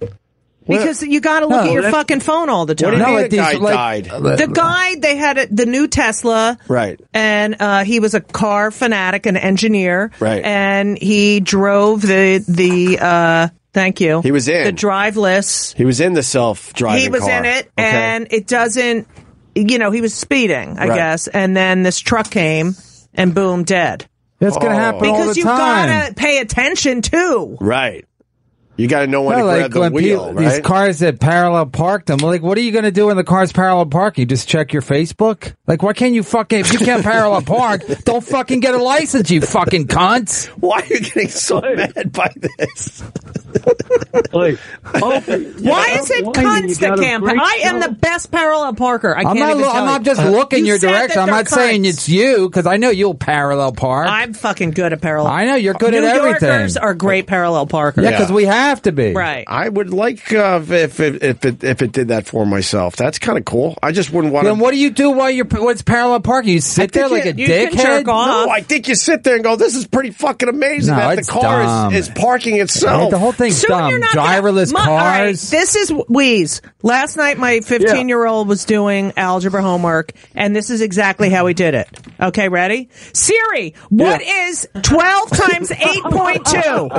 Speaker 6: Because you got to
Speaker 9: No,
Speaker 6: look at your
Speaker 9: that's-
Speaker 6: fucking phone all the
Speaker 1: What do
Speaker 6: time.
Speaker 1: you
Speaker 9: No,
Speaker 1: mean
Speaker 9: like
Speaker 1: a
Speaker 9: these-
Speaker 1: guy
Speaker 9: like- uh,
Speaker 1: died?
Speaker 6: The guy they had a, the new Tesla,
Speaker 1: Right.
Speaker 6: And uh, he was a car fanatic, an engineer,
Speaker 1: Right.
Speaker 6: And he drove the the. Uh, thank you.
Speaker 1: He was in.
Speaker 6: the driveless.
Speaker 1: He was in the self-driving
Speaker 6: He was
Speaker 1: car.
Speaker 6: in it,
Speaker 1: Okay.
Speaker 6: and it doesn't. You know, he was speeding, I
Speaker 1: Right.
Speaker 6: guess, and then this truck came and boom, dead.
Speaker 9: That's gonna happen all
Speaker 6: Because
Speaker 9: the
Speaker 6: you
Speaker 9: time.
Speaker 6: gotta pay attention too.
Speaker 1: Right. You got to know when
Speaker 9: Yeah,
Speaker 1: to
Speaker 9: like
Speaker 1: grab the
Speaker 9: when
Speaker 1: wheel,
Speaker 9: people-
Speaker 1: right?
Speaker 9: these cars that parallel park them. Like, what are you going to do when the car's parallel parking? You just check your Facebook. Like, why can't you fucking if you can't parallel park? Don't fucking get a license, you fucking cunts.
Speaker 1: Why are you getting so mad by this?
Speaker 10: Like, oh,
Speaker 6: Why is it cunts that can't? pa- I am the best parallel parker. I
Speaker 9: I'm
Speaker 6: can't
Speaker 9: not.
Speaker 6: even
Speaker 9: Lo-
Speaker 6: tell
Speaker 9: I'm
Speaker 6: you. Uh,
Speaker 9: not just looking
Speaker 6: You
Speaker 9: your
Speaker 6: said that
Speaker 9: direction. I'm
Speaker 6: they're
Speaker 9: not saying
Speaker 6: cunts.
Speaker 9: it's you because I know you'll parallel park.
Speaker 6: I'm fucking good at parallel.
Speaker 9: I know, you're good
Speaker 6: New
Speaker 9: at everything.
Speaker 6: Yorkers are great parallel parkers.
Speaker 9: yeah, because we have to be
Speaker 6: right.
Speaker 1: I would like uh, if if if it, if it did that for myself. That's kind of cool. I just wouldn't want
Speaker 9: Then
Speaker 1: to.
Speaker 9: what do you do while you're what's parallel parking? You sit there like a
Speaker 6: you
Speaker 9: dickhead.
Speaker 6: can jerk off.
Speaker 1: No, Oh, I think you sit there and go, "This is pretty fucking amazing
Speaker 9: No,
Speaker 1: that the
Speaker 9: it's
Speaker 1: car
Speaker 9: dumb.
Speaker 1: is, is parking
Speaker 9: Like,
Speaker 1: itself."
Speaker 9: the whole thing's
Speaker 6: Soon
Speaker 9: dumb.
Speaker 6: you're not gonna-
Speaker 9: Driverless
Speaker 6: my- all right,
Speaker 9: cars.
Speaker 6: this is Wheeze. Last night, my 15 year old was doing algebra homework, and this is exactly how he did it. Okay, ready? Siri, what is 12 times 8.2?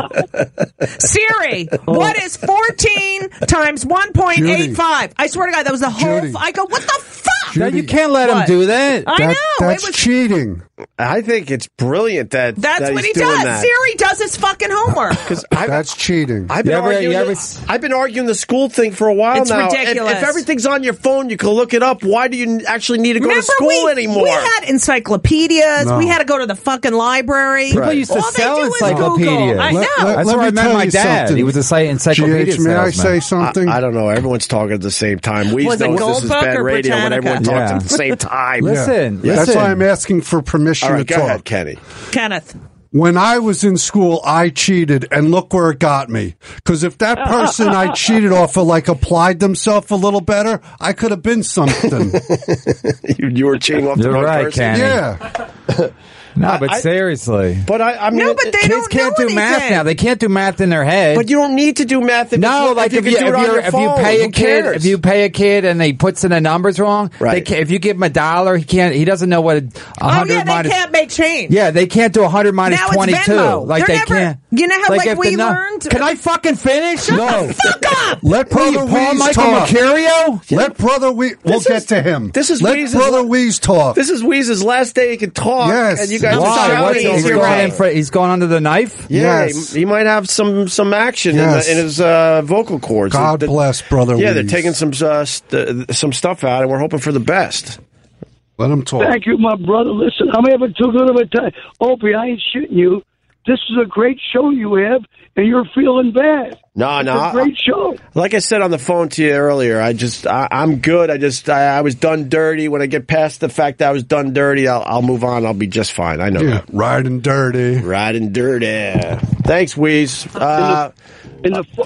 Speaker 6: Siri, what is 14 times 1.85? I swear to God, that was the whole.
Speaker 2: Judy.
Speaker 6: f- I go, what the fuck?
Speaker 9: No, you can't let him
Speaker 6: What?
Speaker 9: do that.
Speaker 6: I
Speaker 2: That-
Speaker 6: know.
Speaker 2: That's
Speaker 6: it was
Speaker 2: cheating.
Speaker 1: I think it's brilliant that
Speaker 6: That's
Speaker 1: that
Speaker 6: what he
Speaker 1: he's doing
Speaker 6: does.
Speaker 1: that.
Speaker 6: Siri does his fucking homework.
Speaker 1: I've,
Speaker 2: That's cheating.
Speaker 1: I've been
Speaker 9: You ever-
Speaker 1: arguing.
Speaker 9: you ever
Speaker 1: the-
Speaker 9: s-
Speaker 1: I've been arguing the school thing for a while
Speaker 6: It's
Speaker 1: now. If-
Speaker 6: ridiculous.
Speaker 1: If, everything's on your phone, you can look it up. Why do you n- actually need to go
Speaker 6: Remember
Speaker 1: to school
Speaker 6: we,
Speaker 1: anymore?
Speaker 6: We had encyclopedias.
Speaker 2: No.
Speaker 6: We had to go to the fucking library.
Speaker 9: People used to
Speaker 6: All they
Speaker 9: sell
Speaker 6: do is Google.
Speaker 9: encyclopedias.
Speaker 6: I know.
Speaker 2: Let- let-
Speaker 9: That's
Speaker 2: let
Speaker 9: where
Speaker 2: me
Speaker 9: I met
Speaker 2: tell
Speaker 9: my
Speaker 2: you
Speaker 9: dad.
Speaker 2: something.
Speaker 9: He was a site encyclopedia
Speaker 2: GH, may I say
Speaker 9: salesman.
Speaker 2: something?
Speaker 1: I don't know. Everyone's talking at the same time. We
Speaker 6: Was it
Speaker 1: know this is
Speaker 6: Goldfuck
Speaker 1: bad
Speaker 6: or
Speaker 1: radio when
Speaker 6: Britannica?
Speaker 1: everyone talks
Speaker 9: Yeah.
Speaker 1: at the same time.
Speaker 9: Listen,
Speaker 2: That's
Speaker 9: listen.
Speaker 2: why I'm asking for permission
Speaker 1: All right,
Speaker 2: to
Speaker 1: go
Speaker 2: talk.
Speaker 1: ahead, Kenny.
Speaker 6: Kenneth.
Speaker 2: When I was in school, I cheated, and look where it got me. Because if that person I cheated off of like applied themselves a little better, I could have been something.
Speaker 1: You, you were cheating off the
Speaker 9: You're
Speaker 1: wrong
Speaker 9: right,
Speaker 1: person.
Speaker 9: Kenny.
Speaker 2: yeah,
Speaker 9: No, but
Speaker 1: I-
Speaker 9: seriously,
Speaker 1: But I, I mean,
Speaker 6: No, but they
Speaker 9: kids
Speaker 6: don't
Speaker 9: can't
Speaker 6: know
Speaker 9: do math
Speaker 6: anything.
Speaker 9: now. They can't do math in their head.
Speaker 1: But you don't need to do math. If
Speaker 9: no,
Speaker 1: you,
Speaker 9: like
Speaker 1: if you, can do
Speaker 9: if,
Speaker 1: it on your
Speaker 9: if you
Speaker 1: phone,
Speaker 9: pay a
Speaker 1: who
Speaker 9: kid,
Speaker 1: cares?
Speaker 9: if you pay a kid and he puts in the numbers wrong, they
Speaker 1: Right.
Speaker 9: ca- if you give him a dollar, he can't. He doesn't know what a a
Speaker 6: Oh
Speaker 9: hundred
Speaker 6: yeah, they
Speaker 9: minus.
Speaker 6: can't make change.
Speaker 9: yeah, they can't do a hundred minus
Speaker 6: Now it's
Speaker 9: twenty-two.
Speaker 6: Venmo.
Speaker 9: Like
Speaker 6: They're
Speaker 9: they
Speaker 6: never-
Speaker 9: can't.
Speaker 6: you know how, like,
Speaker 9: if the
Speaker 6: we
Speaker 9: nu-
Speaker 6: learned-
Speaker 9: Can I fucking finish? no.
Speaker 6: Fuck up.
Speaker 2: let
Speaker 9: What are you,
Speaker 2: brother
Speaker 9: Paul
Speaker 2: Weeze
Speaker 9: Michael
Speaker 2: talk.
Speaker 9: Mercurio?
Speaker 2: Let brother Weeze. We'll
Speaker 1: This
Speaker 2: get
Speaker 1: is-
Speaker 2: to him.
Speaker 1: this is
Speaker 2: let
Speaker 1: Weeze's-
Speaker 2: brother Weeze talk.
Speaker 1: This is Weeze's last day he can talk,
Speaker 2: Yes.
Speaker 1: and you guys
Speaker 9: Why?
Speaker 1: are
Speaker 9: What's
Speaker 1: shouting.
Speaker 9: he's,
Speaker 1: You're
Speaker 9: going
Speaker 1: right.
Speaker 9: in for, he's going under the knife?
Speaker 1: Yeah,
Speaker 2: Yes.
Speaker 1: he, he might have some some action
Speaker 2: Yes.
Speaker 1: in, the, in his uh, vocal cords.
Speaker 2: God
Speaker 1: The- the-
Speaker 2: bless brother.
Speaker 1: Yeah,
Speaker 2: Weeze.
Speaker 1: they're taking some uh, st- some stuff out, and we're hoping for the best.
Speaker 2: Let him talk.
Speaker 10: Thank you, my brother. Listen, I'm having too good of a time. Opie, I ain't shooting you. This is a great show you have, and you're feeling bad.
Speaker 1: No, no.
Speaker 10: It's a
Speaker 1: I-
Speaker 10: great show.
Speaker 1: like I said on the phone to you earlier, I just I, I'm good. I just I, I was done dirty. When I get past the fact that I was done dirty, I'll, I'll move on. I'll be just fine. I know.
Speaker 2: Yeah,
Speaker 1: that.
Speaker 2: riding dirty.
Speaker 1: Riding dirty. Thanks, Wheeze. Uh,
Speaker 10: And the, fu-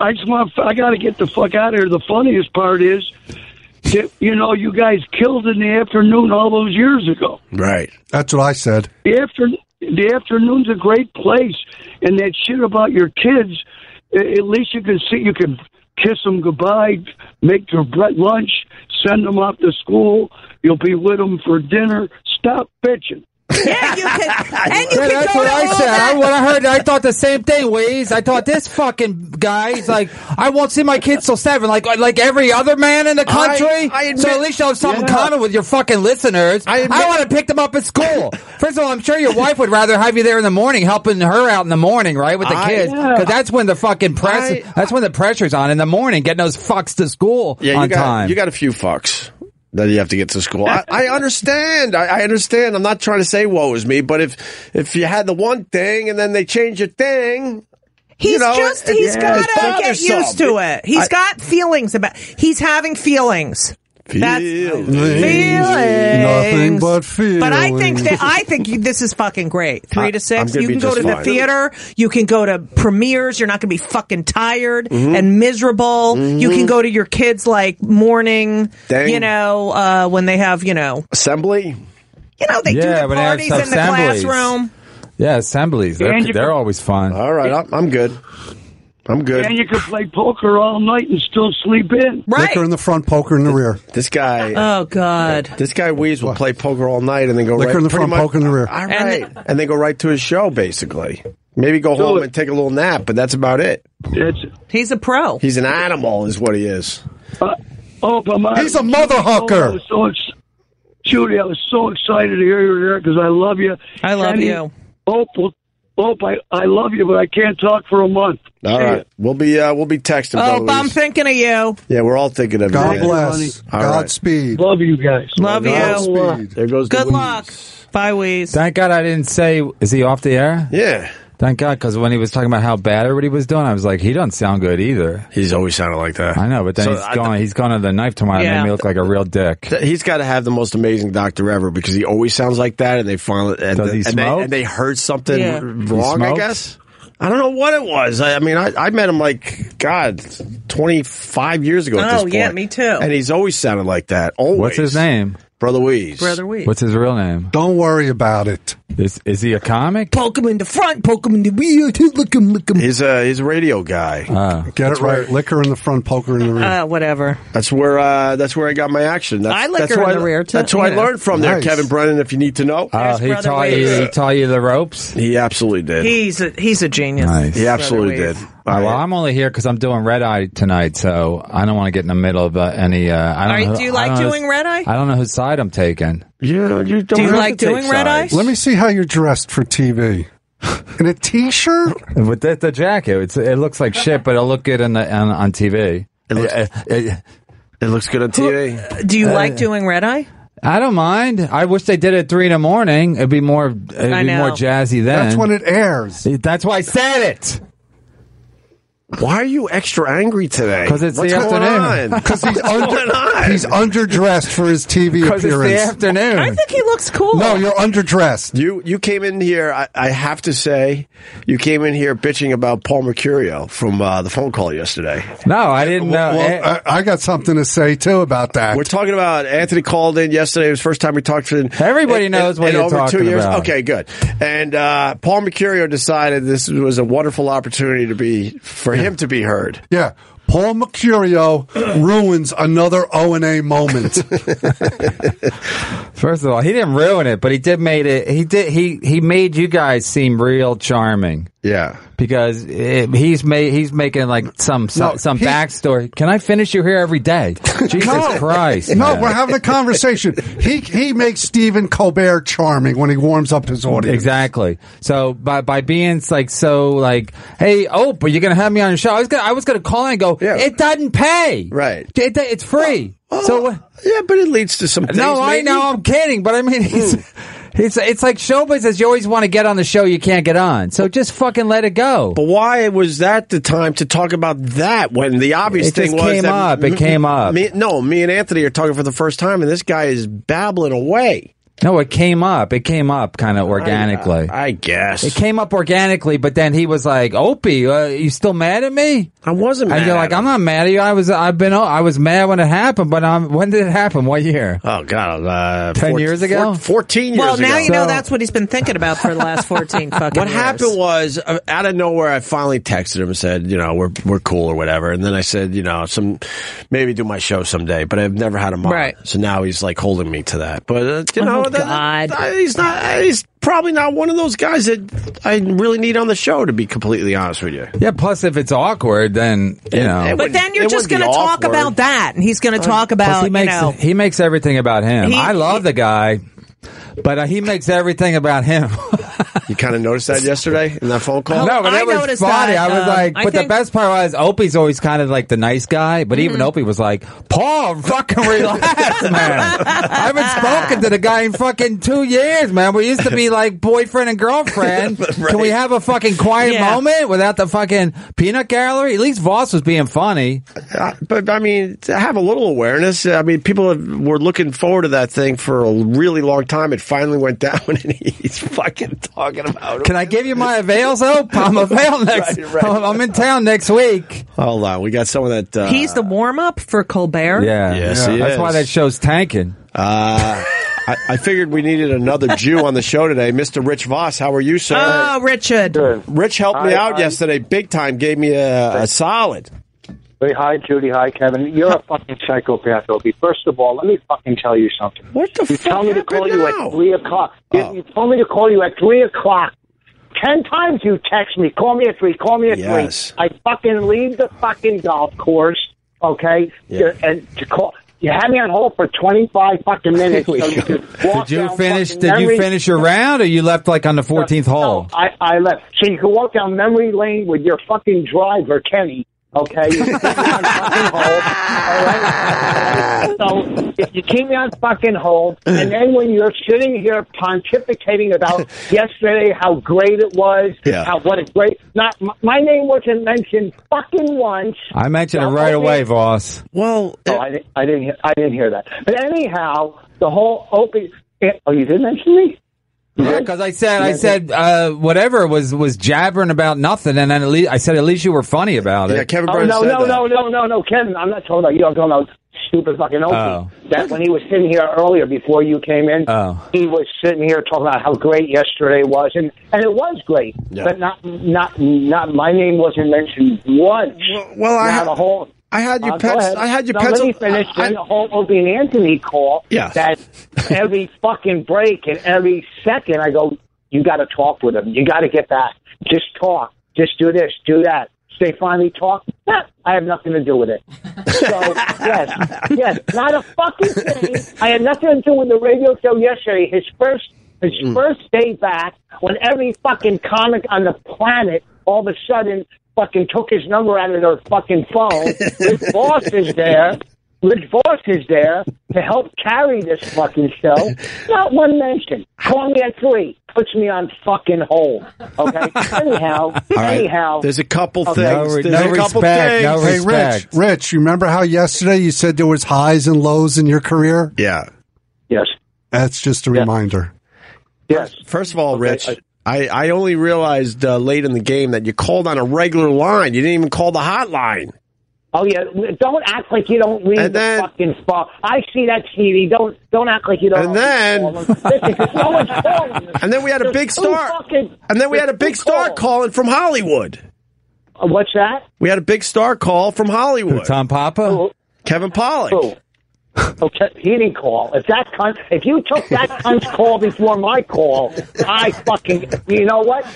Speaker 10: I just want, I got to get the fuck out of here. The funniest part is, that, you know, you guys killed in the afternoon all those years ago.
Speaker 1: right.
Speaker 2: That's what I said.
Speaker 10: The after, the afternoon's a great place, and that shit about your kids. a- At least you can see, you can kiss them goodbye, make their bre- lunch, send them off to school. You'll be with them for dinner. Stop bitching.
Speaker 6: Yeah, you can. And you
Speaker 9: Yeah,
Speaker 6: can
Speaker 9: that's
Speaker 6: go
Speaker 9: what
Speaker 6: to
Speaker 9: I
Speaker 6: all
Speaker 9: said. I,
Speaker 6: that.
Speaker 9: when I heard, I thought the same thing. Waze. I thought this fucking guy. He's like, I won't see my kids till seven, like uh, like every other man in the country.
Speaker 1: I admit-
Speaker 9: so at least you will have something common with your fucking listeners. I,
Speaker 1: admit-
Speaker 9: want to pick them up at school. First of all, I'm sure your wife would rather have you there in the morning, helping her out in the morning, right, with the
Speaker 1: I-
Speaker 9: kids, because that's when the fucking press.
Speaker 1: I-
Speaker 9: that's when the pressure's on in the morning, getting those fucks to school
Speaker 1: Yeah, you
Speaker 9: on
Speaker 1: got
Speaker 9: time.
Speaker 1: you got a few fucks that you have to get to school. I, I understand. I, I understand. I'm not trying to say woe is me, but if if you had the one thing and then they change your thing,
Speaker 6: He's
Speaker 1: you know,
Speaker 6: just,
Speaker 1: it-
Speaker 6: he's
Speaker 1: it-
Speaker 6: got
Speaker 1: it's
Speaker 6: to get
Speaker 1: bothersome.
Speaker 6: used to it. He's got feelings about, he's having feelings. That's-
Speaker 1: Feelings.
Speaker 2: Nothing but feelings.
Speaker 6: But I think that I think you, this is fucking great. Three
Speaker 1: I-
Speaker 6: to
Speaker 1: I'm
Speaker 6: six.
Speaker 1: gonna
Speaker 6: You
Speaker 1: be
Speaker 6: can go
Speaker 1: just
Speaker 6: to the
Speaker 1: fine.
Speaker 6: theater. You can go to premieres. You're not going to be fucking tired
Speaker 1: Mm-hmm.
Speaker 6: and miserable. You can go to your kids like morning.
Speaker 1: Dang.
Speaker 6: You know uh, when they have you know
Speaker 1: Assembly.
Speaker 6: you know they
Speaker 9: Yeah,
Speaker 6: do the
Speaker 9: when they have
Speaker 6: parties in the
Speaker 9: assemblies.
Speaker 6: classroom.
Speaker 9: yeah, assemblies. They're,
Speaker 10: And you-
Speaker 9: they're always fun.
Speaker 1: All right, I'm, I'm good. I'm good.
Speaker 10: And you can play poker all night and still sleep in.
Speaker 6: Right.
Speaker 2: Liquor in the front, poker in the rear.
Speaker 1: This guy.
Speaker 6: Oh God.
Speaker 1: This guy Weeze will play poker all night and then go
Speaker 2: Liquor
Speaker 1: right
Speaker 2: in the
Speaker 1: pretty
Speaker 2: front, poker in the rear.
Speaker 1: All
Speaker 6: And-
Speaker 1: right, and, then go right to his show basically. Maybe go home
Speaker 10: it.
Speaker 1: and take a little nap, but that's about it.
Speaker 10: It's
Speaker 6: He's a pro.
Speaker 1: He's an animal, is what he is.
Speaker 10: Uh, oh, but my,
Speaker 2: He's a mother
Speaker 10: I
Speaker 1: Oh,
Speaker 2: hucker.
Speaker 10: was Oh, so ex- Judy, I was so excited to hear you were there because I love you.
Speaker 6: I love
Speaker 10: And
Speaker 6: you.
Speaker 10: Hope, Hope, I, I love you, but I can't talk for a month.
Speaker 1: All
Speaker 10: See ya.
Speaker 1: right, we'll be uh, we'll be texting.
Speaker 6: Oh,
Speaker 1: brother
Speaker 6: but I'm
Speaker 1: Weeze.
Speaker 6: thinking of you.
Speaker 1: yeah, we're all thinking of
Speaker 2: God
Speaker 1: you.
Speaker 2: bless.
Speaker 1: All right.
Speaker 2: Godspeed.
Speaker 10: Love you guys.
Speaker 6: Love you.
Speaker 2: Godspeed.
Speaker 1: There goes. the
Speaker 6: Good
Speaker 1: Weeze.
Speaker 6: luck. Bye, Weeze.
Speaker 9: Thank God I didn't say. Is he off the air?
Speaker 1: Yeah,
Speaker 9: Thank God, because when he was talking about how bad everybody was doing, I was like, he doesn't sound good either.
Speaker 1: he's always sounded like that.
Speaker 9: I know, but then
Speaker 1: So
Speaker 9: he's
Speaker 1: I-
Speaker 9: gone. he's gone to the knife tomorrow. and
Speaker 6: Yeah.
Speaker 9: Made me look like a real dick.
Speaker 1: Th- He's got to have the most amazing doctor ever because he always sounds like that, and they finally and,
Speaker 9: Does he
Speaker 1: and they
Speaker 9: smoke?
Speaker 1: and they heard something
Speaker 6: Yeah.
Speaker 1: wrong. I
Speaker 9: smoke?
Speaker 1: guess I don't know what it was. I, I mean, I, I met him like God, twenty five years ago. at
Speaker 6: Oh,
Speaker 1: this
Speaker 6: yeah,
Speaker 1: point.
Speaker 6: me too.
Speaker 1: And he's always sounded like that. Always.
Speaker 9: What's his name?
Speaker 1: Brother Weeze.
Speaker 6: Brother Weeze.
Speaker 9: What's his real name?
Speaker 2: Don't worry about it.
Speaker 9: Is is he a comic?
Speaker 6: Poke him in the front. Poke him in the rear. Look him. Look him.
Speaker 1: He's a he's a radio guy.
Speaker 9: Uh.
Speaker 2: Get it right. Liquor in the front, poker in the rear.
Speaker 6: Uh, whatever.
Speaker 1: That's where uh, that's where I got my action. That's,
Speaker 6: I like
Speaker 1: that's
Speaker 6: her
Speaker 1: who
Speaker 6: in the rear, too,
Speaker 1: That's who I
Speaker 6: you know.
Speaker 1: learned from there,
Speaker 2: Nice.
Speaker 1: Kevin Brennan. If you need to know,
Speaker 9: Oh, he
Speaker 6: Brother
Speaker 9: taught
Speaker 6: Waze.
Speaker 9: you. He taught you the ropes.
Speaker 1: he absolutely did. He,
Speaker 6: He's a, he's a genius.
Speaker 9: Nice. Yeah,
Speaker 1: absolutely
Speaker 6: Brother
Speaker 1: did.
Speaker 6: Weeze.
Speaker 9: Uh, well,
Speaker 1: I-
Speaker 9: I'm only here because I'm doing red eye tonight, so I don't want to get in the middle of uh, any. Uh, I
Speaker 6: All
Speaker 9: don't
Speaker 6: right,
Speaker 9: know-
Speaker 6: do you
Speaker 9: I
Speaker 6: like
Speaker 9: don't know-
Speaker 6: doing red eye?
Speaker 9: I don't know whose side I'm taking.
Speaker 1: you, you don't
Speaker 6: Do you
Speaker 1: have
Speaker 6: like
Speaker 1: to take
Speaker 6: doing red
Speaker 1: sides.
Speaker 6: eye?
Speaker 2: Let me see how you're dressed for TV. In a t-shirt?
Speaker 9: With the, the jacket, it's, it looks like shit, but it'll look good in the, on, on TV. Uh, uh, uh,
Speaker 1: It looks good on TV.
Speaker 6: Do you like doing red eye?
Speaker 9: I don't mind. I wish they did it at three in the morning. It'd be more. It'd
Speaker 6: I
Speaker 9: be more
Speaker 6: know.
Speaker 9: jazzy then.
Speaker 2: That's when it airs.
Speaker 9: That's why I said it.
Speaker 1: Why are you extra angry today?
Speaker 9: 'Cause it's
Speaker 1: What's
Speaker 9: the
Speaker 1: going
Speaker 9: afternoon.
Speaker 1: on?
Speaker 2: Because he's,
Speaker 1: going
Speaker 2: under,
Speaker 1: on?
Speaker 2: he's underdressed for his TV
Speaker 9: Because it's the
Speaker 2: appearance.
Speaker 9: afternoon.
Speaker 6: I think he looks cool.
Speaker 2: No, you're underdressed.
Speaker 1: You you came in here. I, I have to say, you came in here bitching about Paul Mercurio from uh, the phone call yesterday.
Speaker 9: no, I didn't know.
Speaker 2: Well,
Speaker 9: Eh,
Speaker 2: I, I got something to say too about that.
Speaker 1: We're talking about Anthony called in yesterday. It was the first time we talked to
Speaker 9: Everybody
Speaker 1: in-
Speaker 9: knows
Speaker 1: in-
Speaker 9: what
Speaker 1: in
Speaker 9: you're
Speaker 1: over two
Speaker 9: talking
Speaker 1: years.
Speaker 9: about.
Speaker 1: Okay, good. And uh, Paul Mercurio decided this was a wonderful opportunity to be for him to be heard.
Speaker 2: yeah. Paul Mercurio ruins another O and A moment.
Speaker 9: Eh, first of all, he didn't ruin it, but he did made it. He did. He he made you guys seem real charming
Speaker 1: Yeah.
Speaker 9: because eh, he's made he's making like some some,
Speaker 2: No,
Speaker 9: some
Speaker 2: he-
Speaker 9: backstory. Can I finish you here every day? Jesus Christ!
Speaker 2: no,
Speaker 9: man.
Speaker 2: we're having a conversation. He he makes Stephen Colbert charming when he warms up his audience.
Speaker 9: Exactly. So by by being like so like, hey, oh, but you're gonna have me on your show. I was gonna I was gonna call in and go.
Speaker 1: Yeah.
Speaker 9: It doesn't pay.
Speaker 1: Right. Oh.
Speaker 9: It, it's free. so what?
Speaker 1: Yeah, but it leads to some. Things,
Speaker 9: No, I
Speaker 1: maybe.
Speaker 9: know. I'm kidding, but I mean, he's, it's it's like show business. You always want to get on the show you can't get on. So just fucking let it go.
Speaker 1: But why was that the time to talk about that when the obvious
Speaker 9: It
Speaker 1: thing
Speaker 9: just
Speaker 1: was
Speaker 9: came
Speaker 1: that
Speaker 9: up. It came up.
Speaker 1: Me, no, me and Anthony are talking for the first time, and this guy is babbling away. Uh,
Speaker 9: No, it came up. It came up kind of organically.
Speaker 1: I guess.
Speaker 9: It came up organically, but then he was like, "Opie, uh, you still mad at me?"
Speaker 1: I wasn't.
Speaker 9: And
Speaker 1: mad
Speaker 9: you're
Speaker 1: at
Speaker 9: like,
Speaker 1: him.
Speaker 9: "I'm not mad at you. I was. I've been. I was mad when it happened, but um, when did it happen? What year?
Speaker 1: Oh God, uh,
Speaker 9: 10
Speaker 1: four-
Speaker 9: years
Speaker 1: four-
Speaker 9: ago?
Speaker 1: fourteen years
Speaker 6: Well,
Speaker 1: ago.
Speaker 6: now you know
Speaker 9: So-
Speaker 6: that's what he's been thinking about for the last 14 fucking
Speaker 1: What
Speaker 6: years.
Speaker 1: happened was uh, out of nowhere. I finally texted him and said, you know, we're we're cool or whatever. And then I said, you know, some maybe do my show someday, but I've never had him on.
Speaker 6: Right. Oh,
Speaker 1: So now he's like holding me to that. But uh, you know, that-
Speaker 6: God.
Speaker 1: I- he's not. I- He's probably not one of those guys that I really need on the show. To be completely honest with you,
Speaker 9: Yeah. Plus, if it's awkward, then you know.
Speaker 1: it
Speaker 6: But then you're
Speaker 1: It
Speaker 6: just going
Speaker 1: wouldn't
Speaker 6: to
Speaker 1: be
Speaker 6: talk
Speaker 1: awkward.
Speaker 6: about that, and he's going to talk
Speaker 9: Plus,
Speaker 6: about
Speaker 9: he makes
Speaker 6: you know.
Speaker 9: he makes everything about him.
Speaker 6: He-
Speaker 9: I love
Speaker 6: he-
Speaker 9: the guy, but uh, he makes everything about him.
Speaker 1: you kind of noticed that yesterday in that phone call.
Speaker 9: no, but
Speaker 6: Oh, I
Speaker 9: that was
Speaker 6: noticed
Speaker 9: funny.
Speaker 6: that,
Speaker 9: I was
Speaker 6: um,
Speaker 9: like, but
Speaker 6: I
Speaker 9: the
Speaker 6: think- Mm-hmm.
Speaker 9: best part was Opie's always kind of like the nice guy, but even Opie was like, Paul, fucking relax, man. I haven't spoken to the guy in fucking two years, man. We used to be like boyfriend and girlfriend. Can we have a fucking quiet
Speaker 6: Yeah.
Speaker 9: moment without the fucking peanut gallery? At least Voss was being funny.
Speaker 1: Uh, but I mean, to have a little awareness. I mean, people have, were looking forward to that thing for a really long time. It finally went down, and he's fucking talking about it.
Speaker 9: Can I give you my avails, Ope? I'm avail next.
Speaker 1: Right, right.
Speaker 9: I'm in town next week.
Speaker 1: Hold on, we got someone that uh,
Speaker 6: he's the warm up for Colbert.
Speaker 9: Yeah,
Speaker 1: Yes, he
Speaker 9: that's why
Speaker 1: is.
Speaker 9: that show's tanking.
Speaker 1: I, I figured we needed another Jew on the show today, Mr. Rich Voss. How are you, sir?
Speaker 8: Uh,
Speaker 6: Oh, Richard.
Speaker 1: Rich helped me
Speaker 8: Hi,
Speaker 1: out
Speaker 8: hi.
Speaker 1: yesterday, big time. Gave me a, a solid.
Speaker 8: Hey, hi, Judy. Hi, Kevin. You're a fucking psychopath, Opie. First of all, let me fucking tell you something.
Speaker 1: What the
Speaker 8: You
Speaker 1: fuck
Speaker 8: told me to call
Speaker 1: happened
Speaker 8: you
Speaker 1: now?
Speaker 8: at 3 o'clock. You,
Speaker 1: Oh.
Speaker 8: you told me to call you at 3 o'clock. Ten times you text me, call me at 3, call me at
Speaker 1: Yes.
Speaker 8: 3. I fucking leave the fucking golf course, okay? You- And to call. You had me on hold for 25 fucking minutes. so you could walk
Speaker 9: Did you
Speaker 8: down
Speaker 9: finish?
Speaker 8: fucking
Speaker 9: Did you
Speaker 8: memory-
Speaker 9: finish your round, or you left like on the 14th hole?
Speaker 8: no, I, I left. So you can walk down memory lane with your fucking driver, Kenny. Okay. You keep me on fucking hold. All right. So if you keep me on fucking hold, and then when you're sitting here pontificating about yesterday, how great it was,
Speaker 1: Yeah.
Speaker 8: how what a great not my, my name wasn't mentioned fucking once.
Speaker 9: I mentioned it
Speaker 8: No,
Speaker 9: right
Speaker 8: I
Speaker 9: away,
Speaker 8: mean-
Speaker 9: Voss.
Speaker 1: Well,
Speaker 8: Oh, I didn't. I didn't. Hear, I didn't hear that. But anyhow, the whole open. Oh, you didn't mention me.
Speaker 9: Because I said, I said, uh, whatever was was jabbering about nothing, and then at least I said, at least you were funny about
Speaker 1: yeah,
Speaker 9: it.
Speaker 1: Kevin
Speaker 8: Oh
Speaker 1: Brennan
Speaker 8: no
Speaker 1: said
Speaker 8: no
Speaker 1: that.
Speaker 8: no no no no, Ken! I'm not talking about you. I'm talking about stupid fucking Opie.
Speaker 9: Oh.
Speaker 8: That when he was sitting here earlier before you came in,
Speaker 9: Oh.
Speaker 8: he was sitting here talking about how great yesterday was, and and it was great.
Speaker 1: Yeah.
Speaker 8: But not not not my name wasn't mentioned once.
Speaker 1: well, I
Speaker 8: not
Speaker 1: ha-
Speaker 8: a whole.
Speaker 1: I had you
Speaker 8: Uh, go
Speaker 1: pens-
Speaker 8: ahead.
Speaker 1: I had you
Speaker 8: no,
Speaker 1: pencil-
Speaker 8: Let me finish.
Speaker 1: I-
Speaker 8: then the whole Opie and Anthony call.
Speaker 1: Yes.
Speaker 8: That every fucking break and every second, I go, you got to talk with him. You got to get back. Just talk. Just do this. Do that. So They finally talk. "Nah, I have nothing to do with it. So yes, yes, not a fucking thing. I had nothing to do with the radio show yesterday. His first, his
Speaker 1: Mm.
Speaker 8: first day back, when every fucking comic on the planet all of a sudden fucking took his number out of their fucking phone. His boss is there. Rich Voss is there to help carry this fucking show. Not one mention. Call me at three. Puts me on fucking hold. Okay. Anyhow,
Speaker 1: right.
Speaker 8: anyhow.
Speaker 1: There's a couple
Speaker 8: Okay.
Speaker 1: things.
Speaker 9: No re-
Speaker 1: There's
Speaker 9: no
Speaker 1: a couple
Speaker 9: respect,
Speaker 1: things.
Speaker 9: no
Speaker 2: Hey, Rich,
Speaker 9: Respect.
Speaker 2: Rich, you remember how yesterday you said there was highs and lows in your career?
Speaker 1: yeah.
Speaker 8: yes.
Speaker 2: That's just a reminder.
Speaker 8: Yes.
Speaker 1: First of all, Rich, I, I only realized uh, late in the game that you called on a regular line. You didn't even call the hotline.
Speaker 8: Oh yeah. Don't act like you don't read
Speaker 1: And then-
Speaker 8: the fucking spot. I see that TV. Don't don't act like you don't.
Speaker 1: And then-
Speaker 8: Listen, it's no one's calling.
Speaker 1: And then we had a
Speaker 8: There's
Speaker 1: big
Speaker 8: two
Speaker 1: star.
Speaker 8: fucking-
Speaker 1: and then we had a
Speaker 8: there's
Speaker 1: big
Speaker 8: two
Speaker 1: star
Speaker 8: calls.
Speaker 1: calling from Hollywood.
Speaker 8: Uh, What's that?
Speaker 1: We had a big star call from Hollywood.
Speaker 9: Tom
Speaker 1: Oh.
Speaker 9: Papa.
Speaker 1: Kevin Pollak.
Speaker 8: Who? Okay, he didn't call. If that cunt, if you took that cunt's call before my call, I fucking, you know what?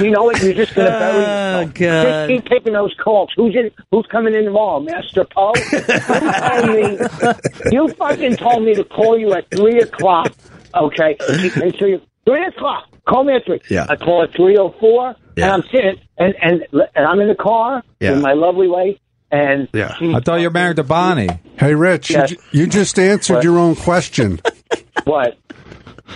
Speaker 8: You know what? You're just gonna bury yourself.
Speaker 6: God.
Speaker 8: Just keep taking those calls. Who's in? Who's coming in tomorrow, Master Poe? You told me. You fucking told me to call you at three o'clock. Okay, and so you three o'clock. Call me at three.
Speaker 1: Yeah.
Speaker 8: I call at three o four,
Speaker 1: Yeah.
Speaker 8: and I'm sitting, and and and I'm in the car
Speaker 1: Yeah.
Speaker 8: with my lovely wife, and
Speaker 1: Yeah.
Speaker 8: she
Speaker 9: I thought you were married to Bonnie.
Speaker 2: Hey, Rich, you
Speaker 8: Yes.
Speaker 2: ju- you, just answered
Speaker 8: What?
Speaker 2: your own question.
Speaker 8: what?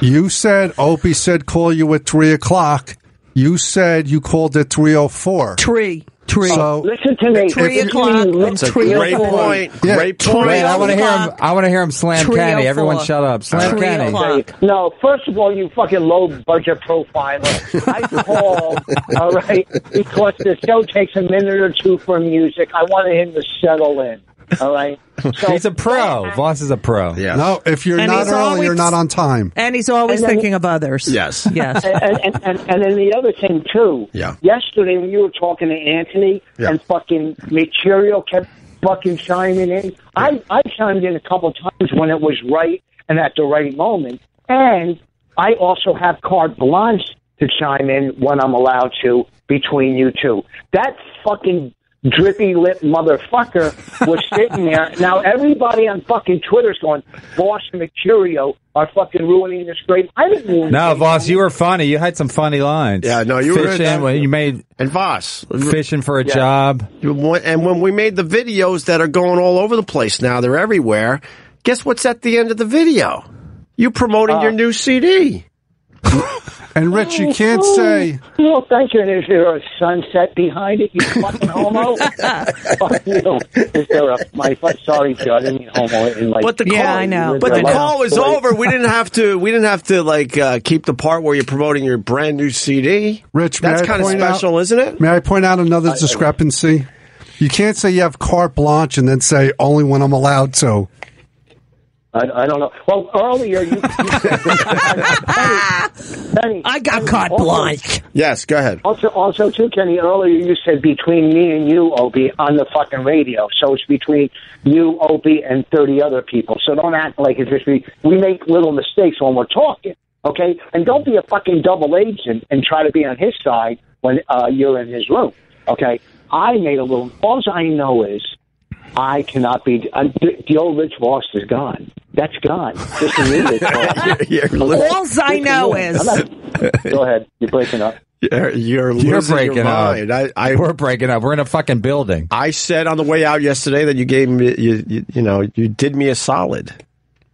Speaker 2: you said Opie said call you at three o'clock. You said you called at three o four.
Speaker 6: Tree. Three.
Speaker 2: So
Speaker 8: Listen to me.
Speaker 6: Three
Speaker 8: Listen to me.
Speaker 6: o'clock
Speaker 8: Look,
Speaker 6: and
Speaker 1: It's a
Speaker 8: three
Speaker 1: great
Speaker 8: o'clock.
Speaker 1: point.
Speaker 2: Yeah.
Speaker 1: Great
Speaker 6: Three
Speaker 1: point.
Speaker 9: Wait, I want to hear him.
Speaker 6: o'clock.
Speaker 9: I want to hear him slam
Speaker 6: Three
Speaker 9: Kenny.
Speaker 6: o'clock.
Speaker 9: Everyone, shut up. Slam
Speaker 6: Three
Speaker 9: Kenny.
Speaker 6: o'clock.
Speaker 8: No, first of all, you fucking low budget profiler. I call, all right, because the show takes a minute or two for music. I wanted him to settle in, all right? So
Speaker 9: He's a pro. Voss is a pro.
Speaker 1: Yes.
Speaker 2: no, if you're
Speaker 6: And
Speaker 2: not
Speaker 6: he's
Speaker 2: early,
Speaker 6: always-
Speaker 2: you're not on time.
Speaker 6: and he's always
Speaker 8: And then-
Speaker 6: thinking of others.
Speaker 1: Yes.
Speaker 6: Yes.
Speaker 8: and, and, and, and then the other thing, too.
Speaker 1: Yeah.
Speaker 8: Yesterday, when you were talking to Anthony
Speaker 1: Yeah.
Speaker 8: and fucking material kept fucking chiming in, I, I chimed in a couple times when it was right and at the right moment. And I also have carte blanche to chime in when I'm allowed to between you two. That fucking drippy lip motherfucker was sitting there. Now everybody on fucking Twitter's going, Boss and Mercurio are fucking ruining this great. I didn't ruin
Speaker 9: No,
Speaker 8: it.
Speaker 9: Voss, Uh, you were funny. You had some funny lines.
Speaker 1: Yeah, no, you were-
Speaker 9: fishing. when you made
Speaker 1: And Voss.
Speaker 9: fishing for a job.
Speaker 1: And when we made the videos that are going all over the place now, they're everywhere. Guess what's at the end of the video? You promoting your new CD.
Speaker 2: And Rich,
Speaker 8: Oh,
Speaker 2: you can't say
Speaker 8: No, thank you. And is there a sunset behind it, you fucking homo? Fuck you. Is there a, my, sorry, Joe, I didn't mean homo in my.
Speaker 1: But the
Speaker 6: Yeah,
Speaker 1: call,
Speaker 6: I know.
Speaker 1: But the
Speaker 8: I know.
Speaker 1: call was
Speaker 8: Sorry.
Speaker 1: over. We didn't have to. We didn't have to like uh, keep the part where you're promoting your brand new CD.
Speaker 2: Rich, may
Speaker 1: that's
Speaker 2: I
Speaker 1: kind of
Speaker 2: point out-
Speaker 1: special, isn't it?
Speaker 2: May I point out another discrepancy? You can't say you have carte blanche and then say only when I'm allowed to.
Speaker 8: I, I don't know. Well, earlier you. you Penny, Penny,
Speaker 6: I got
Speaker 8: Penny,
Speaker 6: caught
Speaker 8: also-
Speaker 6: blank.
Speaker 1: Yes. Go ahead.
Speaker 8: Also, also too, Kenny. Earlier you said between me and you, Opie, on the fucking radio. So it's between you, Opie, and thirty other people. So don't act like it's just me. We make little mistakes when we're talking, okay? And don't be a fucking double agent and try to be on his side when uh, you're in his room, okay? I made a little. All I know is I cannot be. i the, the old Rich Voss is gone. That's gone. Just a new Rich Voss.
Speaker 6: All I know is.
Speaker 8: Go ahead. You're breaking up.
Speaker 1: You're, you're losing
Speaker 9: You're
Speaker 1: your
Speaker 9: breaking up.
Speaker 1: mind. I, I,
Speaker 9: We're breaking up. We're in a fucking building.
Speaker 1: I said on the way out yesterday that you gave me, you, you, you know, you did me a solid.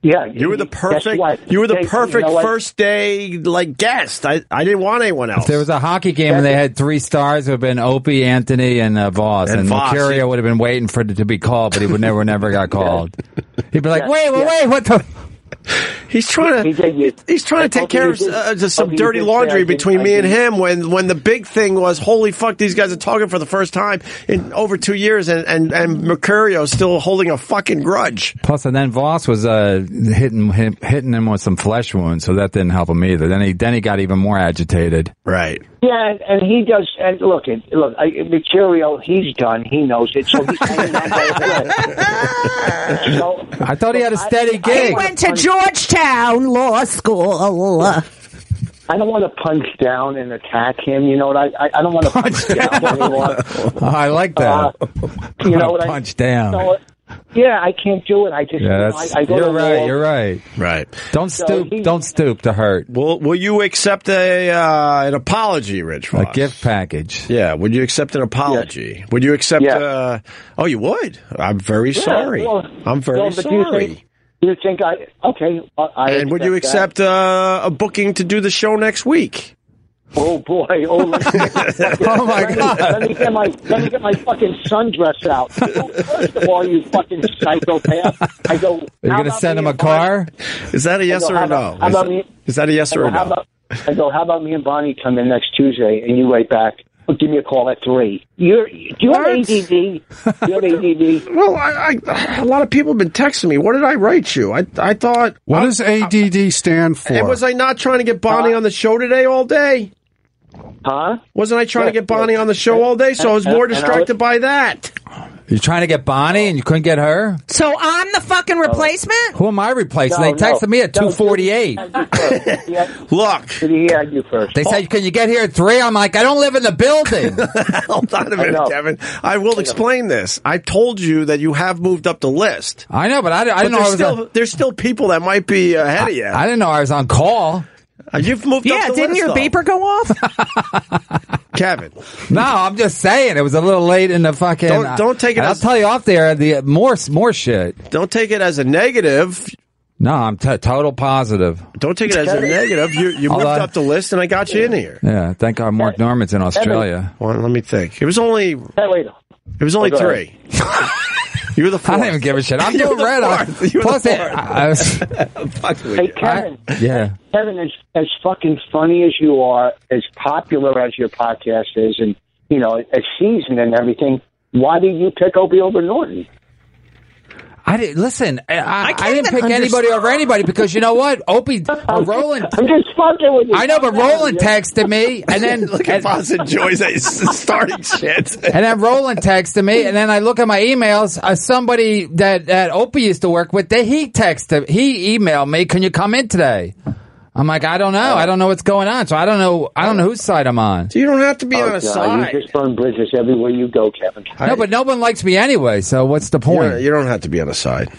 Speaker 8: Yeah,
Speaker 1: You were the
Speaker 8: guess
Speaker 1: perfect.
Speaker 8: what?
Speaker 1: You were the
Speaker 8: Hey, you
Speaker 1: perfect
Speaker 8: know what?
Speaker 1: first day like guest. I, I didn't want anyone else.
Speaker 9: If there was a hockey game and they had three stars, it would have been Opie, Anthony, and uh, Voss.
Speaker 1: And
Speaker 9: And,
Speaker 1: Voss.
Speaker 9: Mercurio would have been waiting for it to be called, but he would never, never got called. He'd be like, wait, wait, wait, what the?
Speaker 1: he's trying
Speaker 8: He
Speaker 1: to
Speaker 8: did you-
Speaker 1: he's trying to
Speaker 8: I
Speaker 1: take
Speaker 8: hope you
Speaker 1: care of
Speaker 8: did-
Speaker 1: uh, just
Speaker 8: I
Speaker 1: some
Speaker 8: hope you
Speaker 1: dirty
Speaker 8: did say I
Speaker 1: laundry
Speaker 8: did-
Speaker 1: between
Speaker 8: I
Speaker 1: me and
Speaker 8: did.
Speaker 1: him. When when the big thing was, holy fuck, these guys are talking for the first time in over two years, and and and Mercurio's still holding a fucking grudge.
Speaker 9: Plus, and then Voss was uh, hitting him, hitting him with some flesh wounds, so that didn't help him either. Then he then he got even more agitated.
Speaker 1: Right.
Speaker 8: Yeah, and, and he does. And look, and look, I, material. He's done. He knows it. So he's hanging on by a thread. So
Speaker 9: I thought he had a steady
Speaker 6: He
Speaker 9: gig.
Speaker 6: went to Georgetown Law School.
Speaker 8: I don't want to punch down and attack him. You know what? I I, I don't want to punch down anymore.
Speaker 9: Oh, I like
Speaker 8: Uh,
Speaker 9: that.
Speaker 8: you know what? I-
Speaker 9: Punch down.
Speaker 8: So, yeah, I can't do it. I just.
Speaker 9: yeah,
Speaker 8: I,
Speaker 9: that's,
Speaker 8: I go to
Speaker 9: you're right.
Speaker 8: law.
Speaker 9: You're right.
Speaker 1: Right.
Speaker 9: Don't stoop.
Speaker 8: he-
Speaker 9: don't stoop to hurt.
Speaker 1: Will Will you accept a uh, an apology, Rich?
Speaker 9: A
Speaker 1: Voss?
Speaker 9: gift package.
Speaker 1: Yeah. Would you accept an apology? Would you accept?
Speaker 8: Yeah.
Speaker 1: Uh, oh, you would. I'm very
Speaker 8: Yeah,
Speaker 1: sorry.
Speaker 8: well,
Speaker 1: I'm very
Speaker 8: well, but do you
Speaker 1: sorry.
Speaker 8: think- You think I okay? I, I
Speaker 1: and would you
Speaker 8: that.
Speaker 1: accept uh, a booking to do the show next week?
Speaker 8: Oh boy! Oh, let me, oh
Speaker 9: my God.
Speaker 8: Let me get my let me get my fucking sundress out. Oh, First of all, you fucking psychopath! I go.
Speaker 9: Are you
Speaker 8: how
Speaker 9: going to
Speaker 8: about
Speaker 9: send
Speaker 8: me
Speaker 9: him a
Speaker 8: and Bonnie-
Speaker 9: car?
Speaker 1: Is that a yes
Speaker 8: go,
Speaker 1: or
Speaker 8: how
Speaker 1: a
Speaker 8: about-
Speaker 1: no?
Speaker 8: how
Speaker 1: Is
Speaker 8: about
Speaker 1: that-
Speaker 8: me-
Speaker 1: is that a yes
Speaker 8: I
Speaker 1: or
Speaker 8: go,
Speaker 1: a
Speaker 8: how
Speaker 1: no?
Speaker 8: about, I go. How about me and Bonnie come in next Tuesday, and you write back. Oh, give me a call at three. You're do you have ADD? Do you have ADD?
Speaker 1: Well, I, I, a lot of people have been texting me. What did I write you? I I thought.
Speaker 2: What does ADD stand for?
Speaker 1: And was I not trying to get Bonnie on the show today all day?
Speaker 8: Huh?
Speaker 1: Wasn't I trying to get Bonnie on the show all day? So I was more distracted by that.
Speaker 9: You're trying to get Bonnie and you couldn't get her?
Speaker 6: So I'm the
Speaker 9: Oh.
Speaker 6: fucking replacement?
Speaker 9: Who am I replacing?
Speaker 8: No,
Speaker 9: they texted
Speaker 8: no.
Speaker 9: me at
Speaker 8: No, you-
Speaker 9: 248.
Speaker 8: Yeah,
Speaker 1: Look,
Speaker 8: he had you first.
Speaker 9: They
Speaker 1: Oh.
Speaker 9: said, can you get here at 3? I'm like, I don't live in the building.
Speaker 1: hold on a
Speaker 8: know.
Speaker 1: minute, Kevin. I will explain this. I told you that you have moved up the list.
Speaker 9: I know, but I, I
Speaker 1: But
Speaker 9: didn't know I
Speaker 1: there's
Speaker 9: was
Speaker 1: still
Speaker 9: on,
Speaker 1: there's still people that might be ahead of you.
Speaker 9: I didn't know I was on call.
Speaker 1: You've moved up
Speaker 6: Yeah,
Speaker 1: the
Speaker 6: didn't
Speaker 1: list,
Speaker 6: your
Speaker 1: though.
Speaker 6: beeper go off?
Speaker 1: Kevin?
Speaker 9: No, I'm just saying it was a little late in the fucking.
Speaker 1: Don't- don't take it
Speaker 9: I'll
Speaker 1: as-
Speaker 9: tell you off there the more more shit.
Speaker 1: Don't take it as a negative.
Speaker 9: No, I'm t- total positive.
Speaker 1: Don't take it as a negative. You, you moved up the list, and I got you in here.
Speaker 9: Yeah, thank God Mark Norman's in Australia.
Speaker 1: Well, let me think. It was only. It was only
Speaker 9: Oh, go
Speaker 1: three.
Speaker 9: ahead.
Speaker 1: you were the fourth.
Speaker 9: I don't even give a shit. I'm
Speaker 1: You're
Speaker 9: doing
Speaker 1: the
Speaker 9: red. I-
Speaker 1: fourth. You're the
Speaker 9: Plus,
Speaker 1: fourth.
Speaker 9: I, I was,
Speaker 11: Hey, Kevin.
Speaker 9: yeah.
Speaker 11: Kevin, as, as fucking funny as you are, as popular as your podcast is, and, you know, as seasoned and everything, why did you pick Opie over Norton?
Speaker 9: I didn't listen. I, I, I
Speaker 11: can't
Speaker 9: didn't pick
Speaker 11: even
Speaker 9: anybody
Speaker 11: understand.
Speaker 9: over anybody because you know what? Opie, uh, Roland.
Speaker 11: I'm just fucking with you.
Speaker 9: I know, but Roland texted me, and then
Speaker 1: Look at
Speaker 9: and-
Speaker 1: Boss enjoys that starting shit.
Speaker 9: And then Roland texted me, and then I look at my emails. Uh, somebody that, that Opie used to work with, they, he texted, he emailed me, "Can you come in today?" I'm like, I don't know, I don't know what's going on, so I don't know, I don't know whose side I'm on.
Speaker 1: you don't have to be
Speaker 11: Oh, God, You just burn bridges everywhere you go, Kevin.
Speaker 9: No, but no one likes me anyway, so what's the point?
Speaker 1: You don't have to be on a side.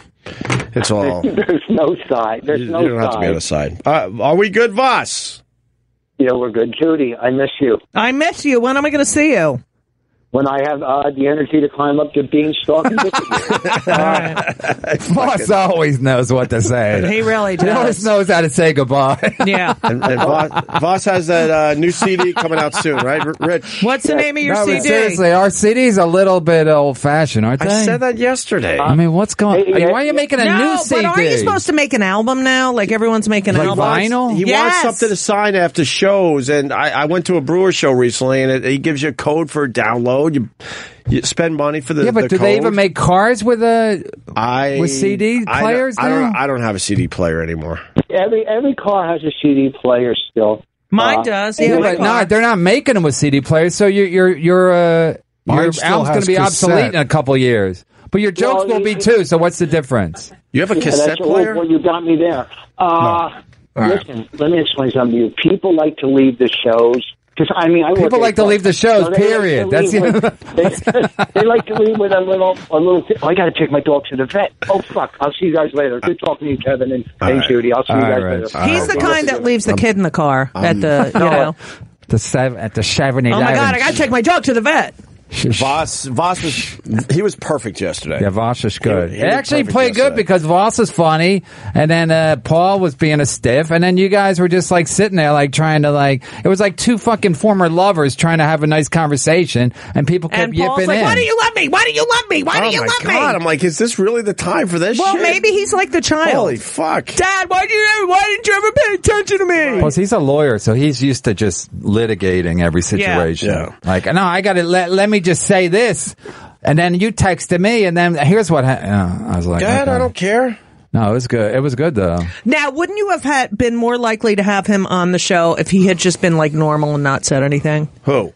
Speaker 1: It's all. You
Speaker 11: There's no side. There's no
Speaker 1: Oh. don't have to be on a side. Uh, are we good, Voss?
Speaker 11: Yeah, we're good. Judy, I miss you.
Speaker 6: I miss you. When am I going to see you?
Speaker 11: When I have uh, the energy to climb up the beanstalk and visit you.
Speaker 9: Boss always knows what to say.
Speaker 6: He really
Speaker 9: He always
Speaker 6: does.
Speaker 9: knows how to say goodbye.
Speaker 6: Yeah.
Speaker 1: And, and Voss, Voss has that uh, new CD coming out soon, right, R- Rich?
Speaker 6: What's the name of your
Speaker 9: No, but
Speaker 6: CD?
Speaker 9: seriously, our CD's a little bit old fashioned, aren't they?
Speaker 1: I said that yesterday.
Speaker 11: Uh,
Speaker 9: I mean, what's going?
Speaker 11: Hey,
Speaker 9: Why are you making a
Speaker 6: no,
Speaker 9: new CD?
Speaker 6: but aren't you supposed to make an album now? Like everyone's making
Speaker 9: Like
Speaker 6: albums.
Speaker 9: vinyl?
Speaker 1: He
Speaker 6: Yes.
Speaker 1: wants something to sign after shows, and I, I went to a brewer show recently, and it, he gives you a code for a download. You, you spend money for the
Speaker 9: yeah, but
Speaker 1: the
Speaker 9: do they
Speaker 1: code.
Speaker 9: even make cars with a?
Speaker 1: I
Speaker 9: with CD
Speaker 1: I don't-
Speaker 9: players
Speaker 1: I don't,
Speaker 9: now?
Speaker 1: I don't have a CD player anymore.
Speaker 11: every every car has a CD player still.
Speaker 6: Mine
Speaker 11: Uh,
Speaker 6: does.
Speaker 9: Yeah,
Speaker 6: Yeah, my
Speaker 9: but
Speaker 6: car.
Speaker 9: no, they're not making them with CD players. So your your your uh,
Speaker 2: Mine
Speaker 9: your album's
Speaker 2: still
Speaker 9: going
Speaker 2: has
Speaker 9: to be obsolete
Speaker 2: cassette.
Speaker 9: in a couple years. But your jokes
Speaker 11: Well,
Speaker 9: will be
Speaker 11: it-
Speaker 9: too. So what's the difference?
Speaker 1: You have a
Speaker 11: Yeah,
Speaker 1: cassette
Speaker 11: that's
Speaker 1: player?
Speaker 11: "Oh, Well, you got me there. Uh, Listen, let me explain something to you. People like to leave the shows. Because I mean, I work
Speaker 9: People
Speaker 11: at-
Speaker 9: like to leave the shows,
Speaker 11: they like to
Speaker 9: period.
Speaker 11: leave
Speaker 9: That's-
Speaker 11: with, they, they like to leave with a little, a little. Thing. Oh, I got to take my dog to the vet. Oh fuck! I'll see you guys later. Good talking to you, Kevin and, and Judy. I'll see you
Speaker 9: All
Speaker 11: guys
Speaker 9: right.
Speaker 11: later.
Speaker 6: He's the kind that leaves the kid in the car at the, you know.
Speaker 9: The seven at the Chevrolet.
Speaker 6: Oh my God, I got to take my dog to the vet.
Speaker 1: Voss, Voss was he was perfect yesterday.
Speaker 9: Yeah, Voss is good.
Speaker 1: He- he
Speaker 9: it
Speaker 1: did
Speaker 9: actually
Speaker 1: perfect
Speaker 9: played good
Speaker 1: yesterday.
Speaker 9: because Voss is funny, and then uh, Paul was being a stiff, and then you guys were just like sitting there, like trying to like it was like two fucking former lovers trying to have a nice conversation, and people kept
Speaker 6: And Paul's
Speaker 9: yipping
Speaker 6: like,
Speaker 9: in.
Speaker 6: why do you love me? Why do you love me? Why
Speaker 1: oh
Speaker 6: do you
Speaker 1: my
Speaker 6: love
Speaker 1: god!
Speaker 6: me?
Speaker 1: I'm like, is this really the time for this?
Speaker 6: Well,
Speaker 1: shit?
Speaker 6: maybe he's like the child.
Speaker 1: Holy fuck!
Speaker 6: Dad, why, do you, why didn't you ever pay attention to me?
Speaker 9: Plus, he's a lawyer, so he's used to just litigating every situation.
Speaker 1: Yeah.
Speaker 9: Like, no, I got to let let me just say this, and then you texted me, and then here's what happened. I was like,
Speaker 1: God, I
Speaker 9: okay.
Speaker 1: don't care.
Speaker 9: No, it was good. It was good though.
Speaker 6: Now, wouldn't you have had been more likely to have him on the show if he had just been like normal and not said anything?
Speaker 1: Who?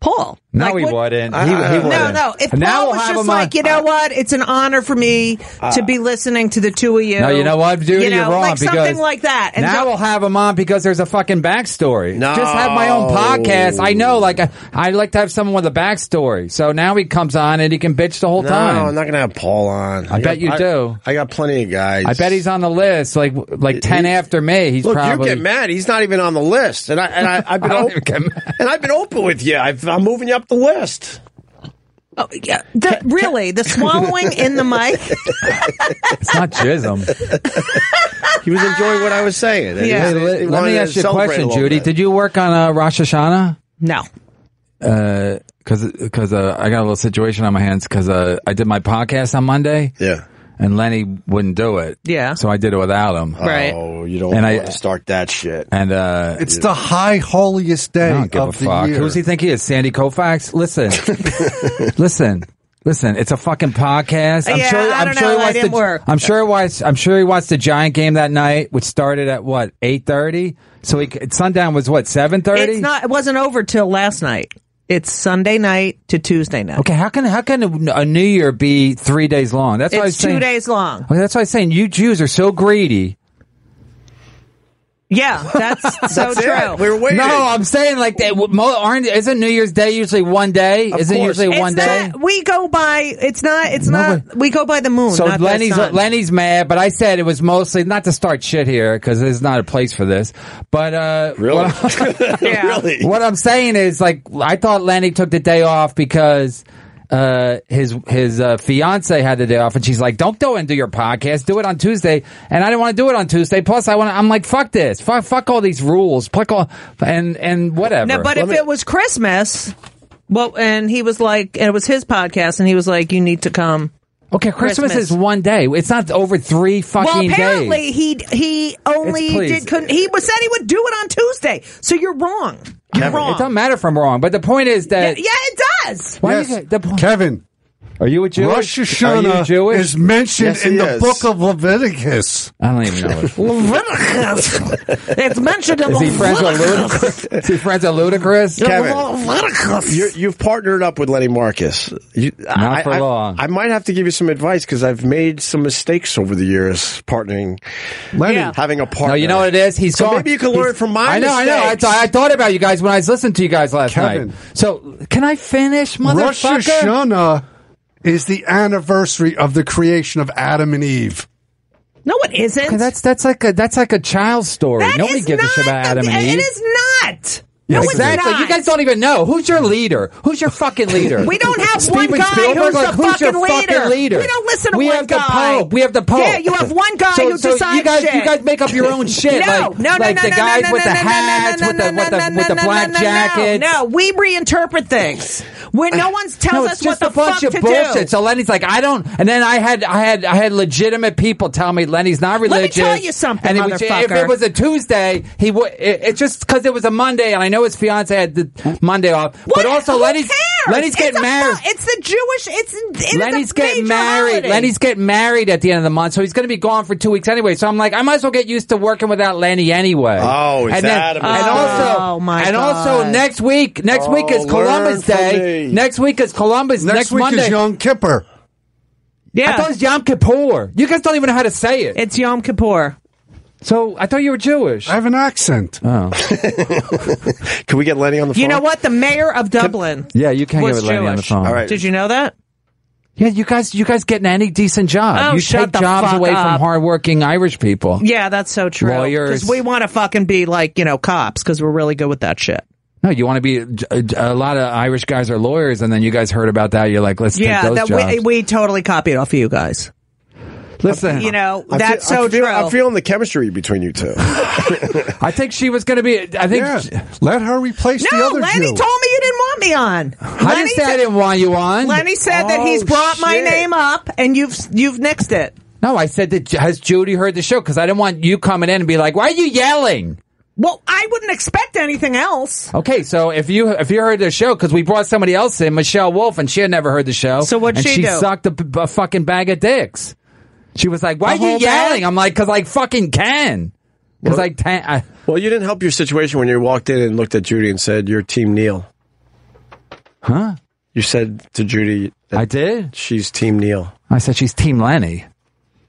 Speaker 6: Paul.
Speaker 9: No,
Speaker 6: Like,
Speaker 9: he
Speaker 6: would-
Speaker 9: wouldn't.
Speaker 1: I-
Speaker 9: he, he
Speaker 1: I-
Speaker 9: wouldn't.
Speaker 6: No, no. If
Speaker 9: Now
Speaker 6: Paul
Speaker 9: we'll
Speaker 6: was
Speaker 9: have
Speaker 6: just
Speaker 9: him on- Uh,
Speaker 6: like, you know what? It's an honor for me to be listening to the two of you.
Speaker 9: No, you know what, dude?
Speaker 6: You
Speaker 9: You
Speaker 6: know,
Speaker 9: are wrong.
Speaker 6: like
Speaker 9: because
Speaker 6: something like that. And
Speaker 9: now
Speaker 6: don't-
Speaker 9: we'll have him on because there's a fucking backstory.
Speaker 1: No.
Speaker 9: Just have my own podcast. I know, like, I, I'd like to have someone with a backstory. So now he comes on and he can bitch the whole
Speaker 1: No,
Speaker 9: time.
Speaker 1: I'm not gonna have Paul on.
Speaker 9: I bet you
Speaker 1: got-
Speaker 9: do.
Speaker 1: I got plenty of guys.
Speaker 9: I bet he's on the list, like, like ten
Speaker 1: He-
Speaker 9: after me. He's
Speaker 1: Look,
Speaker 9: probably. Oh,
Speaker 1: you get mad. He's not even on the list, and I and I, I've been
Speaker 9: I don't
Speaker 1: op-
Speaker 9: even get mad.
Speaker 1: and I've been open with you. I've, I'm moving you up the list.
Speaker 6: Oh, yeah. The- really, the swallowing in the mic.
Speaker 9: It's not Chisholm.
Speaker 1: He was enjoying what I was saying. and he-
Speaker 9: Hey,
Speaker 6: Yeah.
Speaker 1: he
Speaker 9: let, let
Speaker 1: wanted
Speaker 9: me
Speaker 1: to
Speaker 9: ask you a
Speaker 1: celebrate
Speaker 9: question,
Speaker 1: little
Speaker 9: Judy.
Speaker 1: bit.
Speaker 9: Did you work on uh, Rosh Hashanah?
Speaker 6: No.
Speaker 9: Because because uh, I got a little situation on my hands because uh, I did my podcast on Monday
Speaker 1: Yeah.
Speaker 9: and Lenny wouldn't do it.
Speaker 6: Yeah.
Speaker 9: So I did it without him.
Speaker 6: Right.
Speaker 1: Oh, you don't
Speaker 9: And I-
Speaker 1: want to start that shit.
Speaker 9: And uh,
Speaker 2: It's the high holiest day
Speaker 9: I don't give a
Speaker 2: of the
Speaker 9: fuck.
Speaker 2: year.
Speaker 9: Who does he think he is? Sandy Koufax? Listen, listen, listen. It's a fucking podcast. I'm
Speaker 6: Yeah,
Speaker 9: sure.
Speaker 6: I
Speaker 9: I'm
Speaker 6: don't
Speaker 9: sure
Speaker 6: know.
Speaker 9: he
Speaker 6: I
Speaker 9: watched
Speaker 6: didn't
Speaker 9: the,
Speaker 6: work.
Speaker 9: I'm sure he watched. I'm sure he watched the Giant game that night, which started at what eight thirty. So he sundown was what seven thirty.
Speaker 6: It's not. It wasn't over till last night. It's Sunday night to Tuesday night.
Speaker 9: Okay, how can how can a New Year be three days long? That's why I was
Speaker 6: It's two
Speaker 9: saying.
Speaker 6: days long.
Speaker 9: Okay, that's why I was saying you Jews are so greedy.
Speaker 6: Yeah, that's so
Speaker 1: That's it.
Speaker 6: true.
Speaker 1: We were waiting.
Speaker 9: No, I'm saying like they mo- aren't. Isn't New Year's Day usually one day? isn't
Speaker 1: course.
Speaker 9: usually
Speaker 6: It's
Speaker 9: one day?
Speaker 6: not, we go by. It's not. It's not. We go by the moon.
Speaker 9: So
Speaker 6: not the
Speaker 9: Lenny's
Speaker 6: sun.
Speaker 9: Lenny's mad, but I said it was mostly not to start shit here because there's not a place for this. But uh,
Speaker 1: really,
Speaker 9: what,
Speaker 6: Yeah.
Speaker 1: really.
Speaker 9: what I'm saying is like I thought Lenny took the day off because. uh, his his uh, fiance had the day off, and she's like, "Don't go and do your podcast. Do it on Tuesday." And I didn't want to do it on Tuesday. Plus, I want. I'm like, "Fuck this. Fuck, fuck all these rules. Fuck all and and whatever."
Speaker 6: No, but if it was Christmas, well, and he was like, and it was his podcast, and he was like, you need to come.
Speaker 9: Okay, Christmas, is one day. It's not over three fucking
Speaker 6: Well,
Speaker 9: days.
Speaker 6: apparently he he only
Speaker 9: It's please.
Speaker 6: did couldn't. He was said he would do it on Tuesday. So you're wrong. You're
Speaker 9: Kevin, It
Speaker 6: wrong.
Speaker 9: doesn't matter if I'm wrong, but the point is
Speaker 6: Yeah,
Speaker 9: that
Speaker 6: yeah, it does.
Speaker 2: Kevin.
Speaker 9: Are you a Jew?
Speaker 2: Rosh
Speaker 9: Are you
Speaker 2: Hashanah
Speaker 9: Jewish?
Speaker 2: is mentioned
Speaker 9: Yes,
Speaker 2: in
Speaker 9: he
Speaker 2: the
Speaker 9: is.
Speaker 2: book of Leviticus.
Speaker 9: I don't even know. It.
Speaker 6: it's mentioned in
Speaker 9: Is he friends with Ludacris? Is he friends with Ludacris?
Speaker 1: Kevin, you're, you've partnered up with Lenny Marcus. You, Not I,
Speaker 9: for
Speaker 1: I-
Speaker 9: long.
Speaker 1: I might have to give you some advice because I've made some mistakes over the years partnering, Lenny, having a partner.
Speaker 9: No, you know what it is. He's
Speaker 1: so
Speaker 9: gone.
Speaker 1: maybe you can learn
Speaker 9: He's-
Speaker 1: from my.
Speaker 9: I know. I know. I,
Speaker 1: mistakes.
Speaker 9: thought I thought about you guys when I was listening to you guys last
Speaker 2: Kevin.
Speaker 9: night. So can I finish,
Speaker 2: Rosh
Speaker 9: motherfucker?
Speaker 2: Hashanah is the anniversary of the creation of Adam and Eve.
Speaker 6: No, it isn't.
Speaker 9: Okay, that's that's like a that's like a child story.
Speaker 6: That
Speaker 9: Nobody
Speaker 6: is
Speaker 9: gives a shit about Adam and Eve.
Speaker 6: It is not.
Speaker 9: Yeah,
Speaker 6: no, it's
Speaker 9: exactly.
Speaker 6: not.
Speaker 9: You guys don't even know who's your leader. Who's your fucking leader?
Speaker 6: We don't have
Speaker 9: Steven
Speaker 6: one guy
Speaker 9: Spielberg,
Speaker 6: who's
Speaker 9: like,
Speaker 6: the
Speaker 9: who's
Speaker 6: fucking
Speaker 9: your fucking
Speaker 6: leader.
Speaker 9: leader?
Speaker 6: We don't listen to
Speaker 9: We
Speaker 6: one
Speaker 9: have the
Speaker 6: guy.
Speaker 9: Pope. We have the Pope.
Speaker 6: Yeah, you have one guy
Speaker 9: so,
Speaker 6: who
Speaker 9: so
Speaker 6: decides
Speaker 9: You guys,
Speaker 6: shit.
Speaker 9: you guys make up your own shit.
Speaker 6: No,
Speaker 9: like,
Speaker 6: no, no,
Speaker 9: like
Speaker 6: no,
Speaker 9: the
Speaker 6: no,
Speaker 9: guys
Speaker 6: no,
Speaker 9: with
Speaker 6: no,
Speaker 9: the
Speaker 6: no, no,
Speaker 9: hats,
Speaker 6: no,
Speaker 9: with the
Speaker 6: no,
Speaker 9: with the
Speaker 6: no,
Speaker 9: with the
Speaker 6: no,
Speaker 9: black
Speaker 6: no, no,
Speaker 9: jackets.
Speaker 6: No, we reinterpret things. When no one
Speaker 9: no,
Speaker 6: tells us
Speaker 9: it's just
Speaker 6: what the
Speaker 9: a bunch
Speaker 6: fuck
Speaker 9: of
Speaker 6: to
Speaker 9: bullshit.
Speaker 6: do.
Speaker 9: So Lenny's like, I don't. And then I had, I had, I had legitimate people tell me Lenny's not
Speaker 6: Let me
Speaker 9: religious.
Speaker 6: tell you something,
Speaker 9: and it was, if
Speaker 6: motherfucker.
Speaker 9: it was a Tuesday, he would. It, it's just because it was a Monday, and I know his fiance had the Monday off.
Speaker 6: What-
Speaker 9: But also,
Speaker 6: who
Speaker 9: Lenny's
Speaker 6: cares?
Speaker 9: Lenny's
Speaker 6: It's
Speaker 9: getting
Speaker 6: a fu-
Speaker 9: married.
Speaker 6: It's the Jewish. It's it is a
Speaker 9: Lenny's getting
Speaker 6: major
Speaker 9: married.
Speaker 6: holiday.
Speaker 9: Lenny's getting married at the end of the month, so he's going to be gone for two weeks anyway. So I'm like, I might as well get used to working without Lenny anyway.
Speaker 1: Oh, is
Speaker 9: and
Speaker 1: that a
Speaker 9: and
Speaker 1: mistake?
Speaker 9: also,
Speaker 6: Oh, my
Speaker 9: and also
Speaker 6: God.
Speaker 9: next week, next week
Speaker 1: Oh,
Speaker 9: is Columbus
Speaker 1: learn from
Speaker 9: Day.
Speaker 1: me.
Speaker 9: Next week is Columbus. Next,
Speaker 2: Next, week
Speaker 9: Monday.
Speaker 2: is Yom Kippur.
Speaker 9: I thought it
Speaker 6: Yeah,
Speaker 9: was Yom Kippur. You guys don't even know how to say it.
Speaker 6: it's Yom Kippur.
Speaker 9: so I thought you were Jewish.
Speaker 2: I have an accent.
Speaker 9: Oh,
Speaker 1: Can we get Lenny on the phone?
Speaker 6: You know what? The mayor of Dublin.
Speaker 9: yeah, you can't
Speaker 6: Was
Speaker 9: get with Lenny on the
Speaker 6: Jewish.
Speaker 9: phone.
Speaker 1: All right.
Speaker 6: Did you know that?
Speaker 9: Yeah, you guys, you guys getting any decent job?
Speaker 6: Oh,
Speaker 9: you
Speaker 6: shut
Speaker 9: take
Speaker 6: the
Speaker 9: jobs
Speaker 6: fuck
Speaker 9: away
Speaker 6: up.
Speaker 9: from hardworking Irish people.
Speaker 6: Yeah, that's so true.
Speaker 9: Lawyers.
Speaker 6: Because we want to fucking be like you know cops because we're really good with that shit.
Speaker 9: No, you want to be a, a lot of Irish guys are lawyers, and then you guys heard about that. You're like, let's
Speaker 6: Yeah,
Speaker 9: take those
Speaker 6: that
Speaker 9: jobs.
Speaker 6: we, we totally copied off of you guys.
Speaker 9: Listen,
Speaker 6: You know
Speaker 1: I'm fe-
Speaker 6: that's
Speaker 1: I'm
Speaker 6: so
Speaker 1: feel-
Speaker 6: true.
Speaker 1: I'm feeling the chemistry between you two.
Speaker 9: I think she was going to be. I think
Speaker 2: Yeah. Let her replace the
Speaker 6: No,
Speaker 2: other
Speaker 6: Lenny
Speaker 2: Jew.
Speaker 6: told me you didn't want me on.
Speaker 9: I didn't say I didn't want you on.
Speaker 6: Lenny said that he's
Speaker 1: Oh,
Speaker 6: brought my
Speaker 1: shit.
Speaker 6: name up, and you've you've nixed it.
Speaker 9: No, I said that. Has Judy heard the show? Because I didn't want you coming in and be like, "Why are you yelling?"
Speaker 6: Well, I wouldn't expect anything else.
Speaker 9: Okay, so if you if you heard the show, because we brought somebody else in, Michelle Wolf, and she had never heard the show.
Speaker 6: So what'd
Speaker 9: and
Speaker 6: she
Speaker 9: she
Speaker 6: do?
Speaker 9: sucked a, b- a fucking bag of dicks. She was like, "Why are
Speaker 6: A
Speaker 9: you
Speaker 6: whole bag?
Speaker 9: yelling?" I'm like, "Cause I fucking can." Because I, can- I
Speaker 1: well, you didn't help your situation when you walked in and looked at Judy and said, "Your team Neil."
Speaker 9: huh?
Speaker 1: You said to Judy that
Speaker 9: I did.
Speaker 1: she's team Neil.
Speaker 9: I said she's Team Lenny.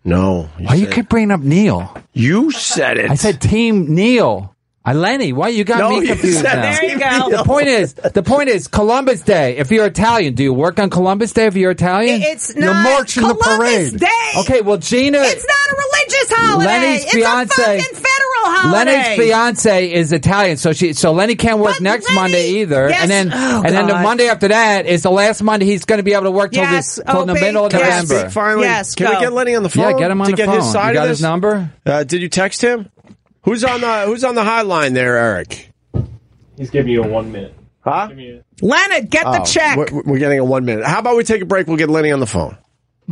Speaker 1: No, you
Speaker 9: Why you
Speaker 1: said-
Speaker 9: keep bringing up Neil?
Speaker 1: you said it.
Speaker 9: I said Team Neil. I Lenny, why you got
Speaker 1: No,
Speaker 9: me
Speaker 1: you
Speaker 9: confused
Speaker 1: said
Speaker 9: now?
Speaker 1: There
Speaker 6: you go.
Speaker 9: The point is, the point is Columbus Day. If you're Italian, do you work on Columbus Day if you're Italian?
Speaker 6: It's
Speaker 2: You're
Speaker 6: not
Speaker 2: marching the
Speaker 6: Columbus
Speaker 2: parade.
Speaker 6: Day.
Speaker 9: okay, well Gina
Speaker 6: It's not a religious holiday.
Speaker 9: Lenny's
Speaker 6: it's
Speaker 9: fiance-
Speaker 6: a fucking federal holiday.
Speaker 9: Lenny's fiance is Italian, so she so Lenny can't work
Speaker 6: But
Speaker 9: next
Speaker 6: Lenny-
Speaker 9: Monday either.
Speaker 6: Yes.
Speaker 9: And then
Speaker 6: Oh,
Speaker 9: and then the
Speaker 6: God.
Speaker 9: Monday after that is the last Monday he's going to be able to work till
Speaker 6: Yes,
Speaker 9: this till the
Speaker 6: Opie,
Speaker 9: middle of
Speaker 6: yes.
Speaker 1: Can I
Speaker 9: November.
Speaker 1: speak finally?
Speaker 6: Yes,
Speaker 1: Can
Speaker 6: go.
Speaker 1: we get Lenny on the phone?
Speaker 9: Yeah, get him on
Speaker 1: to
Speaker 9: the
Speaker 1: get
Speaker 9: phone.
Speaker 1: His side
Speaker 9: you got
Speaker 1: of
Speaker 9: his
Speaker 1: this?
Speaker 9: number?
Speaker 1: Uh, did you text him? Who's on the Who's on the high line there, Eric?
Speaker 4: He's giving you a one minute.
Speaker 1: Huh?
Speaker 6: Leonard, get the check.
Speaker 1: Oh, We're, we're getting a one minute. How about we take a break? We'll get Lenny on the phone.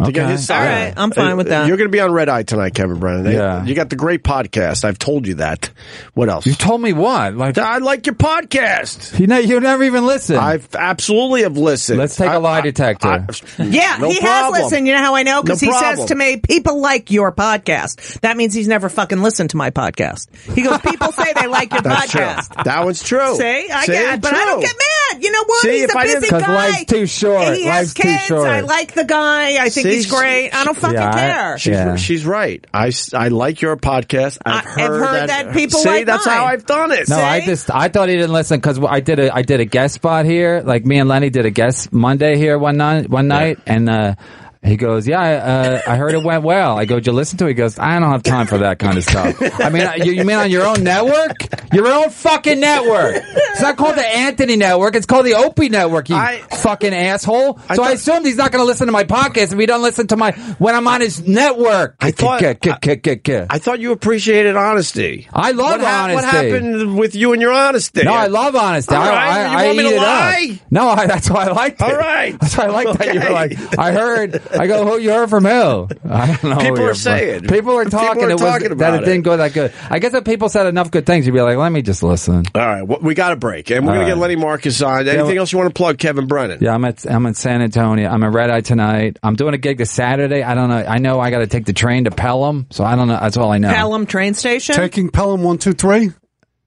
Speaker 1: To get his
Speaker 6: All
Speaker 1: side. Uh,
Speaker 6: right, I'm fine with that.
Speaker 1: You're going to be on red eye tonight, Kevin Brennan. They-
Speaker 9: Yeah.
Speaker 1: You got the great podcast. I've told you that. What else?
Speaker 9: You told me what? Like
Speaker 1: I like your podcast.
Speaker 9: you know you never even listen.
Speaker 1: I've absolutely have listened.
Speaker 9: Let's take
Speaker 1: a
Speaker 9: a lie detector.
Speaker 6: yeah,
Speaker 1: no problem.
Speaker 6: he has listened. You know how I know? Because
Speaker 1: No
Speaker 6: he says
Speaker 1: problem.
Speaker 6: to me, people like your podcast. That means he's never fucking listened to my podcast. He goes, people say they like your
Speaker 1: That's true.
Speaker 6: podcast.
Speaker 1: That one's true.
Speaker 6: See, I
Speaker 1: See?
Speaker 6: get, but I don't
Speaker 1: True.
Speaker 6: get mad. You know what?
Speaker 1: See,
Speaker 6: he's
Speaker 1: if
Speaker 6: a
Speaker 1: I didn't-
Speaker 6: busy
Speaker 9: 'Cause
Speaker 6: guy.
Speaker 9: life's too short.
Speaker 6: He
Speaker 9: Life's
Speaker 6: has
Speaker 9: too
Speaker 6: kids.
Speaker 9: short.
Speaker 6: I like the guy. I think
Speaker 1: See,
Speaker 6: he's great. I don't fucking
Speaker 9: Yeah, I-
Speaker 6: care.
Speaker 1: She's,
Speaker 9: Yeah.
Speaker 1: she's right. I, s- I like your podcast. I've
Speaker 6: I- I've
Speaker 1: heard,
Speaker 6: heard that people
Speaker 1: See,
Speaker 6: like
Speaker 1: that's
Speaker 6: mine.
Speaker 1: how I've done it.
Speaker 9: No,
Speaker 1: See?
Speaker 9: I just I thought he didn't listen because I did a I did a guest spot here. Like me and Lenny did a guest Monday here one night one night, and uh, he goes, "Yeah, I, uh, I heard it went well." I go, "Did you listen to?" it? He goes, "I don't have uh, time for that kind of stuff." I mean, you, you mean on your own network, your own fucking network. It's not called the Anthony Network. It's called the Opie Network. You fucking asshole. So I, assumed he's not going to listen to my podcast if he doesn't listen to my when I'm on his network. I
Speaker 1: thought- I thought you appreciated honesty.
Speaker 9: I love
Speaker 1: What hap-
Speaker 9: honesty.
Speaker 1: what happened with you and your honesty?
Speaker 9: No, I love honesty.
Speaker 1: All
Speaker 9: I-
Speaker 1: right,
Speaker 9: I,
Speaker 1: you
Speaker 9: I
Speaker 1: want me
Speaker 9: eat
Speaker 1: to
Speaker 9: it up.
Speaker 1: lie?
Speaker 9: No, I, that's why I liked it.
Speaker 1: All right.
Speaker 9: that's why I like that. You're
Speaker 1: Okay.
Speaker 9: like, I heard. I go, who you heard from who? I don't know. who
Speaker 1: People
Speaker 9: you
Speaker 1: are
Speaker 9: heard from.
Speaker 1: saying.
Speaker 9: People are
Speaker 1: People
Speaker 9: talking.
Speaker 1: are
Speaker 9: it was,
Speaker 1: talking about
Speaker 9: that it didn't go that good. I guess if people said enough good things, you'd be like, let me just listen.
Speaker 1: All right, well, we got a break, and we're
Speaker 9: All
Speaker 1: going to get
Speaker 9: right.
Speaker 1: Lenny Marcus on. Anything
Speaker 9: well-
Speaker 1: else you want to plug, Kevin Brennan?
Speaker 9: Yeah, I'm at I'm in San Antonio. I'm at Red Eye tonight. I'm doing a gig this Saturday. I don't know. I know I got to take the train to Pelham, so I don't know. That's all I know.
Speaker 6: Pelham train station.
Speaker 2: Taking Pelham one two three.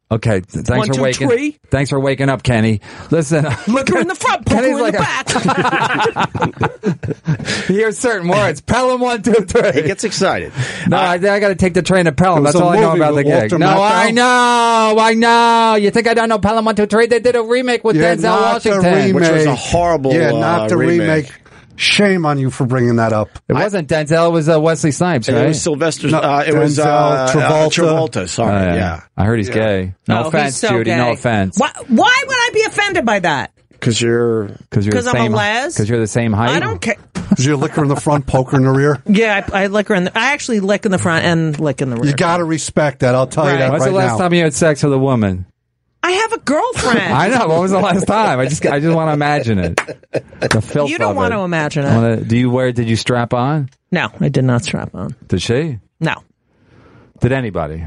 Speaker 9: Okay, th- thanks
Speaker 6: One,
Speaker 9: for
Speaker 6: two,
Speaker 9: waking.
Speaker 6: three.
Speaker 9: Thanks for waking up, Kenny. Listen,
Speaker 6: Look her in the front, poke her in
Speaker 9: Kenny's like
Speaker 6: the
Speaker 9: a-
Speaker 6: back.
Speaker 9: here's certain words. Pelham one two
Speaker 1: He
Speaker 9: three.
Speaker 1: gets excited. Uh,
Speaker 9: No, I, I got to take the train to Pelham.
Speaker 2: It was
Speaker 9: That's
Speaker 2: a
Speaker 9: all I know
Speaker 2: movie
Speaker 9: about the
Speaker 2: with
Speaker 9: gig.
Speaker 2: Walter
Speaker 9: No,
Speaker 2: Matthau.
Speaker 9: I know, I know. You think I don't know Pelham One Two Three? They did a remake with
Speaker 2: Yeah,
Speaker 9: Denzel
Speaker 2: not the
Speaker 9: Washington.
Speaker 2: remake.
Speaker 1: Which was a horrible,
Speaker 2: Yeah, not
Speaker 1: uh,
Speaker 2: the
Speaker 1: remake.
Speaker 2: remake. Shame on you for bringing that up.
Speaker 9: it wasn't Denzel. It was uh, Wesley Snipes,
Speaker 1: And
Speaker 9: right?
Speaker 1: It was Sylvester.
Speaker 2: No,
Speaker 1: uh, it was
Speaker 2: Denzel,
Speaker 1: uh,
Speaker 2: Travolta.
Speaker 1: Uh, Travolta.
Speaker 9: Oh,
Speaker 1: Sorry. yeah.
Speaker 9: I heard he's gay. No
Speaker 6: Oh, he's
Speaker 9: offense,
Speaker 6: so
Speaker 9: Judy.
Speaker 6: gay.
Speaker 9: No offense.
Speaker 6: Why, why would I be offended by that?
Speaker 1: Because you're.
Speaker 9: Because you're
Speaker 6: 'Cause
Speaker 9: the
Speaker 6: I'm a
Speaker 9: same.
Speaker 6: les?
Speaker 9: Because you're the same height.
Speaker 6: I don't care.
Speaker 2: Is your liquor in the front, poker in the rear?
Speaker 6: Yeah, I, I lick her in the. I actually lick in the front and lick in the rear.
Speaker 2: You got to respect that. I'll tell you
Speaker 6: Right.
Speaker 2: that
Speaker 9: When's
Speaker 2: right
Speaker 9: the last
Speaker 2: now.
Speaker 9: time you had sex with a woman?
Speaker 6: I have a girlfriend.
Speaker 9: I know. When was the last time? I just I just want to imagine it. The filth
Speaker 6: You don't
Speaker 9: of
Speaker 6: want
Speaker 9: it.
Speaker 6: to imagine
Speaker 9: I
Speaker 6: it.
Speaker 9: wanna- do you wear? Did you strap on?
Speaker 6: No, I did not strap on.
Speaker 9: Did she?
Speaker 6: No.
Speaker 9: Did anybody?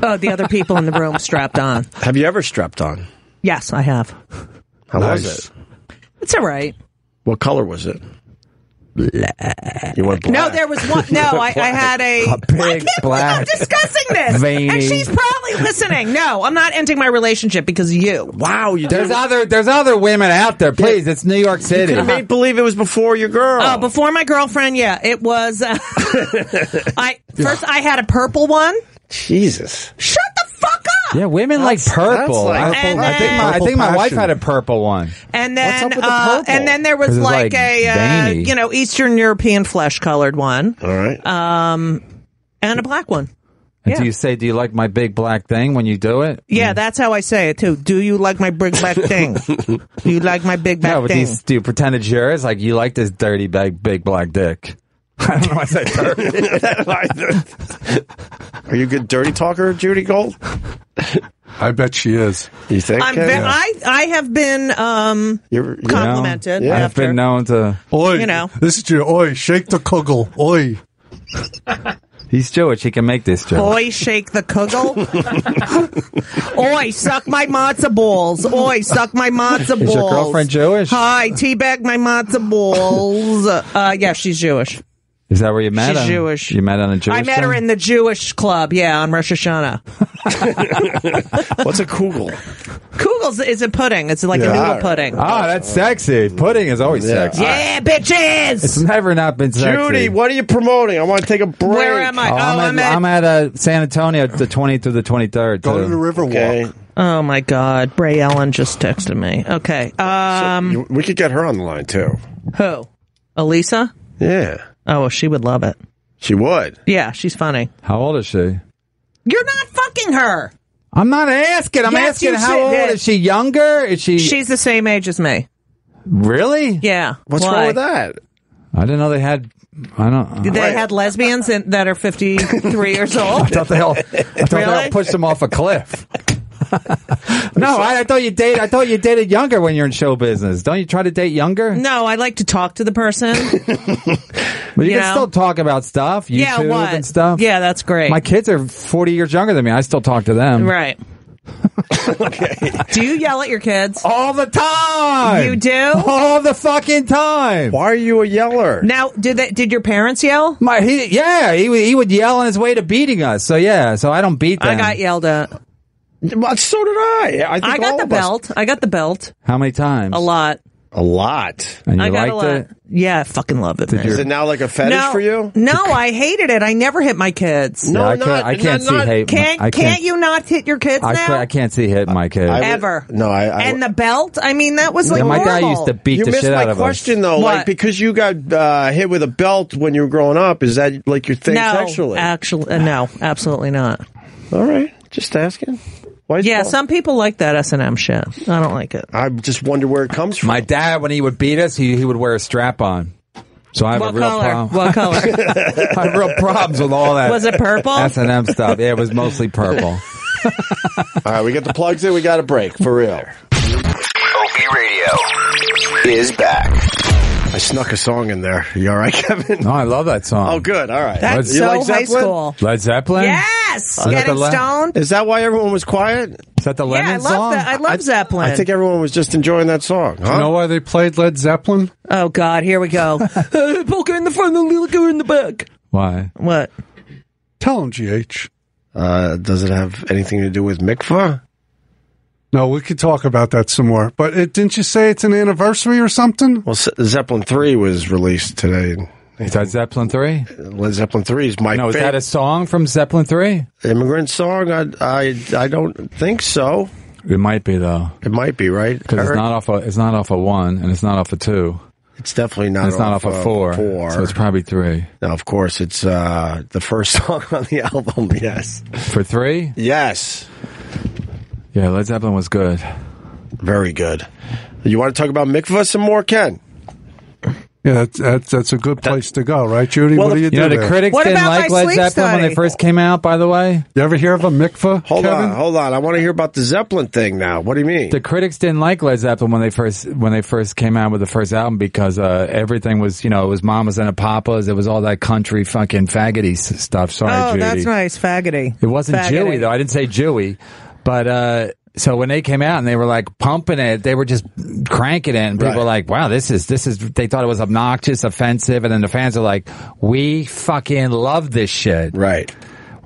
Speaker 6: Oh, the other people in the room strapped on.
Speaker 1: Have you ever strapped on?
Speaker 6: Yes, I have.
Speaker 1: How
Speaker 2: Nice.
Speaker 1: was it?
Speaker 6: It's all right.
Speaker 1: What color was it? You went black.
Speaker 6: No, there was one. No, I, I had a.
Speaker 9: A big
Speaker 6: I can't
Speaker 9: black
Speaker 6: believe I'm discussing this,
Speaker 9: veiny-
Speaker 6: and she's probably listening. No, I'm not ending my relationship because of you.
Speaker 1: Wow, you
Speaker 9: There's other there's other women out there. Please, it's New York City.
Speaker 1: could have made believe it was before your girl.
Speaker 6: Oh, before my girlfriend, yeah, it was. Uh, I first I had a purple one.
Speaker 1: Jesus.
Speaker 6: Shut the fuck up.
Speaker 9: Yeah, women
Speaker 1: That's-
Speaker 9: like purple.
Speaker 1: that's like-
Speaker 9: I,
Speaker 6: And
Speaker 9: I think my, I
Speaker 2: then-
Speaker 9: think my wife
Speaker 2: Purple
Speaker 9: had a purple one.
Speaker 6: And then,
Speaker 1: up with the
Speaker 6: uh,
Speaker 1: purple?
Speaker 6: and then there was
Speaker 9: 'Cause it's,
Speaker 6: like,
Speaker 9: like,
Speaker 6: a uh,
Speaker 9: veiny.
Speaker 6: you know Eastern European flesh colored one
Speaker 1: All right.
Speaker 6: and a black one.
Speaker 9: And
Speaker 6: Yeah.
Speaker 9: Do you say, do you like my big black thing when you do it?
Speaker 6: Yeah, that's how I say it too. Do you like my big black thing? Do you like my big
Speaker 9: Yeah,
Speaker 6: black
Speaker 9: but do
Speaker 6: thing?
Speaker 9: you, do you pretend it's yours? Like, you like this dirty, big, big black dick. I don't know why I said dirty.
Speaker 1: Are you a good dirty talker, Judy Gold?
Speaker 2: I bet she is.
Speaker 1: You think?
Speaker 6: I'm
Speaker 1: Ken?
Speaker 6: ve- I I have been um
Speaker 1: You're-
Speaker 9: You know?
Speaker 6: complimented
Speaker 1: Yeah.
Speaker 9: I've
Speaker 6: after.
Speaker 9: been known to.
Speaker 2: Oi,
Speaker 6: You know.
Speaker 2: this is Judy. Oi, shake the kugel. Oi,
Speaker 9: He's Jewish. He can make this joke.
Speaker 6: Oi, shake the kugel. Oi, suck my matzo balls. Oi, suck my matzo balls.
Speaker 9: Is your girlfriend Jewish?
Speaker 6: Hi, teabag my matzo balls. Uh, yeah, she's Jewish.
Speaker 9: Is that where you met
Speaker 6: She's
Speaker 9: him?
Speaker 6: Jewish.
Speaker 9: You met on a Jewish
Speaker 6: I met her
Speaker 9: thing?
Speaker 6: in the Jewish club, yeah, on Rosh Hashanah.
Speaker 1: What's a kugel?
Speaker 6: Kugel's is a pudding. It's like
Speaker 1: Yeah.
Speaker 6: a noodle pudding.
Speaker 9: Oh, that's sexy. Pudding is always
Speaker 1: Yeah.
Speaker 9: sexy.
Speaker 6: yeah,
Speaker 9: It's
Speaker 6: bitches.
Speaker 9: never not been sexy.
Speaker 1: Judy, what are you promoting? I want to take a break.
Speaker 6: Where am I?
Speaker 9: Oh,
Speaker 6: Oh,
Speaker 9: I'm, at, I'm at uh, San Antonio the 20th through the 23rd.
Speaker 2: go to
Speaker 9: too.
Speaker 2: the Riverwalk.
Speaker 1: Okay.
Speaker 6: Oh my God, Bray Ellen just texted me. Okay, um,
Speaker 1: You- we could get her on the line too.
Speaker 6: who? Elisa?
Speaker 1: Yeah.
Speaker 6: Oh, well, she would love it.
Speaker 1: She would.
Speaker 6: Yeah, she's funny.
Speaker 9: How old is she?
Speaker 6: You're not fucking her.
Speaker 9: I'm not asking. I'm
Speaker 6: Yes,
Speaker 9: asking
Speaker 6: you
Speaker 9: how
Speaker 6: said
Speaker 9: old
Speaker 6: that.
Speaker 9: is she? Younger? Is she,
Speaker 6: She's the same age as me.
Speaker 9: really?
Speaker 6: Yeah.
Speaker 1: What's
Speaker 6: Why?
Speaker 1: wrong with that?
Speaker 9: I didn't know they had. I don't.
Speaker 6: They had lesbians in, that are 53 years old.
Speaker 9: I thought they all. I thought they all
Speaker 6: Really?
Speaker 9: pushed them off a cliff. no, I, I thought you date. I thought you dated younger when you're in show business. Don't you try to date younger?
Speaker 6: No, I like to talk to the person.
Speaker 9: but you
Speaker 6: you
Speaker 9: can
Speaker 6: know.
Speaker 9: still talk about stuff, YouTube
Speaker 6: yeah, what?
Speaker 9: and stuff.
Speaker 6: Yeah, that's great.
Speaker 9: my kids are 40 years younger than me. I still talk to them
Speaker 6: right. Do you yell at your kids?
Speaker 9: all the time.
Speaker 6: You do?
Speaker 9: all the fucking time.
Speaker 1: Why are you a yeller?
Speaker 6: Now, did they, did your parents yell?
Speaker 9: My he, yeah, he would he would yell on his way to beating us. So yeah, so I don't beat them.
Speaker 6: I got yelled at.
Speaker 1: Well, so did I. I, think
Speaker 6: I
Speaker 1: all
Speaker 6: got the
Speaker 1: of us-
Speaker 6: belt. I got the belt
Speaker 9: How many times?
Speaker 6: a lot.
Speaker 1: A lot.
Speaker 9: And you
Speaker 6: I got a
Speaker 9: liked
Speaker 6: lot.
Speaker 9: it?
Speaker 6: Yeah, I fucking love it. man.
Speaker 1: Is it now like a fetish
Speaker 6: no,
Speaker 1: for you?
Speaker 6: No, I hated it. I never hit my kids.
Speaker 1: No,
Speaker 9: Yeah, I
Speaker 1: not-
Speaker 9: can't. I can't
Speaker 1: not-
Speaker 9: see
Speaker 1: not-
Speaker 9: hate.
Speaker 6: Can't,
Speaker 9: I
Speaker 6: can't you not hit your kids
Speaker 9: I,
Speaker 6: now?
Speaker 9: can't- I can't see hit my kid.
Speaker 1: I would-
Speaker 6: ever.
Speaker 1: No, I. I
Speaker 6: and the belt. I mean, that was like
Speaker 9: yeah, my
Speaker 6: normal.
Speaker 9: dad used to beat
Speaker 1: you
Speaker 9: the
Speaker 1: missed
Speaker 9: shit
Speaker 1: my
Speaker 9: out of
Speaker 1: question
Speaker 9: us.
Speaker 1: though. Like
Speaker 6: What?
Speaker 1: because you got uh, hit with a belt when you were growing up, is that like your thing
Speaker 6: no,
Speaker 1: sexually?
Speaker 6: actually, uh, no, absolutely not.
Speaker 1: All right, just asking. Why is
Speaker 6: yeah,
Speaker 1: Paul-
Speaker 6: some people like that S and M shit. I don't like it.
Speaker 1: I just wonder where it comes from.
Speaker 9: My dad, when he would beat us, he, he would wear a strap on. So I have
Speaker 6: What
Speaker 9: a real
Speaker 6: color?
Speaker 9: problem.
Speaker 6: What color?
Speaker 9: I have real problems with all that.
Speaker 6: Was it purple?
Speaker 9: S and M stuff. Yeah, it was mostly purple.
Speaker 1: All right, we got the plugs in. We got a break for real.
Speaker 12: Opie Radio is back.
Speaker 1: I snuck a song in there. You all right, Kevin?
Speaker 9: No, I love that song.
Speaker 1: Oh, good. All right.
Speaker 6: That's
Speaker 1: you
Speaker 6: so
Speaker 1: like
Speaker 6: high
Speaker 1: Zeppelin?
Speaker 6: school.
Speaker 9: Led Zeppelin.
Speaker 6: Yes,
Speaker 9: that
Speaker 6: getting
Speaker 9: the la-
Speaker 6: stoned.
Speaker 1: Is that why everyone was quiet?
Speaker 9: Is that the
Speaker 6: Yeah,
Speaker 9: Lennon
Speaker 6: I
Speaker 9: song?
Speaker 6: love that. I love Zeppelin.
Speaker 1: I think everyone was just enjoying that song. Huh?
Speaker 2: You know why they played Led Zeppelin?
Speaker 6: oh God, here we go. Uh, poker in the front, the little girl in the back.
Speaker 9: Why?
Speaker 6: What?
Speaker 2: Tell them, GH.
Speaker 1: uh, does it have anything to do with mikvah?
Speaker 2: No, we could talk about that some more. But it, didn't you say it's an anniversary or something?
Speaker 1: Well, Ze- Zeppelin three was released today.
Speaker 9: Is that Zeppelin three?
Speaker 1: Led Zeppelin three is my
Speaker 9: No, is that
Speaker 1: favorite
Speaker 9: a song from Zeppelin three?
Speaker 1: immigrant song. I, I I don't think so.
Speaker 9: It might be though,
Speaker 1: It might be right
Speaker 9: because it's
Speaker 1: Eric?
Speaker 9: not off. A, it's not off a one, and it's not off a two,
Speaker 1: It's definitely not.
Speaker 9: and it's not off a
Speaker 1: of
Speaker 9: four.
Speaker 1: Four.
Speaker 9: So it's probably three
Speaker 1: Now, of course, it's uh, the first song on the album. Yes.
Speaker 9: for three.
Speaker 1: Yes.
Speaker 9: Yeah, Led Zeppelin was good.
Speaker 1: Very good. You want to talk about mikvah some more, Ken?
Speaker 2: Yeah, that's, that's, that's a good place to go, right, Judy?
Speaker 1: Well,
Speaker 2: what do
Speaker 1: the-
Speaker 2: you,
Speaker 9: You know,
Speaker 2: do
Speaker 9: the
Speaker 2: there?
Speaker 9: critics
Speaker 6: What
Speaker 9: didn't
Speaker 6: about
Speaker 9: like
Speaker 6: my
Speaker 9: Led
Speaker 6: sleep
Speaker 9: Zeppelin when they
Speaker 6: study?
Speaker 9: first came out. By the way,
Speaker 2: you ever hear of a mikvah,
Speaker 1: Hold on,
Speaker 2: Kevin?
Speaker 1: hold on. I want to hear about the Zeppelin thing now. What do you mean?
Speaker 9: the critics didn't like Led Zeppelin when they first when they first came out with the first album because uh, everything was you know it was mamas and a papas. It was all that country fucking faggoty s- stuff. Sorry,
Speaker 6: oh,
Speaker 9: Judy.
Speaker 6: that's nice, faggoty.
Speaker 9: It wasn't Jewy though. I didn't say Jewy, but uh, so when they came out and they were like pumping it, they were just cranking it, and people
Speaker 1: Right.
Speaker 9: were like, "Wow, this is this is." They thought it was obnoxious, offensive, and then the fans are like, "We fucking love this shit."
Speaker 1: right.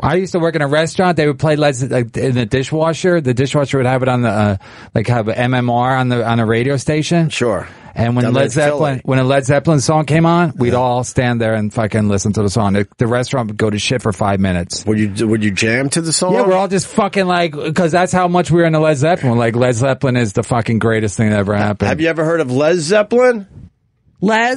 Speaker 9: I used to work in a restaurant. They would play Led Ze- like, in the dishwasher. The dishwasher would have it on the uh, like have a MMR on the on a radio station.
Speaker 1: Sure.
Speaker 9: And when
Speaker 1: Down there in
Speaker 9: Led Zeppelin,
Speaker 1: Philly.
Speaker 9: when a Led Zeppelin song came on, we'd all stand there and fucking listen to the song. The, the restaurant would go to shit for five minutes.
Speaker 1: Would you would you jam to the song?
Speaker 9: Yeah, we're all just fucking like, because that's how much we were into Led Zeppelin. Like, Led Zeppelin is the fucking greatest thing that ever happened.
Speaker 1: Have you ever heard of Les Zeppelin?
Speaker 6: Les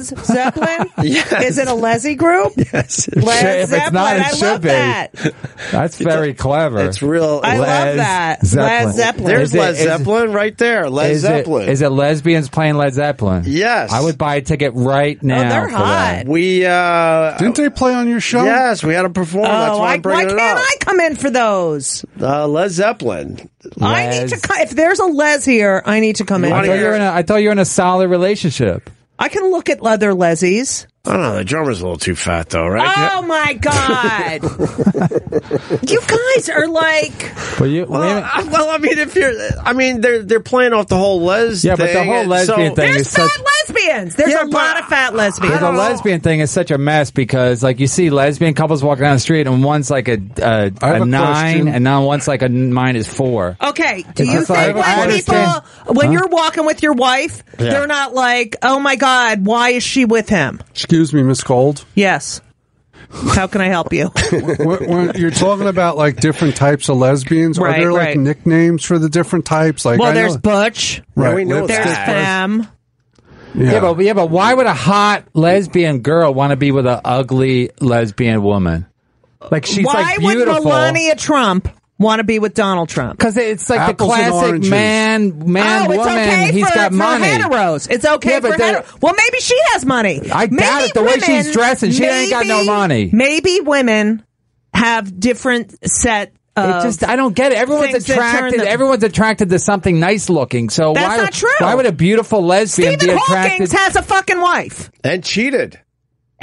Speaker 6: Zeppelin? Is it a Leslie group?
Speaker 1: Yes.
Speaker 6: Les
Speaker 9: Shit, if it's
Speaker 6: Zeppelin.
Speaker 9: not, it
Speaker 6: I
Speaker 9: should
Speaker 6: love
Speaker 9: be.
Speaker 6: that. Oh,
Speaker 9: that's very clever.
Speaker 1: It's real.
Speaker 6: I love
Speaker 9: Les
Speaker 6: that.
Speaker 9: Zeppelin.
Speaker 6: Les Zeppelin.
Speaker 1: There's
Speaker 9: Is it-
Speaker 1: Les
Speaker 9: is it-
Speaker 1: Zeppelin right there. Les
Speaker 9: Is it,
Speaker 1: Zeppelin.
Speaker 9: is it lesbians playing Led Zeppelin?
Speaker 1: Yes.
Speaker 9: I would buy a ticket right now.
Speaker 6: Oh, they're
Speaker 9: for that.
Speaker 6: hot.
Speaker 1: we uh
Speaker 2: Didn't they play on your show?
Speaker 1: yes, we had them perform. That's
Speaker 6: Oh,
Speaker 1: why
Speaker 6: I,
Speaker 1: I'm
Speaker 6: why
Speaker 1: bringing
Speaker 6: can't
Speaker 1: it up.
Speaker 6: I come in for those?
Speaker 1: Uh, Les Zeppelin.
Speaker 6: I need to.
Speaker 9: Les-
Speaker 6: co- If there's a Les here, I need to come in.
Speaker 9: I
Speaker 1: wanna
Speaker 9: thought,
Speaker 1: hear-
Speaker 6: here.
Speaker 9: you were in a, I thought you were in a solid relationship.
Speaker 6: I can look at other Lesies.
Speaker 1: I don't know. The drummer's a little too fat, though, right?
Speaker 6: Oh my god! you guys are like
Speaker 9: But you, wait a
Speaker 1: Well,
Speaker 9: minute.
Speaker 1: I, well, I mean, if you're, I mean, they're they're playing off the whole Les.
Speaker 9: Yeah, but the
Speaker 1: thing,
Speaker 9: whole
Speaker 1: and
Speaker 9: lesbian
Speaker 1: so-
Speaker 9: thing
Speaker 6: there's
Speaker 9: is such-
Speaker 6: fat lesbians. There's
Speaker 1: Yeah,
Speaker 6: a
Speaker 1: but
Speaker 6: lot of fat lesbians.
Speaker 9: Yeah, the lesbian thing is such a mess because, like, you see lesbian couples walking down the street, and one's like a, a,
Speaker 2: I have
Speaker 9: a
Speaker 2: a
Speaker 9: nine,
Speaker 2: question.
Speaker 9: and now one's like a minus four.
Speaker 6: Okay. Do
Speaker 9: It's
Speaker 6: you
Speaker 9: just
Speaker 6: think
Speaker 9: like,
Speaker 6: when
Speaker 9: I understand-
Speaker 6: people, when you're walking with your wife, they're not like, oh my God, why is she with him?
Speaker 2: Excuse me, Miss Gold.
Speaker 6: Yes. How can I help you?
Speaker 2: when, when you're talking about like different types of lesbians,
Speaker 6: Right,
Speaker 2: are there like
Speaker 6: right.
Speaker 2: nicknames for the different types? Like,
Speaker 6: well,
Speaker 2: I
Speaker 6: there's
Speaker 2: know-
Speaker 6: Butch.
Speaker 1: Yeah, we know
Speaker 2: lipstick
Speaker 6: There's
Speaker 1: that.
Speaker 2: first.
Speaker 6: Femme.
Speaker 9: Yeah, but yeah, but why would a hot lesbian girl want to be with an ugly lesbian woman? Like she's
Speaker 6: Why
Speaker 9: like
Speaker 6: would
Speaker 9: beautiful.
Speaker 6: Melania Trump want to be with Donald Trump?
Speaker 9: because it's like
Speaker 2: Apples
Speaker 9: the
Speaker 2: and
Speaker 9: classic
Speaker 2: oranges.
Speaker 9: man, man,
Speaker 6: oh, it's
Speaker 9: woman.
Speaker 6: okay
Speaker 9: He's
Speaker 6: for,
Speaker 9: got
Speaker 6: for
Speaker 9: money.
Speaker 6: heteros. It's okay
Speaker 9: Yeah, but
Speaker 6: for
Speaker 9: they're-
Speaker 6: heteros. Well, maybe she has money.
Speaker 9: I
Speaker 6: maybe
Speaker 9: doubt it. The way she's
Speaker 6: women-
Speaker 9: dressing, she ain't got no
Speaker 6: maybe-
Speaker 9: money.
Speaker 6: Maybe women have different set of.
Speaker 9: It just I don't get it. Everyone's
Speaker 6: things that turn
Speaker 9: attracted.
Speaker 6: them-
Speaker 9: Everyone's attracted to something nice looking. So
Speaker 6: That's
Speaker 9: why,
Speaker 6: not true.
Speaker 9: Why would a beautiful lesbian
Speaker 6: Stephen
Speaker 9: be
Speaker 6: Hawking
Speaker 9: attracted?
Speaker 6: has a fucking wife
Speaker 1: and cheated.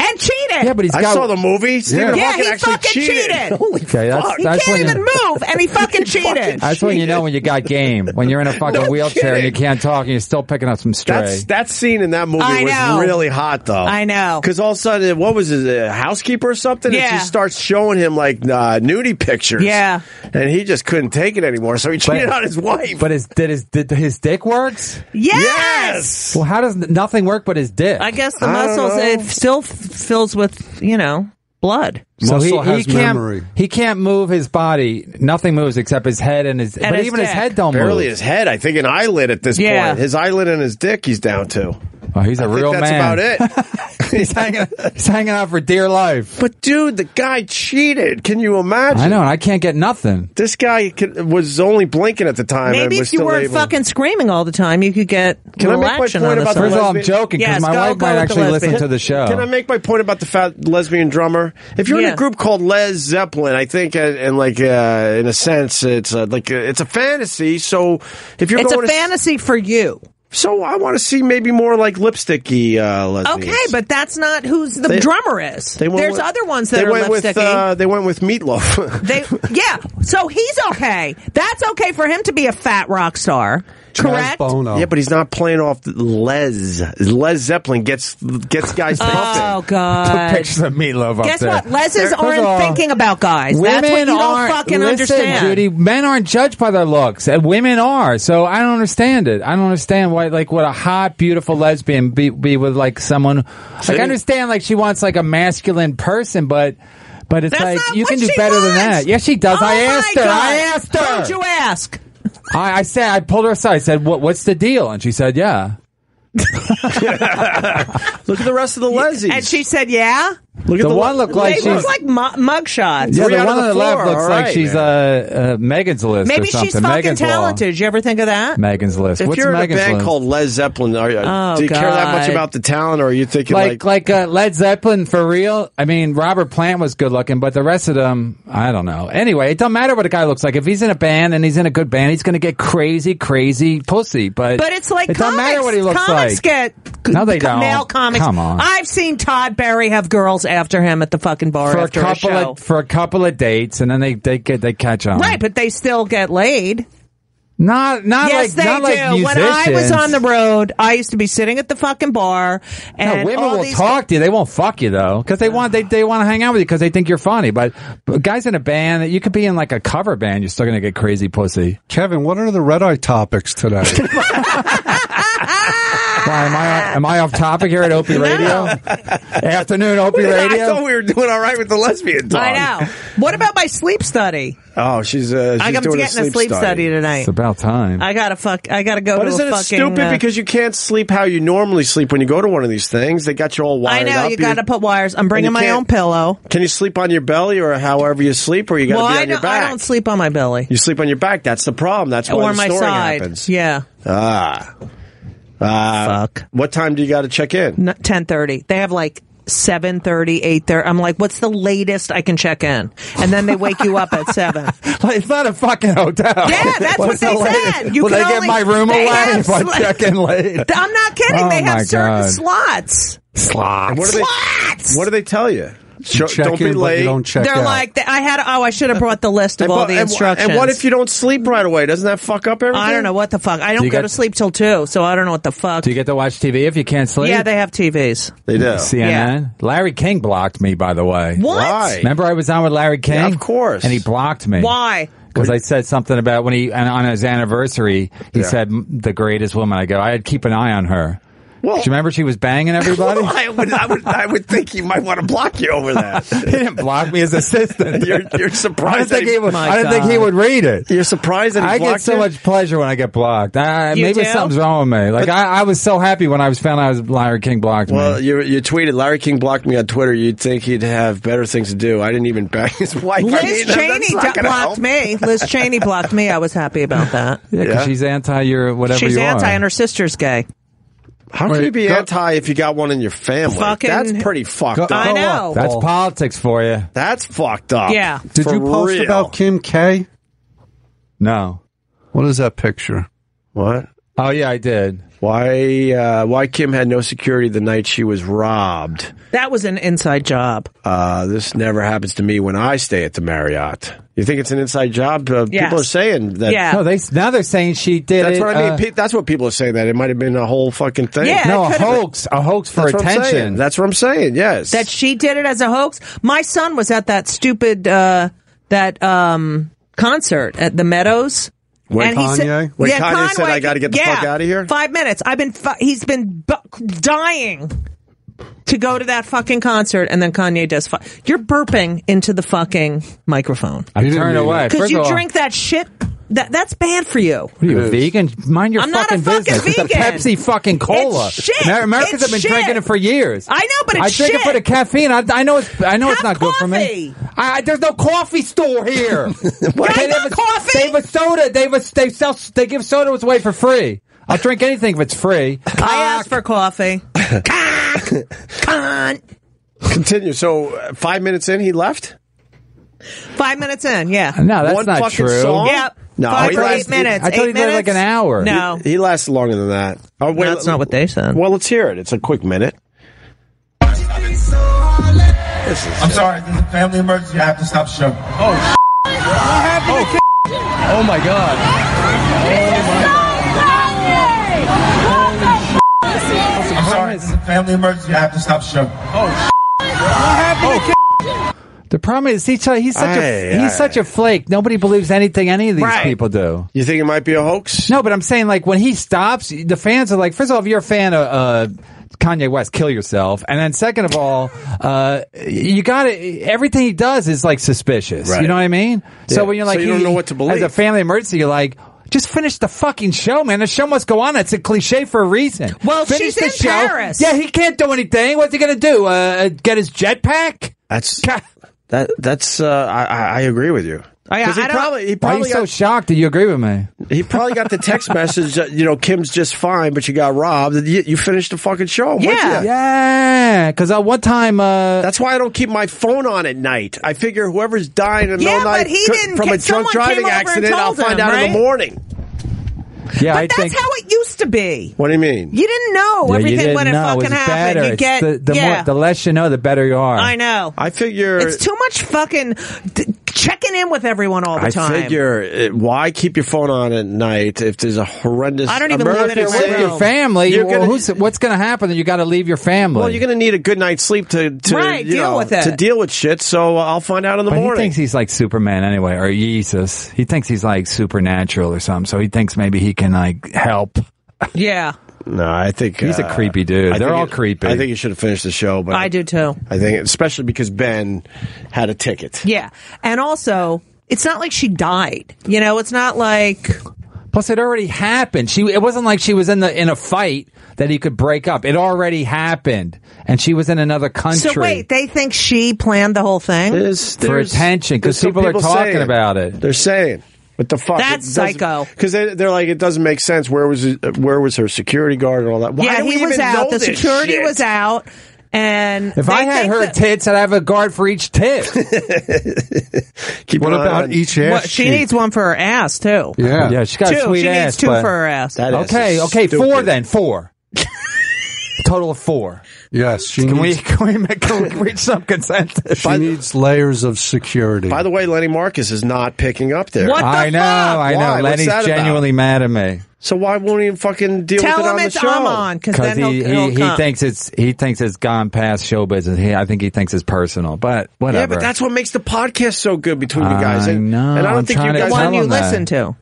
Speaker 6: and cheated.
Speaker 9: yeah, but he's
Speaker 1: I
Speaker 9: got.
Speaker 1: saw the movie. Stephen
Speaker 6: Yeah,
Speaker 1: Hawking
Speaker 6: he
Speaker 1: actually
Speaker 6: fucking cheated.
Speaker 1: Holy
Speaker 9: Okay, that's-
Speaker 1: fuck!
Speaker 6: he
Speaker 9: that's
Speaker 6: can't
Speaker 9: when
Speaker 6: even move, and he fucking cheated.
Speaker 9: that's when you know when you got game. When you're in a fucking
Speaker 1: No
Speaker 9: wheelchair and you
Speaker 1: kidding.
Speaker 9: can't talk and you're still picking up some stray.
Speaker 1: That's that scene in that movie
Speaker 6: I
Speaker 1: was
Speaker 6: know.
Speaker 1: really hot though.
Speaker 6: I know.
Speaker 1: Because all of a sudden, what was it, a housekeeper or something?
Speaker 6: Yeah.
Speaker 1: And she starts showing him like uh, nudie pictures.
Speaker 6: Yeah.
Speaker 1: And he just couldn't take it anymore, so he cheated on his wife.
Speaker 9: But his did his did his dick works?
Speaker 6: yes.
Speaker 1: yes.
Speaker 9: Well, how does nothing work but his dick?
Speaker 6: I guess the
Speaker 1: I don't
Speaker 6: muscles
Speaker 1: know.
Speaker 6: it still f- fills with you know blood.
Speaker 9: so he,
Speaker 2: Muscle
Speaker 9: he
Speaker 2: has
Speaker 9: can't
Speaker 2: memory.
Speaker 9: he can't move his body. Nothing moves except his head and his. but
Speaker 6: his
Speaker 9: even his
Speaker 6: dick.
Speaker 9: head don't
Speaker 1: Barely
Speaker 9: move.
Speaker 1: his head, I think, an eyelid at this
Speaker 6: Yeah.
Speaker 1: point. His eyelid and his dick, he's down to.
Speaker 9: Oh, he's a
Speaker 1: I think
Speaker 9: real
Speaker 1: that's
Speaker 9: man.
Speaker 1: about it.
Speaker 9: he's hanging. He's hanging out for dear life.
Speaker 1: But dude, the guy cheated. Can you imagine?
Speaker 9: I know, and I can't get nothing.
Speaker 1: This guy could, was only blinking at the time. and
Speaker 6: Maybe
Speaker 1: was
Speaker 6: if you
Speaker 1: still
Speaker 6: weren't
Speaker 1: able-
Speaker 6: fucking screaming all the time, you could get
Speaker 1: Can I
Speaker 6: little
Speaker 1: make my
Speaker 6: action
Speaker 1: point
Speaker 6: on
Speaker 1: about the
Speaker 9: First of all, I'm
Speaker 1: lesbian-
Speaker 9: joking because
Speaker 6: Yes,
Speaker 9: my
Speaker 6: go-
Speaker 9: wife
Speaker 6: go
Speaker 9: might
Speaker 6: with the
Speaker 9: actually
Speaker 6: lesbian.
Speaker 9: listen to the show.
Speaker 1: Can I make my point about the fat lesbian drummer? If you're in
Speaker 6: Yeah.
Speaker 1: a group called Les Zeppelin, I think, uh, and like uh, in a sense, it's uh, like uh, it's a fantasy. So if you're
Speaker 6: It's
Speaker 1: going
Speaker 6: a
Speaker 1: to-
Speaker 6: fantasy for you.
Speaker 1: so I want to see maybe more like lipsticky uh, lesbians.
Speaker 6: Okay, but that's not who's the
Speaker 1: They-
Speaker 6: drummer is.
Speaker 1: They went
Speaker 6: There's
Speaker 1: with-
Speaker 6: other ones that
Speaker 1: they
Speaker 6: are
Speaker 1: went
Speaker 6: lipsticky.
Speaker 1: with uh, they went with Meatloaf.
Speaker 6: They, yeah. So he's okay. That's okay for him to be a fat rock star. Correct.
Speaker 2: Bono.
Speaker 1: Yeah, but he's not playing off Les. Les Zeppelin gets gets guys pumping.
Speaker 6: Oh
Speaker 9: Put
Speaker 6: God.
Speaker 9: pictures of meatloaf up
Speaker 6: Guess
Speaker 9: there.
Speaker 6: what? Leses
Speaker 9: First of
Speaker 6: aren't
Speaker 9: all,
Speaker 6: thinking about guys. That's what you don't
Speaker 9: aren't-
Speaker 6: fucking
Speaker 9: listen,
Speaker 6: understand.
Speaker 9: Judy, men aren't judged by their looks, and women are. So I don't understand it. I don't understand why, like, what a hot, beautiful lesbian be, be with like someone. Like, I understand, like, she wants like a masculine person, but but it's
Speaker 6: That's
Speaker 9: like
Speaker 6: not
Speaker 9: you
Speaker 6: what
Speaker 9: can do
Speaker 6: she
Speaker 9: better than
Speaker 6: wants.
Speaker 9: that. Yes, she does.
Speaker 6: Oh,
Speaker 9: I
Speaker 6: my
Speaker 9: asked her.
Speaker 6: God.
Speaker 9: I asked her.
Speaker 6: Who'd you ask?
Speaker 9: I, I said, I pulled her aside. I said, "What? What's the deal?" And she said, "Yeah."
Speaker 1: Look at the rest of the Lesies.
Speaker 6: And she said, "Yeah."
Speaker 1: look at
Speaker 9: the one looked like
Speaker 6: they
Speaker 9: she's-
Speaker 6: look like mu- mug shots.
Speaker 9: Yeah,
Speaker 1: Three
Speaker 9: the
Speaker 1: out
Speaker 9: one
Speaker 1: of the
Speaker 9: on the
Speaker 1: floor.
Speaker 9: left looks
Speaker 1: All
Speaker 9: like
Speaker 1: right,
Speaker 9: she's uh, uh, Megan's list. or
Speaker 6: Maybe she's
Speaker 9: something.
Speaker 6: fucking
Speaker 9: Megan's Law.
Speaker 6: talented. Did you ever think of that?
Speaker 9: Megan's list.
Speaker 1: if
Speaker 9: What's
Speaker 1: you're in
Speaker 9: Megan's
Speaker 1: a band
Speaker 9: list?
Speaker 1: called Les Zeppelin, are, you-
Speaker 6: Oh,
Speaker 1: do you care that much
Speaker 6: God.
Speaker 1: about the talent, or are you thinking
Speaker 9: like
Speaker 1: like,
Speaker 9: like uh, Led Zeppelin for real. I mean, Robert Plant was good looking, but the rest of them, I don't know. Anyway, it don't matter what a guy looks like. If he's in a band and he's in a good band, he's going to get crazy, crazy pussy. But
Speaker 6: But it's like
Speaker 9: it don't
Speaker 6: comics.
Speaker 9: matter what he looks
Speaker 6: comics
Speaker 9: like.
Speaker 6: get
Speaker 9: No, they don't.
Speaker 6: male comics.
Speaker 9: Come on.
Speaker 6: I've seen Todd Barry have girls after him at the fucking bar
Speaker 9: for a
Speaker 6: after
Speaker 9: couple
Speaker 6: show.
Speaker 9: of for a couple of dates, and then they they get they catch on.
Speaker 6: right, but they still get laid.
Speaker 9: Not not like
Speaker 6: yes, they
Speaker 9: not
Speaker 6: do.
Speaker 9: like
Speaker 6: when I was
Speaker 9: musicians.
Speaker 6: on the road, I used to be sitting at the fucking bar,
Speaker 9: No,
Speaker 6: and
Speaker 9: women
Speaker 6: all
Speaker 9: will
Speaker 6: these
Speaker 9: talk to you. They won't fuck you though, because they want they, they want to hang out with you because they think you're funny. But, but guys in a band, you could be in like a cover band, you're still gonna get crazy pussy.
Speaker 2: Kevin, what are the red eye topics today?
Speaker 9: Why am I am I off topic here at Opie Radio? Afternoon Opie
Speaker 1: I thought
Speaker 9: Radio.
Speaker 1: we were doing all right with the lesbian talk.
Speaker 6: I know. What about my sleep study?
Speaker 1: Oh, she's, uh, she's
Speaker 6: I am
Speaker 1: doing
Speaker 6: getting a sleep, study. tonight.
Speaker 9: It's about time.
Speaker 6: I gotta fuck. I gotta go
Speaker 1: But
Speaker 6: to
Speaker 1: isn't
Speaker 6: a
Speaker 1: it
Speaker 6: fucking.
Speaker 1: stupid
Speaker 6: uh,
Speaker 1: because you can't sleep how you normally sleep when you go to one of these things? They got you all
Speaker 6: I
Speaker 1: wired
Speaker 6: know
Speaker 1: up.
Speaker 6: you gotta put wires. I'm bringing
Speaker 1: you
Speaker 6: my
Speaker 1: can't-
Speaker 6: own pillow.
Speaker 1: Can you sleep on your belly or however you sleep, or you got to
Speaker 6: Well,
Speaker 1: be on
Speaker 6: I
Speaker 1: your
Speaker 6: don't,
Speaker 1: back?
Speaker 6: I don't sleep on my belly
Speaker 1: You sleep on your back. That's the problem. That's why
Speaker 6: or
Speaker 1: the
Speaker 6: my
Speaker 1: snoring
Speaker 6: side.
Speaker 1: happens.
Speaker 6: Yeah,
Speaker 1: Ah. Ah.
Speaker 6: Fuck.
Speaker 1: What time do you got to check in?
Speaker 6: ten thirty. They have like. 7.30, 8.30. I'm like, what's the latest I can check in? And then they wake you up at 7.
Speaker 9: Like, it's not a fucking hotel.
Speaker 6: Yeah, that's what
Speaker 9: What's
Speaker 6: they
Speaker 9: the latest?
Speaker 6: said. You
Speaker 9: Will
Speaker 6: can
Speaker 9: they
Speaker 6: only-
Speaker 9: get my room
Speaker 6: they
Speaker 9: away
Speaker 6: have
Speaker 9: if I
Speaker 6: sli-
Speaker 9: check in late?
Speaker 6: I'm not kidding.
Speaker 9: Oh
Speaker 6: they
Speaker 9: my
Speaker 6: have certain
Speaker 9: God.
Speaker 6: slots.
Speaker 9: Slots.
Speaker 1: What do they?
Speaker 6: Slots!
Speaker 1: What do they tell you? Show-
Speaker 2: check
Speaker 1: don't
Speaker 2: in,
Speaker 1: be
Speaker 2: but
Speaker 1: late.
Speaker 2: you don't check
Speaker 6: They're
Speaker 2: out.
Speaker 6: like, I had, oh, I should have brought the list of
Speaker 1: and,
Speaker 6: all
Speaker 1: but-
Speaker 6: the
Speaker 1: and-
Speaker 6: instructions.
Speaker 1: and what if you don't sleep right away? Doesn't that fuck up everything?
Speaker 6: I don't know what the fuck. I don't
Speaker 9: you
Speaker 6: go
Speaker 9: got-
Speaker 6: to sleep till 2, so I don't know what the fuck.
Speaker 9: Do you get to watch TV if you can't sleep?
Speaker 6: yeah, they have TVs.
Speaker 1: They do.
Speaker 9: CNN. Larry King blocked me, by the way.
Speaker 6: What?
Speaker 1: Why?
Speaker 9: Remember, I was on with Larry King.
Speaker 1: Yeah, of course.
Speaker 9: And he blocked me.
Speaker 6: Why?
Speaker 9: Because I said something about when he and on his anniversary, he
Speaker 1: Yeah.
Speaker 9: said the greatest woman. I go, I'd keep an eye on her.
Speaker 1: Well-
Speaker 6: Oh.
Speaker 9: Do you remember she was banging everybody?
Speaker 1: I would, I would, I would think he might want to block you over
Speaker 9: he
Speaker 1: that.
Speaker 9: didn't block me as assistant.
Speaker 1: you're, you're
Speaker 9: I didn't
Speaker 1: surprised. that
Speaker 9: think
Speaker 1: he,
Speaker 9: he would.
Speaker 6: My
Speaker 9: I didn't think he
Speaker 6: God.
Speaker 9: would read it.
Speaker 1: you're surprised that he
Speaker 9: I get
Speaker 1: blocked
Speaker 9: so
Speaker 1: you?
Speaker 9: much pleasure when I get blocked. I,
Speaker 6: You
Speaker 9: maybe
Speaker 6: do?
Speaker 9: something's wrong with me. Like I, I was so happy when I was found out Larry King blocked
Speaker 1: Well,
Speaker 9: me.
Speaker 1: you, you tweeted Larry King blocked me on Twitter. You'd think he'd have better things to do. I didn't even bang his wife. I mean,
Speaker 6: Liz
Speaker 1: that's
Speaker 6: Cheney
Speaker 1: not
Speaker 6: got-
Speaker 1: gonna help.
Speaker 6: blocked me. Liz Cheney blocked me. I was happy about that.
Speaker 9: Yeah, 'cause
Speaker 1: yeah.
Speaker 9: she's anti your whatever
Speaker 6: She's
Speaker 9: you
Speaker 6: anti,
Speaker 9: are.
Speaker 6: and her sister's gay.
Speaker 1: How can
Speaker 9: Wait,
Speaker 1: you be
Speaker 9: go-
Speaker 1: anti if you got one in your family?
Speaker 6: Fucking-
Speaker 1: That's pretty fucked
Speaker 2: Go-
Speaker 1: up.
Speaker 6: I
Speaker 2: go
Speaker 6: know.
Speaker 2: up,
Speaker 9: oh, That's
Speaker 2: Paul.
Speaker 9: politics for you.
Speaker 1: That's fucked up.
Speaker 6: Yeah.
Speaker 2: Did
Speaker 1: For
Speaker 2: you post
Speaker 1: real.
Speaker 2: about Kim K?
Speaker 9: No.
Speaker 2: What is that picture?
Speaker 1: what?
Speaker 9: Oh yeah, I did.
Speaker 1: Why? Uh, why Kim had no security the night she was robbed?
Speaker 6: That was an inside job.
Speaker 1: Uh, this never happens to me when I stay at the Marriott. You think it's an inside job? Uh,
Speaker 6: Yes.
Speaker 1: People are saying that.
Speaker 6: Yeah.
Speaker 9: No, they now they're saying she did.
Speaker 1: That's
Speaker 9: it,
Speaker 1: what I mean.
Speaker 9: uh,
Speaker 1: Pe- that's what people are saying. That it might have been a whole fucking thing.
Speaker 6: Yeah,
Speaker 9: no,
Speaker 6: it
Speaker 9: a
Speaker 6: could've-
Speaker 9: hoax, a hoax for
Speaker 1: that's what I'm saying.
Speaker 9: attention.
Speaker 1: That's what I'm saying. Yes.
Speaker 6: That she did it as a hoax. My son was at that stupid uh, that um, concert at the Meadows.
Speaker 2: When
Speaker 6: and he
Speaker 2: Kanye?
Speaker 6: said,
Speaker 1: When
Speaker 6: yeah,
Speaker 1: Kanye said, "I gotta get the
Speaker 6: yeah,
Speaker 1: fuck outta here"?
Speaker 6: Five minutes. I've been. Fu- he's been bu- dying to go to that fucking concert, and then Kanye does. Fu- You're burping into the fucking microphone
Speaker 9: I
Speaker 2: didn't
Speaker 9: turned
Speaker 2: mean
Speaker 9: away.
Speaker 6: because
Speaker 9: First
Speaker 6: you
Speaker 9: of all,
Speaker 6: drink that shit That that's bad for you.
Speaker 9: What are you, a vegan? Mind your
Speaker 6: I'm not a
Speaker 9: fucking
Speaker 6: fucking
Speaker 9: business. It's a
Speaker 6: vegan.
Speaker 9: Pepsi fucking cola.
Speaker 6: It's shit.
Speaker 9: Amer- Americans
Speaker 6: It's
Speaker 9: have been
Speaker 6: shit.
Speaker 9: drinking it for years.
Speaker 6: I know, but it's
Speaker 9: I drink
Speaker 6: shit.
Speaker 9: it for the caffeine. I, I know it's I know it's not good for me. I, I- there's no coffee store here. they, have a, coffee? they have a soda. They have a, they sell they give sodas away for free. I'll drink anything if it's free.
Speaker 6: I asked for coffee. Con.
Speaker 1: Continue. So uh, five minutes in, he left.
Speaker 6: Five minutes in, yeah.
Speaker 1: No, that's One not fucking true. song?
Speaker 6: Yep.
Speaker 1: No,
Speaker 6: Five
Speaker 1: he
Speaker 6: for eight
Speaker 1: lasted-
Speaker 6: minutes.
Speaker 1: I thought he
Speaker 6: Eight
Speaker 1: did
Speaker 6: minutes?
Speaker 1: like an hour.
Speaker 6: No.
Speaker 1: He lasts longer than that. Oh, wait,
Speaker 6: That's not what they said.
Speaker 1: Well, let's hear it. It's a quick minute.
Speaker 13: I'm sorry, there's a family emergency. I have to stop the show. Oh,
Speaker 14: Oh,
Speaker 13: oh my god. I'm sorry, there's a family emergency. I have to stop the show. Oh,
Speaker 9: The problem is he's, he's such a
Speaker 1: Aye,
Speaker 9: he's
Speaker 1: aye.
Speaker 9: such a flake. Nobody believes anything any of these
Speaker 1: Right.
Speaker 9: people do.
Speaker 1: You think it might be a hoax?
Speaker 9: No, but I'm saying like when he stops, the fans are like, first of all, if you're a fan of uh, Kanye West, kill yourself, and then second of all, uh, you got to everything he does is like suspicious.
Speaker 1: Right.
Speaker 9: You know what I mean?
Speaker 1: Yeah.
Speaker 9: So when you're
Speaker 1: So
Speaker 9: like,
Speaker 1: you don't
Speaker 9: he-
Speaker 1: know what to believe.
Speaker 9: As a family emergency, you're like. Just finish the fucking show, man. The show must go on. It's a cliche for a reason.
Speaker 6: Well,
Speaker 9: finish
Speaker 6: she's in
Speaker 9: the show.
Speaker 6: Paris.
Speaker 9: Yeah, he can't do anything. What's he gonna do? Uh, get his jetpack?
Speaker 1: That's that. That's. Uh, I, I I agree with you.
Speaker 9: I-
Speaker 1: 'Cause
Speaker 9: I
Speaker 1: he
Speaker 9: don't-
Speaker 1: probably he
Speaker 9: Why are you
Speaker 1: probably
Speaker 9: so
Speaker 1: got,
Speaker 9: shocked that you agree with me?
Speaker 1: he probably got the text message. That, you know, Kim's just fine, but you got robbed. You, you finished the fucking show. wouldn't
Speaker 9: yeah,
Speaker 1: you?
Speaker 9: yeah. Because at one time, uh,
Speaker 1: That's why I don't keep my phone on at night. I figure whoever's dying in the
Speaker 9: Yeah,
Speaker 1: middle of the
Speaker 9: but
Speaker 1: night
Speaker 9: he
Speaker 1: co-
Speaker 9: didn't-
Speaker 1: from a drunk
Speaker 9: someone
Speaker 1: driving
Speaker 9: came over and
Speaker 1: accident, I'll
Speaker 9: told
Speaker 1: find
Speaker 9: him,
Speaker 1: out in
Speaker 9: right?
Speaker 1: the morning.
Speaker 9: yeah,
Speaker 1: But
Speaker 9: I
Speaker 1: that's
Speaker 9: think
Speaker 6: How it used to be.
Speaker 1: What do you mean?
Speaker 6: You didn't know
Speaker 9: Yeah, you
Speaker 6: everything
Speaker 9: didn't
Speaker 6: when it
Speaker 9: know.
Speaker 6: fucking
Speaker 9: was
Speaker 6: happened.
Speaker 9: better.
Speaker 6: You
Speaker 9: It's
Speaker 6: get
Speaker 9: the, the,
Speaker 6: yeah.
Speaker 9: more, the less you know, the better you are.
Speaker 6: I know.
Speaker 1: I figure
Speaker 6: it's too much fucking d- checking in with everyone all the
Speaker 1: I
Speaker 6: time.
Speaker 1: figure uh, why keep your phone on at night if there's a horrendous.
Speaker 6: I don't even
Speaker 1: emergency?
Speaker 6: leave it in my
Speaker 9: With your family,
Speaker 1: You're
Speaker 9: well,
Speaker 1: gonna-
Speaker 9: who's, what's going to happen? You got to leave your family.
Speaker 1: Well, you're going to need a good night's sleep to, to
Speaker 9: Right,
Speaker 1: you
Speaker 9: deal
Speaker 1: know,
Speaker 9: with it.
Speaker 1: to deal with shit. So uh, I'll find out in the
Speaker 9: but he
Speaker 1: morning.
Speaker 9: thinks he's like Superman anyway, or Jesus. He thinks he's like supernatural or something. So he thinks maybe he can like help.
Speaker 6: Yeah,
Speaker 1: no, I think
Speaker 9: He's a
Speaker 1: uh,
Speaker 9: creepy dude.
Speaker 1: I
Speaker 9: They're
Speaker 1: think
Speaker 9: all
Speaker 1: it-
Speaker 9: creepy.
Speaker 1: I think you should have finished the show, but
Speaker 6: I do too.
Speaker 1: I think especially because Ben had a ticket.
Speaker 6: Yeah, and also it's not like she died. You know, it's not like
Speaker 9: Plus, it already happened. She it wasn't like she was in the in a fight that he could break up. It already happened, and she was in another country.
Speaker 6: So wait, they think she planned the whole thing
Speaker 9: for attention because people, are talking about it.
Speaker 1: They're saying, "What the fuck?"
Speaker 6: That's psycho.
Speaker 1: Because they, they're like, it doesn't make sense. Where was uh, where was her security guard and all that? Why
Speaker 6: yeah,
Speaker 1: do we
Speaker 6: he was
Speaker 1: even
Speaker 6: out.
Speaker 1: know
Speaker 6: The
Speaker 1: this
Speaker 6: security
Speaker 1: shit?
Speaker 6: was out, and
Speaker 9: If
Speaker 6: they
Speaker 9: I had
Speaker 6: think
Speaker 9: her
Speaker 6: that-
Speaker 9: tits, I'd have a guard for each tit.
Speaker 1: Keep
Speaker 9: What
Speaker 1: an eye
Speaker 9: about
Speaker 1: on-
Speaker 9: each ass
Speaker 6: Well, she needs one for her ass too.
Speaker 9: yeah, she got
Speaker 6: two.
Speaker 9: a sweet
Speaker 6: she
Speaker 9: ass.
Speaker 6: needs two
Speaker 9: but-
Speaker 6: for her ass.
Speaker 9: okay, okay, four then, four. Total of four.
Speaker 2: Yes, she
Speaker 9: Can we
Speaker 2: needs,
Speaker 9: can we, make, can we reach some consensus?
Speaker 2: she needs layers of security.
Speaker 1: By the way, Lenny Marcus is not picking up there.
Speaker 9: I know, I know.
Speaker 1: Why? What's
Speaker 9: Lenny's
Speaker 1: that about?
Speaker 9: genuinely mad at me
Speaker 1: So why won't he fucking deal
Speaker 6: Tell
Speaker 1: with it
Speaker 6: him
Speaker 1: on
Speaker 6: it's
Speaker 1: the show?
Speaker 6: Amon, 'cause then he'll-
Speaker 9: he
Speaker 6: he'll
Speaker 9: he, he
Speaker 6: come.
Speaker 9: thinks it's he thinks it's gone past show business. He, I think he thinks it's personal, but whatever.
Speaker 1: Yeah, but that's what makes the podcast so good between you guys.
Speaker 9: I
Speaker 1: And,
Speaker 9: know,
Speaker 1: and I don't
Speaker 9: I'm
Speaker 1: think you
Speaker 9: trying to
Speaker 1: guys
Speaker 9: tell
Speaker 1: One
Speaker 9: him that. Listen
Speaker 6: to.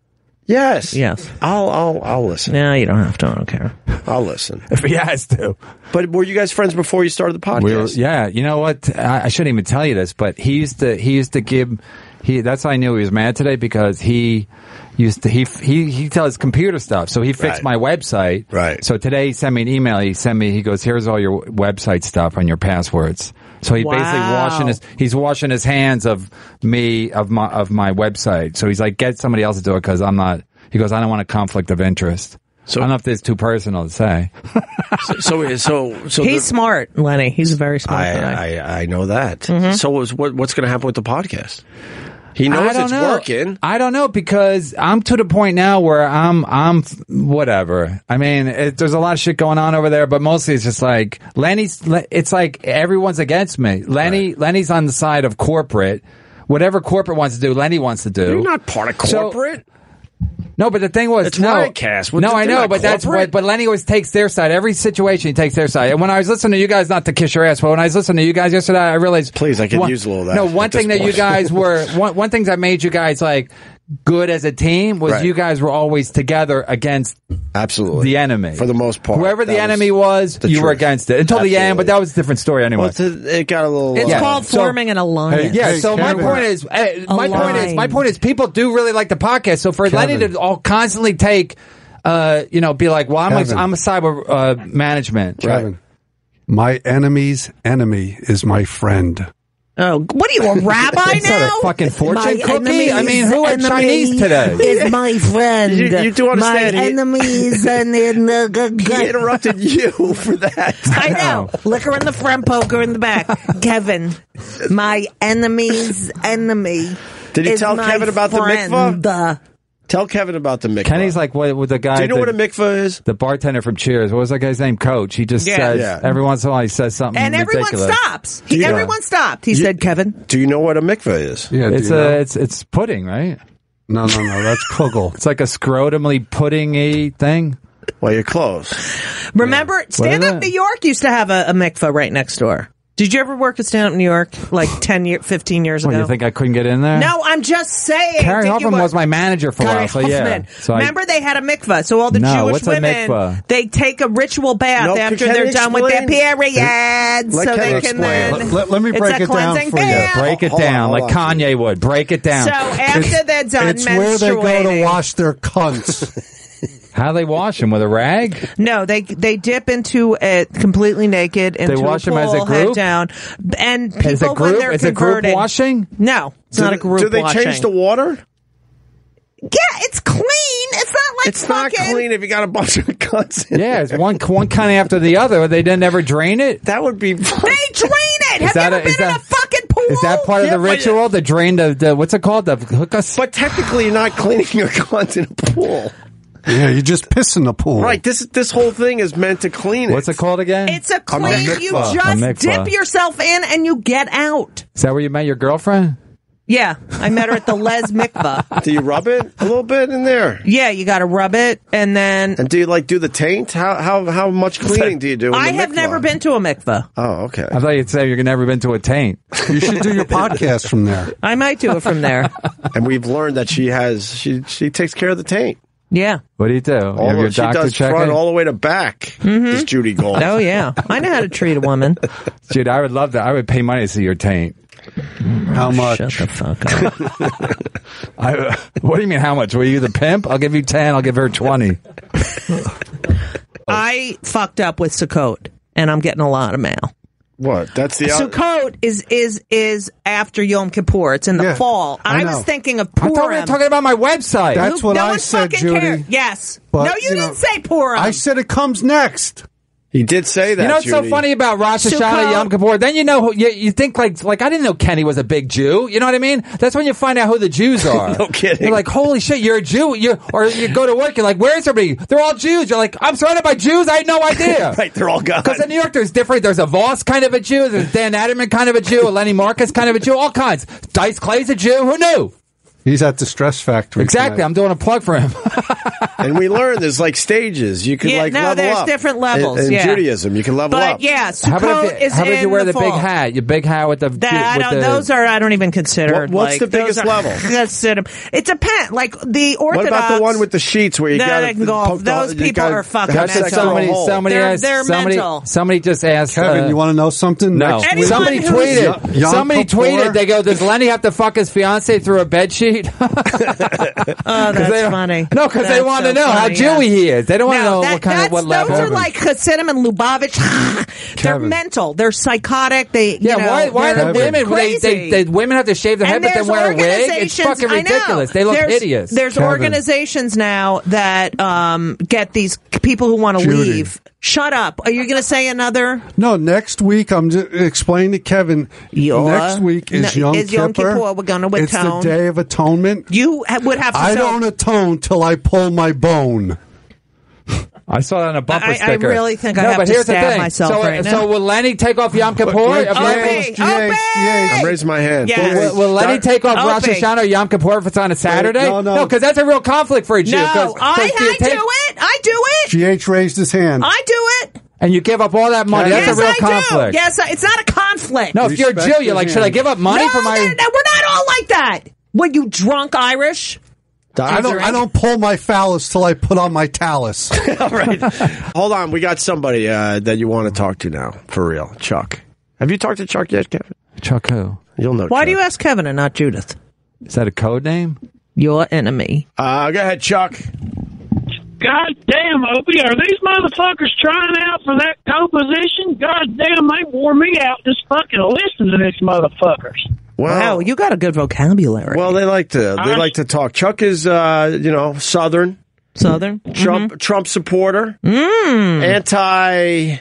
Speaker 1: Yes.
Speaker 6: Yes.
Speaker 1: I'll I'll I'll listen.
Speaker 6: No, you don't have to. I don't care.
Speaker 1: I'll listen.
Speaker 9: if he has to.
Speaker 1: But were you guys friends before you started the podcast?
Speaker 9: We were- yeah, you know what? I, I shouldn't even tell you this, but he used to he used to give he. That's why I knew he was mad today because he used to he he he does computer stuff. So he fixed my website. Right. So today he sent me an email. He sent me he goes here's all your website stuff and your passwords. So he basically
Speaker 15: Wow.
Speaker 9: washing his he's washing his hands of me of my of my website. So he's like get somebody else to do it because I'm not. He goes I don't want a conflict of interest. So I don't know if this is too personal to say.
Speaker 1: so so so
Speaker 6: He's
Speaker 1: the-
Speaker 6: smart, Lenny. He's a very smart
Speaker 1: I,
Speaker 6: guy.
Speaker 1: I I know that.
Speaker 6: Mm-hmm.
Speaker 1: So was, what what's going to happen with the podcast? He
Speaker 9: I
Speaker 1: knows
Speaker 9: don't
Speaker 1: it's
Speaker 9: know.
Speaker 1: working.
Speaker 9: I don't know because I'm to the point now where I'm I'm f- whatever. I mean, it, there's a lot of shit going on over there, but mostly it's just like Lenny's. Le- It's like everyone's against me. Lenny Lenny's on the side of corporate. Whatever corporate wants to do, Lenny wants to do.
Speaker 1: You're not part of
Speaker 9: So-
Speaker 1: corporate.
Speaker 9: no, but the thing was,
Speaker 1: It's
Speaker 9: no,
Speaker 1: Riotcast. What-
Speaker 9: no,
Speaker 1: they're
Speaker 9: I know,
Speaker 1: not
Speaker 9: but that's
Speaker 1: corporate.
Speaker 9: what. But Lenny always takes their side. Every situation, he takes their side. And when I was listening to you guys, not to kiss your ass, but when I was listening to you guys yesterday, I realized, please,
Speaker 1: I could use a little of that
Speaker 9: No,
Speaker 1: at
Speaker 9: one
Speaker 1: this
Speaker 9: thing that you
Speaker 1: point.
Speaker 9: guys were, one, one thing that made you guys like good as a team was
Speaker 1: Right.
Speaker 9: you guys were always together against
Speaker 1: absolutely
Speaker 9: the enemy for the
Speaker 1: most part.
Speaker 9: Whoever the
Speaker 1: That
Speaker 9: enemy was,
Speaker 1: the
Speaker 9: you were
Speaker 1: truth.
Speaker 9: against it until the end. But that was a different story anyway.
Speaker 1: Well, it's a- it got a little. uh,
Speaker 6: It's
Speaker 9: Yeah.
Speaker 6: called
Speaker 9: So-
Speaker 6: forming an alliance.
Speaker 9: yeah. so my point is, eh, my point is, my point is, people do really like the podcast. So for
Speaker 6: Kevin.
Speaker 9: Lenny to all constantly take, uh, you know, be like, well, I'm a,
Speaker 2: Kevin.
Speaker 9: I'm a cyber uh, management,
Speaker 2: Kevin. My enemy's enemy is my friend.
Speaker 6: Oh, what are you, a rabbi
Speaker 9: It's
Speaker 6: now?
Speaker 9: not a fucking fortune
Speaker 15: My
Speaker 9: cookie.
Speaker 15: enemy's
Speaker 9: I mean, who are
Speaker 15: enemy
Speaker 9: Chinese today?
Speaker 15: Is my friend.
Speaker 9: You- you do understand
Speaker 15: My
Speaker 9: he-
Speaker 15: enemies and in the
Speaker 1: He interrupted you for that.
Speaker 15: I
Speaker 6: know.
Speaker 15: Liquor in the front, poker in the back. Kevin, my enemy's enemy.
Speaker 1: Did you
Speaker 15: is
Speaker 1: tell
Speaker 15: my
Speaker 1: Kevin about the
Speaker 15: friend.
Speaker 1: mikvah? Tell Kevin about the mikvah.
Speaker 9: Kenny's like what with the guy.
Speaker 1: Do you know
Speaker 9: the,
Speaker 1: what a mikvah is?
Speaker 9: The bartender from Cheers. What was that guy's name? Coach. He just
Speaker 6: Yeah.
Speaker 9: says
Speaker 6: Yeah.
Speaker 9: every once in a while he says something.
Speaker 6: and everyone
Speaker 9: Mm, ridiculous.
Speaker 6: stops. He,
Speaker 9: Yeah.
Speaker 6: everyone stopped. He
Speaker 9: You-
Speaker 6: said, "Kevin,
Speaker 1: Do you know what a mikvah is?
Speaker 2: Yeah,
Speaker 9: it's
Speaker 2: do you
Speaker 9: a
Speaker 2: know?
Speaker 9: it's it's pudding, right?
Speaker 2: No, no, no. That's kugel.
Speaker 9: it's like a scrotumly puddingy thing.
Speaker 1: Well, you're close.
Speaker 6: remember Stand
Speaker 9: is
Speaker 6: Up
Speaker 9: that?
Speaker 6: New York used to have a, a mikveh right next door. Did you ever work at Stand Up New York like 10 year, 15 years
Speaker 9: What,
Speaker 6: ago?
Speaker 9: you think I couldn't get in there?
Speaker 6: no, I'm just saying.
Speaker 9: Carrie
Speaker 6: Did you
Speaker 9: Hoffman
Speaker 6: work-
Speaker 9: was my manager for a
Speaker 6: Gary
Speaker 9: while, so yeah.
Speaker 6: Hoffman.
Speaker 9: So I-
Speaker 6: Remember, they had a mikvah, so all the
Speaker 9: No,
Speaker 6: Jewish
Speaker 9: what's a
Speaker 6: women
Speaker 9: mikvah?
Speaker 6: they take a ritual bath
Speaker 9: No,
Speaker 6: after
Speaker 9: can
Speaker 6: they're
Speaker 9: you
Speaker 6: done with their
Speaker 9: explain?
Speaker 6: period, so they can then.
Speaker 9: Let, let me
Speaker 6: it's
Speaker 9: break
Speaker 6: a
Speaker 9: it down
Speaker 6: cleansing
Speaker 9: for you.
Speaker 6: bath.
Speaker 9: Break it down like Kanye would. Break it down.
Speaker 6: So after they're done
Speaker 2: It's where they go to
Speaker 6: menstruating-
Speaker 2: wash their cunts.
Speaker 9: How they wash them with a rag?
Speaker 6: No, they they dip into it completely naked into
Speaker 9: wash
Speaker 6: a
Speaker 9: 'em as
Speaker 6: pool,
Speaker 9: a
Speaker 6: head
Speaker 9: group?
Speaker 6: down, and people
Speaker 9: As a
Speaker 6: when
Speaker 9: group?
Speaker 6: they're
Speaker 9: As a group
Speaker 6: converted,
Speaker 9: washing?
Speaker 6: No, it's
Speaker 9: Do
Speaker 6: not a
Speaker 9: they-
Speaker 6: group.
Speaker 9: do they change
Speaker 6: washing.
Speaker 9: the
Speaker 1: water?
Speaker 6: Yeah, it's clean. It's not like
Speaker 1: It's not clean if you got a bunch of cunts. In
Speaker 9: Yeah, it's one one kind after the other. They didn't ever drain it.
Speaker 1: That would be.
Speaker 6: They drain
Speaker 9: Is
Speaker 6: it. Have you
Speaker 9: that
Speaker 6: ever
Speaker 9: a-
Speaker 6: been
Speaker 9: is
Speaker 6: in
Speaker 9: that-
Speaker 6: a fucking pool?
Speaker 9: Is that part of the
Speaker 6: Yeah, but-
Speaker 9: ritual? The drain the, the what's it called? The hookah.
Speaker 1: But technically, you're not cleaning your cunts in a pool.
Speaker 2: yeah, you just piss in the pool.
Speaker 1: Right. This this whole thing is meant to clean it. What's
Speaker 9: it called again?
Speaker 6: It's a clean. you just dip yourself in and you get out.
Speaker 9: Is that where you met your girlfriend?
Speaker 6: Yeah, I met her at the Les Mikvah.
Speaker 1: Do you rub it a little bit in there?
Speaker 6: Yeah, you got to rub it and then.
Speaker 1: And do you like do the taint? How how how much cleaning do you do? in
Speaker 6: I
Speaker 1: the
Speaker 6: have
Speaker 1: mikvah?
Speaker 6: never been to a mikvah.
Speaker 1: Oh, okay.
Speaker 9: I thought you'd say you've never been to a taint.
Speaker 2: You should do your podcast from there.
Speaker 6: I might do it from there.
Speaker 1: and we've learned that she has she she takes care of the taint.
Speaker 6: Yeah.
Speaker 9: What do you do? You
Speaker 1: All
Speaker 9: have your
Speaker 1: of- she
Speaker 9: doctor
Speaker 1: does
Speaker 9: check
Speaker 1: front
Speaker 9: it?
Speaker 1: all the way to back.
Speaker 6: Mm-hmm.
Speaker 1: Is Judy Gold?
Speaker 6: Oh yeah, I know how to treat a woman.
Speaker 9: Dude, I would love that. I would pay money to see your taint. Oh,
Speaker 2: How much?
Speaker 6: Shut the fuck up.
Speaker 9: I, what do you mean? How much? Were you the pimp? I'll give you ten. I'll give her twenty.
Speaker 6: I fucked up with Sukkot, and I'm getting a lot of mail.
Speaker 1: What? That's the other.
Speaker 6: Sukkot is is is after Yom Kippur. It's in the
Speaker 1: Yeah,
Speaker 6: fall.
Speaker 1: I
Speaker 6: I,
Speaker 1: know.
Speaker 6: was thinking of
Speaker 9: I
Speaker 6: Purim.
Speaker 9: thought we were talking about my website.
Speaker 2: That's what
Speaker 6: no
Speaker 2: I
Speaker 6: one
Speaker 2: said,
Speaker 6: fucking
Speaker 2: Judy.
Speaker 6: cared. Yes.
Speaker 2: But,
Speaker 6: no, you,
Speaker 2: you
Speaker 6: didn't
Speaker 2: know,
Speaker 6: say Purim.
Speaker 2: I said it comes next.
Speaker 1: He did say that.
Speaker 9: You know what's so
Speaker 1: Judy.
Speaker 9: funny about Rosh Hashanah,
Speaker 1: Sukkot.
Speaker 9: Yom Kippur? Then you know who, you, you think like like I didn't know Kenny was a big Jew. You know what I mean? That's when you find out who the Jews are.
Speaker 1: No kidding.
Speaker 9: You're like, holy shit, you're a Jew. You or you go to work, you're like, where's everybody? They're all Jews. You're like, I'm surrounded by Jews. I had no idea.
Speaker 1: Right, they're all gone.
Speaker 9: Because in New York, there's different. There's a Voss kind of a Jew. There's Dan Adamant kind of a Jew. A Lenny Marcus kind of a Jew. All kinds. Dice Clay's a Jew. Who knew?
Speaker 2: He's at the stress factory.
Speaker 9: Exactly. I'm doing a plug for him.
Speaker 1: and we learned there's like stages. You can
Speaker 6: Yeah,
Speaker 1: like
Speaker 6: no,
Speaker 1: level
Speaker 6: there's
Speaker 1: up.
Speaker 6: different
Speaker 1: In-
Speaker 6: levels,
Speaker 1: In,
Speaker 6: yeah.
Speaker 1: Judaism, you can level
Speaker 6: But
Speaker 1: up.
Speaker 6: yeah, Sukkot
Speaker 9: how about if, you-
Speaker 6: is
Speaker 9: how about if you
Speaker 6: in
Speaker 9: wear the, big
Speaker 6: fall.
Speaker 9: hat? Your big hat with the
Speaker 6: That I
Speaker 9: with
Speaker 6: don't,
Speaker 9: the-
Speaker 6: those are I don't even consider.
Speaker 1: What- what's
Speaker 6: like,
Speaker 1: the biggest
Speaker 6: those are-
Speaker 1: level?
Speaker 6: That's it. It depends. Like the
Speaker 1: What
Speaker 6: Orthodox.
Speaker 1: about the one with the sheets where you
Speaker 6: No,
Speaker 1: got
Speaker 6: they can go off. Those people are fucking
Speaker 9: That's
Speaker 6: mental.
Speaker 9: what somebody, somebody
Speaker 6: They're-
Speaker 9: asked.
Speaker 6: they're
Speaker 9: somebody,
Speaker 6: mental.
Speaker 9: somebody just asked.
Speaker 2: Kevin,
Speaker 9: uh,
Speaker 2: you want to know something?
Speaker 9: no.
Speaker 2: Next week-
Speaker 9: Somebody
Speaker 6: who's-
Speaker 9: tweeted.
Speaker 2: Yom
Speaker 9: somebody
Speaker 2: Kippur?
Speaker 9: tweeted. They go, "Does Lenny have to fuck his fiance through a bed sheet?"
Speaker 6: Oh, that's
Speaker 9: they-
Speaker 6: funny.
Speaker 9: no, because they
Speaker 6: That's
Speaker 9: want to
Speaker 6: so
Speaker 9: know how
Speaker 6: funny, yeah.
Speaker 9: Jewy he is. They don't want to
Speaker 6: No,
Speaker 9: know
Speaker 6: that-
Speaker 9: what kind of
Speaker 6: that's-
Speaker 9: what level.
Speaker 6: Those are like Hasidim and Lubavitch. They're
Speaker 9: Kevin.
Speaker 6: mental. They're psychotic. They you
Speaker 9: yeah,
Speaker 6: know,
Speaker 9: why? Why
Speaker 6: they're
Speaker 9: the women? They,
Speaker 6: crazy.
Speaker 9: they, they, women have to shave their head,
Speaker 6: and
Speaker 9: but
Speaker 6: there's
Speaker 9: then wear a wig. It's
Speaker 6: organizations-
Speaker 9: fucking
Speaker 6: I know.
Speaker 9: ridiculous. They look
Speaker 6: there's,
Speaker 9: hideous.
Speaker 6: There's organizations now that um, get these people who want to
Speaker 2: Judy.
Speaker 6: leave. Shut up. Are you going to say another?
Speaker 2: No, next week I'm just explain to Kevin.
Speaker 6: Your-
Speaker 2: next week is
Speaker 6: No,
Speaker 2: Yom
Speaker 6: is
Speaker 2: Kippur.
Speaker 6: Yom Kippur. We're gonna
Speaker 2: It's the
Speaker 6: atone.
Speaker 2: Day of Atonement.
Speaker 6: You ha- would have to.
Speaker 2: I
Speaker 6: sell-
Speaker 2: don't atone till I pull my bone.
Speaker 9: I saw that on a bumper
Speaker 6: I- I
Speaker 9: sticker.
Speaker 6: really think I
Speaker 9: no,
Speaker 6: have
Speaker 9: but
Speaker 6: to
Speaker 9: here's
Speaker 6: stab
Speaker 9: the thing.
Speaker 6: myself
Speaker 9: so,
Speaker 6: right
Speaker 9: so
Speaker 6: now.
Speaker 9: will Lenny take off Yom Kippur?
Speaker 2: But-
Speaker 9: If Lenny-
Speaker 6: Obey, obey.
Speaker 1: I'm raising my hand.
Speaker 6: Yes.
Speaker 9: Will, will Lenny take off Rosh
Speaker 6: Obey.
Speaker 9: Hashanah or Yom Kippur if it's on a Saturday?
Speaker 2: no, no.
Speaker 9: because that's a real conflict for a Jew.
Speaker 6: No,
Speaker 9: 'cause- 'cause
Speaker 6: I,
Speaker 9: do you
Speaker 6: I do
Speaker 9: take-
Speaker 6: it. I do it.
Speaker 2: Gh raised his hand.
Speaker 6: I do it.
Speaker 9: And you give up all that money.
Speaker 6: yes,
Speaker 9: that's a real
Speaker 6: I
Speaker 9: conflict.
Speaker 6: do. Yes, I, it's not a conflict.
Speaker 9: No, if you're a
Speaker 2: Respect
Speaker 9: Jew, you're
Speaker 2: your
Speaker 9: like, should I
Speaker 2: hand.
Speaker 9: give up money
Speaker 6: no,
Speaker 9: for my?
Speaker 6: they're- no, we're not all like that. What you drunk Irish?
Speaker 2: I don't. I don't pull my phallus till I put on my talus.
Speaker 1: All right. Hold on. We got somebody uh, that you want to talk to now, for real. Chuck. Have you talked to Chuck yet, Kevin?
Speaker 9: Chuck who?
Speaker 1: You'll know.
Speaker 6: Why do you ask Kevin and not Judith?
Speaker 9: Is that a code name?
Speaker 6: Your enemy.
Speaker 1: Uh, go ahead, Chuck.
Speaker 8: God damn, Opie, are these motherfuckers trying out for that composition? God damn, they wore me out just fucking listening to these motherfuckers.
Speaker 6: wow, you Uh-huh. got a good vocabulary.
Speaker 1: Oh. Well, they like to they like to talk. Chuck is uh, you know Southern,
Speaker 6: Southern
Speaker 1: Trump
Speaker 6: Mm-hmm.
Speaker 1: Trump supporter, mm. anti